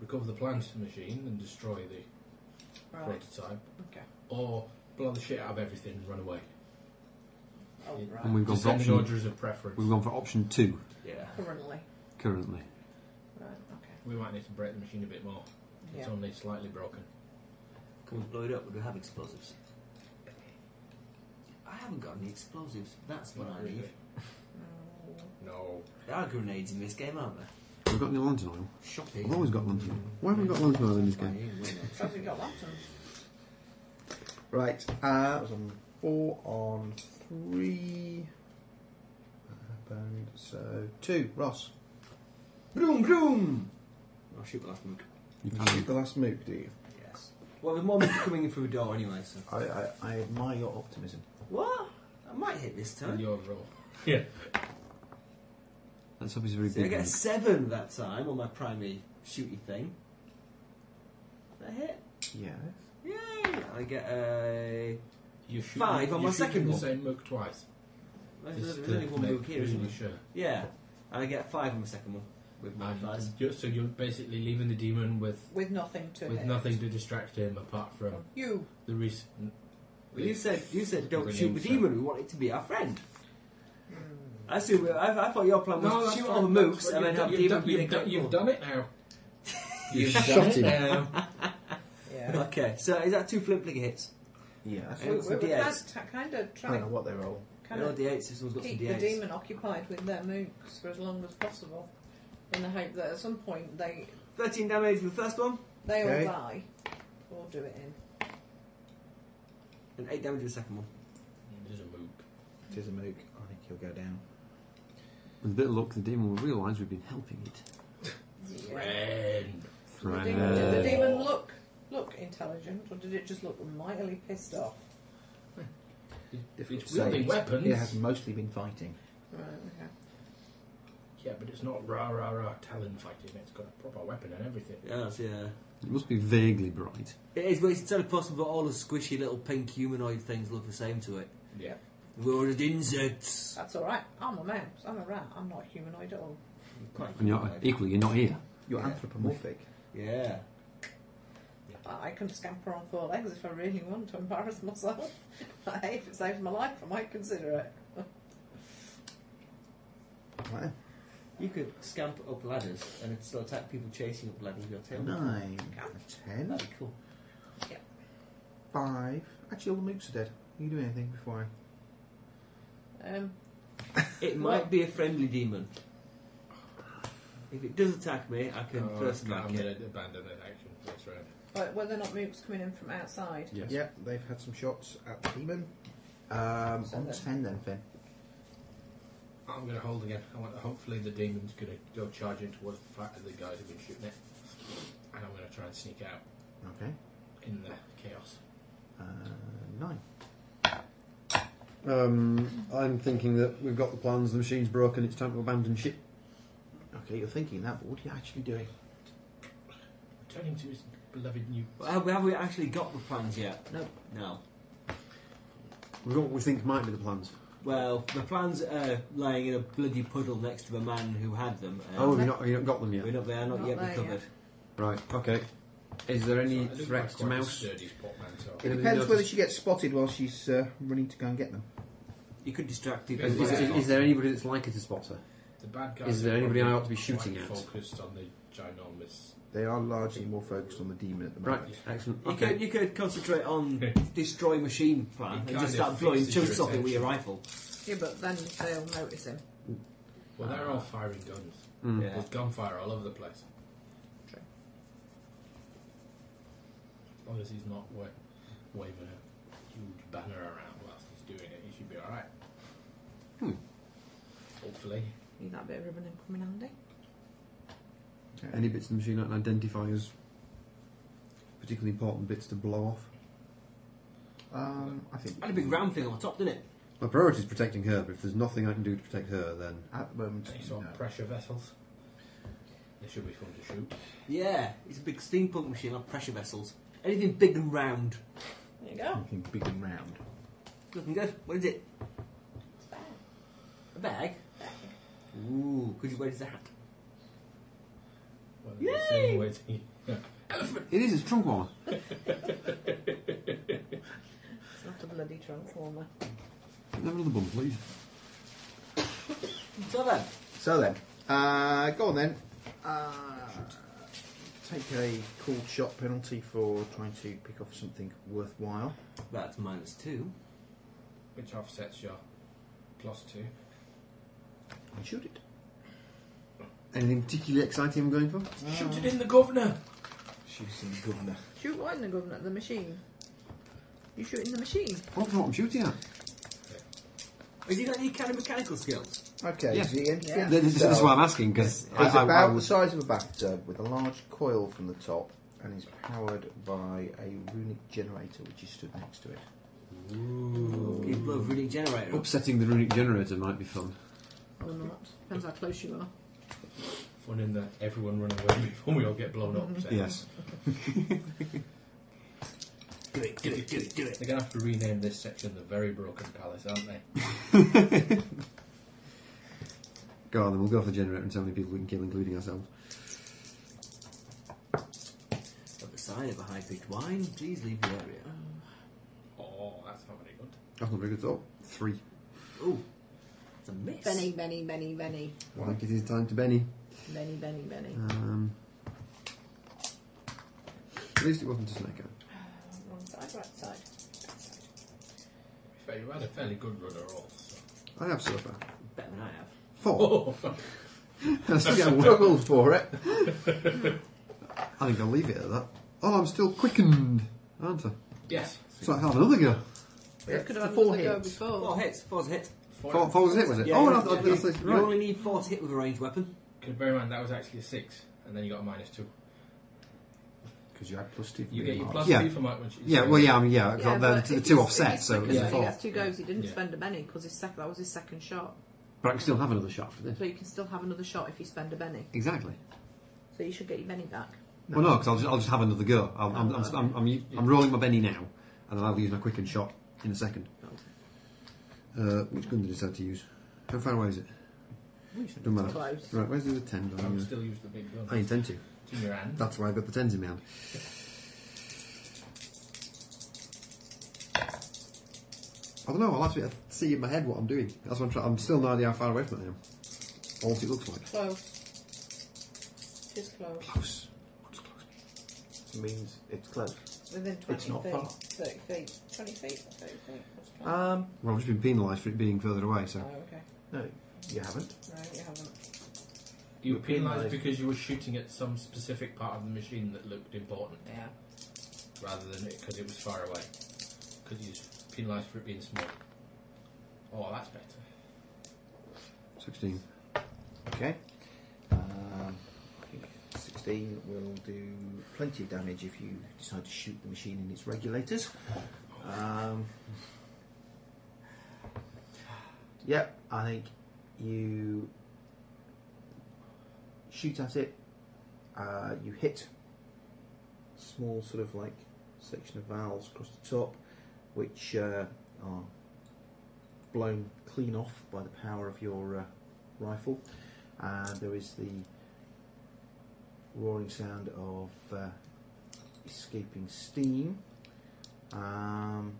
Speaker 2: recover the plant machine and destroy the
Speaker 9: Right.
Speaker 2: prototype,
Speaker 9: Okay.
Speaker 2: or blow the shit out of everything and run away.
Speaker 9: Oh,
Speaker 2: It-
Speaker 9: right.
Speaker 4: And we've gone for
Speaker 2: Descending
Speaker 4: option.
Speaker 2: order is a preference.
Speaker 4: We've gone for option two
Speaker 2: Yeah.
Speaker 9: Currently.
Speaker 4: currently.
Speaker 9: Right, okay.
Speaker 2: We might need to break the machine a bit more. It's
Speaker 9: Yeah.
Speaker 2: only slightly broken.
Speaker 11: Can we blow it up? Would we have explosives? I haven't got any explosives. That's what I need.
Speaker 9: Mm,
Speaker 2: No.
Speaker 11: There are grenades in this game, aren't there?
Speaker 4: We've got any lantern oil.
Speaker 11: Shocking.
Speaker 4: I've always got lantern oil. Why haven't we got lantern oil in this game?
Speaker 9: Because we got lanterns.
Speaker 8: Right, uh, it was on four on three. That happened. So two, Ross. Broom, broom.
Speaker 7: Oh,
Speaker 11: I'll shoot the last nuke.
Speaker 8: You
Speaker 4: You can
Speaker 8: shoot the last move, do you?
Speaker 11: Yes.
Speaker 7: Well, there's more monkeys coming in through the door anyway, so.
Speaker 8: I, I, I admire your optimism.
Speaker 11: What? I might hit this
Speaker 2: And
Speaker 11: time.
Speaker 2: Your roll. Yeah.
Speaker 4: Let's hope he's a very
Speaker 7: See, I
Speaker 4: big.
Speaker 7: get a
Speaker 4: one.
Speaker 7: seven that time on my primary shooty thing. That hit.
Speaker 8: Yes.
Speaker 7: Yay! I get a.
Speaker 2: You shoot
Speaker 7: Five on
Speaker 2: you
Speaker 7: my
Speaker 2: shoot
Speaker 7: second
Speaker 2: the
Speaker 7: one.
Speaker 2: same mug twice.
Speaker 7: There's,
Speaker 2: Just
Speaker 7: there's
Speaker 2: to
Speaker 7: only one
Speaker 2: make
Speaker 7: move here, isn't
Speaker 2: really
Speaker 7: there?
Speaker 2: sure.
Speaker 7: Yeah. And I get five on the second one with my
Speaker 2: And
Speaker 7: thighs.
Speaker 2: you're- so you're basically leaving the demon with
Speaker 9: With nothing to
Speaker 2: with
Speaker 9: hit.
Speaker 2: nothing to distract him apart from
Speaker 9: You.
Speaker 2: the recent.
Speaker 7: Well, you said you said don't
Speaker 2: Brilliant,
Speaker 7: shoot the
Speaker 2: so-
Speaker 7: demon. We want it to be our friend. I see. I, I thought your plan was
Speaker 2: No,
Speaker 7: to
Speaker 2: that's
Speaker 7: shoot
Speaker 2: fine,
Speaker 7: all the
Speaker 2: that's
Speaker 7: mooks
Speaker 2: fine.
Speaker 7: and then
Speaker 2: You've
Speaker 7: have
Speaker 2: done-
Speaker 7: the demon
Speaker 2: you've,
Speaker 7: be
Speaker 2: done,
Speaker 7: the
Speaker 2: you've, done,
Speaker 7: cat
Speaker 2: you've done it now. *laughs*
Speaker 7: call.
Speaker 2: You've
Speaker 8: shot
Speaker 2: done it
Speaker 8: him.
Speaker 2: now.
Speaker 9: Yeah.
Speaker 7: Okay, so is that two flint flicker hits?
Speaker 8: Yes.
Speaker 9: we we
Speaker 7: Roll some
Speaker 9: were
Speaker 7: D8s.
Speaker 9: kind of
Speaker 8: I don't know
Speaker 9: trying
Speaker 8: what they roll.
Speaker 9: kind
Speaker 7: Roll
Speaker 9: of
Speaker 7: D8s if someone's got
Speaker 9: keep
Speaker 7: some
Speaker 9: the
Speaker 7: D8s.
Speaker 9: demon occupied with their mooks for as long as possible, in the hope that at some point they
Speaker 7: 13 damage with the first one,
Speaker 9: they
Speaker 8: Okay.
Speaker 9: all die or do it in.
Speaker 7: and 8 damage with the second one.
Speaker 2: There's a move.
Speaker 8: It is a mook. I think he'll go down.
Speaker 4: With a bit of luck, the demon will realise we've been helping it.
Speaker 2: Friend.
Speaker 9: The demon, did the demon look look intelligent, or did it just look mightily pissed off?
Speaker 8: Difficult
Speaker 2: It's
Speaker 8: to say.
Speaker 2: wielding weapons.
Speaker 8: It has mostly been fighting.
Speaker 9: Right. Okay.
Speaker 2: Yeah, but it's not rah rah rah talon fighting. It's got a proper weapon and everything.
Speaker 7: Yeah, that's, yeah.
Speaker 4: It must be vaguely bright.
Speaker 7: It is, but it's totally possible that all the squishy little pink humanoid things look the same to it.
Speaker 2: Yeah.
Speaker 7: The world of insects.
Speaker 9: That's all right. I'm a mouse. I'm a rat. I'm not humanoid at all.
Speaker 7: Quite
Speaker 4: And you're, equally, you're not here.
Speaker 8: You're
Speaker 7: Yeah.
Speaker 8: anthropomorphic.
Speaker 7: Yeah.
Speaker 9: I I can scamper on four legs if I really want to embarrass myself. *laughs* I hate if it saves my life. I might consider it.
Speaker 8: Wow.
Speaker 7: You could scamper up ladders and it'd still attack people chasing up ladders with your tail.
Speaker 8: Nine. Ten.
Speaker 7: That'd be cool.
Speaker 8: Five. Actually, all the mooks are dead. Can you do anything before I.
Speaker 9: Um,
Speaker 7: It might be a friendly demon. If it does attack me, I can
Speaker 2: Oh,
Speaker 7: first
Speaker 2: I'm
Speaker 7: strike
Speaker 2: going to
Speaker 7: it.
Speaker 2: abandon that action for this round.
Speaker 9: but were there not mooks coming in from outside?
Speaker 4: Yes.
Speaker 8: Yep, they've had some shots at the demon. Um,
Speaker 9: So
Speaker 8: on
Speaker 9: then-
Speaker 8: ten then, Finn.
Speaker 2: I'm going to hold again. I want, hopefully the demon's going to go charging towards the fact that the guys have been shooting it, and I'm going to try and sneak out
Speaker 8: Okay.
Speaker 2: in the chaos.
Speaker 8: Uh, nine.
Speaker 4: Um, I'm thinking that we've got the plans, the machine's broken, it's time to abandon ship.
Speaker 8: Okay, you're thinking that, but what are you actually doing?
Speaker 2: Turn him to his beloved new.
Speaker 7: Well, have, we, have we actually got the plans yet? No. No.
Speaker 4: We've got what we think might be the plans.
Speaker 7: Well, the plans are lying in a bloody puddle next to the man who had them. and
Speaker 4: Oh, have you not, have you not got them
Speaker 7: we're
Speaker 4: yet?
Speaker 7: not, they are not,
Speaker 9: Not
Speaker 7: yet
Speaker 9: there
Speaker 7: recovered.
Speaker 4: Right, okay. Is there
Speaker 2: So I
Speaker 4: any
Speaker 2: look like
Speaker 4: threats to
Speaker 2: quite a
Speaker 4: mouse?
Speaker 2: sturdy portmanteau.
Speaker 8: It
Speaker 4: Anybody
Speaker 8: depends
Speaker 4: notice-
Speaker 8: whether she gets spotted while she's uh, running to go and get them.
Speaker 7: You could distract people.
Speaker 4: Is, is-
Speaker 7: Yeah.
Speaker 4: is- is there anybody that's likely to spot her?
Speaker 2: The bad guys
Speaker 4: Is there
Speaker 2: are
Speaker 4: anybody I
Speaker 2: probably
Speaker 4: ought to be shooting
Speaker 2: quite
Speaker 4: at?
Speaker 2: Focused on the ginormous.
Speaker 8: They are largely more focused on the demon at the
Speaker 4: Right,
Speaker 8: moment.
Speaker 4: excellent.
Speaker 7: You,
Speaker 4: Okay.
Speaker 7: could, you could concentrate
Speaker 2: *laughs*
Speaker 7: on destroy machine
Speaker 2: It
Speaker 7: plan and just
Speaker 2: kind
Speaker 7: start
Speaker 2: of
Speaker 7: blowing
Speaker 2: fixes your
Speaker 7: chunks off it with your rifle.
Speaker 9: Yeah, but then they'll notice him.
Speaker 2: Well, they're all firing guns.
Speaker 4: Mm.
Speaker 7: Yeah.
Speaker 2: There's gunfire all over the place.
Speaker 9: True.
Speaker 2: As long as he's not wa- waving a huge banner around whilst he's doing it, he should be all right.
Speaker 4: Hmm.
Speaker 2: Hopefully.
Speaker 9: You that bit of ribbon and coming handy.
Speaker 4: Any bits of the machine I can identify as particularly important bits to blow off?
Speaker 8: Um, I think
Speaker 7: Had a big round thing on top, didn't it?
Speaker 4: My priority is protecting her, but if there's nothing I can do to protect her, then
Speaker 8: at the moment.
Speaker 2: Any sort
Speaker 8: no.
Speaker 2: of pressure vessels. They should be fun to shoot.
Speaker 7: Yeah, it's a big steampunk machine like pressure vessels. Anything big and round.
Speaker 9: There you go.
Speaker 2: Something big and round.
Speaker 11: Looking good. What is it?
Speaker 7: A bag?
Speaker 11: Ooh, could you wear it as a hat?
Speaker 2: Well, it's the same
Speaker 9: Yay!
Speaker 2: way to-
Speaker 4: It is, it's a trunk warmer.
Speaker 9: It's not a bloody trunk warmer.
Speaker 4: Can I Have another bun, please.
Speaker 7: So then,
Speaker 8: So then, uh, go on then. Uh, take a cool shot penalty for trying to pick off something worthwhile.
Speaker 11: That's minus two.
Speaker 2: Which offsets your plus two.
Speaker 8: And shoot it.
Speaker 4: Anything particularly exciting I'm going for?
Speaker 2: Shoot it in the governor!
Speaker 8: Shooting governor.
Speaker 9: Shoot what in the governor? The machine. You shoot in the machine.
Speaker 4: I don't know what I'm shooting at.
Speaker 11: Has he got any kind of mechanical skills?
Speaker 8: Okay,
Speaker 4: Yeah.
Speaker 8: so you empty
Speaker 9: Yeah.
Speaker 8: it
Speaker 4: Th- This, this is
Speaker 8: yourself.
Speaker 4: what I'm asking, because
Speaker 8: It's about the size of a bathtub with a large coil from the top and is powered by a runic generator which is stood next to it.
Speaker 11: Can you blow a running generator up?
Speaker 4: upsetting the runic generator might be fun.
Speaker 9: Or not. Depends how close you are.
Speaker 2: Fun in that everyone run away *laughs* before we all get blown up. so.
Speaker 4: Yes.
Speaker 11: Do it, do it, do it, do it.
Speaker 2: They're going to have to rename this section the Very Broken Palace, aren't they?
Speaker 4: Go on, then we'll go off the generator and see how many people we can kill, including ourselves.
Speaker 11: At the sign of a high pitched whine, please leave the area.
Speaker 2: Oh, that's not very good.
Speaker 4: That's not very good at all. Three.
Speaker 11: Ooh, it's a miss.
Speaker 9: Benny, Benny, Benny, Benny.
Speaker 4: I think it is time to Benny.
Speaker 9: Benny, Benny, Benny.
Speaker 4: Um, at least it wasn't a snake eye.
Speaker 9: Wrong side, right side.
Speaker 2: To be fair, you had a fairly good runner all. So.
Speaker 4: I have so far.
Speaker 11: Better than I have.
Speaker 4: Four.
Speaker 2: *laughs* Oh,
Speaker 4: *laughs* I still get one.
Speaker 8: Struggled for
Speaker 4: *laughs*
Speaker 8: it.
Speaker 4: I think I'll leave it at that. Oh, I'm still quickened, aren't I?
Speaker 2: yes.
Speaker 4: So I'll have another go.
Speaker 9: You could have had
Speaker 8: Four
Speaker 9: another go
Speaker 8: hits.
Speaker 9: before.
Speaker 11: Four hits, four's a hit.
Speaker 4: Four, four was a hit, was it?
Speaker 11: Yeah,
Speaker 4: oh,
Speaker 11: you-
Speaker 4: no, I thought- I
Speaker 11: you,
Speaker 4: thought-
Speaker 11: you
Speaker 4: right.
Speaker 11: only need four to hit with a ranged weapon.
Speaker 2: Because bear in mind, that was actually a six, and then you got a minus two.
Speaker 8: Because you had plus two. for
Speaker 2: You get
Speaker 8: being
Speaker 2: your
Speaker 8: large.
Speaker 2: plus
Speaker 4: Yeah.
Speaker 2: two for Mike when she's
Speaker 4: Yeah, well, yeah, I mean, yeah, I've
Speaker 9: Yeah,
Speaker 4: got the-
Speaker 9: but
Speaker 4: the
Speaker 9: if
Speaker 4: two
Speaker 9: he's-
Speaker 4: offset,
Speaker 9: if
Speaker 4: so
Speaker 9: he's
Speaker 4: it's a
Speaker 9: quicker,
Speaker 4: four.
Speaker 9: He has two goes. He didn't
Speaker 2: Yeah.
Speaker 9: spend a penny because his sec- that was his second shot.
Speaker 4: But I can still have another shot for this.
Speaker 9: So you can still have another shot if you spend a penny.
Speaker 4: Exactly.
Speaker 9: So you should get your penny back.
Speaker 4: Well, no, because I'll just, I'll just have another go. I'll, I'm,
Speaker 9: Oh,
Speaker 4: I'm, I'm, I'm, u- I'm rolling my Benny now, and then I'll use my quicken shot in a second. Uh, which gun did I decide to use? How far away is it? Doesn't matter.
Speaker 9: Close.
Speaker 4: Right, where's the other 10?
Speaker 2: I would still use the big
Speaker 4: I
Speaker 2: gun.
Speaker 4: intend to.
Speaker 2: It's in your hand.
Speaker 4: That's why I've got the 10s in my hand. I don't know, I'll have to see in my head what I'm doing. That's what I'm trying. I'm still no idea how far away from it I am. Or what it looks like.
Speaker 9: Close. It is close.
Speaker 4: Close. What's close?
Speaker 8: means it's close.
Speaker 9: Within 20
Speaker 8: It's not
Speaker 9: feet.
Speaker 8: far.
Speaker 9: 30 feet. 20 feet? 30 feet? What's close?
Speaker 8: Um,
Speaker 4: Well, I've just been penalised for it being further away, so.
Speaker 9: oh, okay.
Speaker 8: no, you haven't.
Speaker 9: No, you haven't.
Speaker 2: You were
Speaker 8: You're penalised.
Speaker 2: penalised because you were shooting at some specific part of the machine that looked important,
Speaker 9: Yeah.
Speaker 2: rather than it because it was far away. Because you were penalised for it being small. Oh, that's better.
Speaker 4: 16.
Speaker 8: Okay. Um, I think 16 will do plenty of damage if you decide to shoot the machine in its regulators. Um, yep, I think you shoot at it, uh, you hit small sort of like section of valves across the top, which uh, are blown clean off by the power of your uh, rifle, and there is the roaring sound of uh, escaping steam. Um,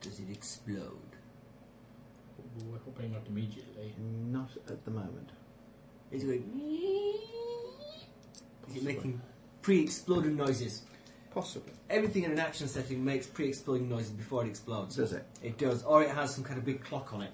Speaker 11: Does it explode?
Speaker 2: We're hoping not immediately.
Speaker 8: not at the moment.
Speaker 11: Is it going. Is it making pre exploding noises?
Speaker 8: Possibly.
Speaker 11: Everything in an action setting makes pre exploding noises before it explodes.
Speaker 8: Does it?
Speaker 11: It does, or it has some kind of big clock on it.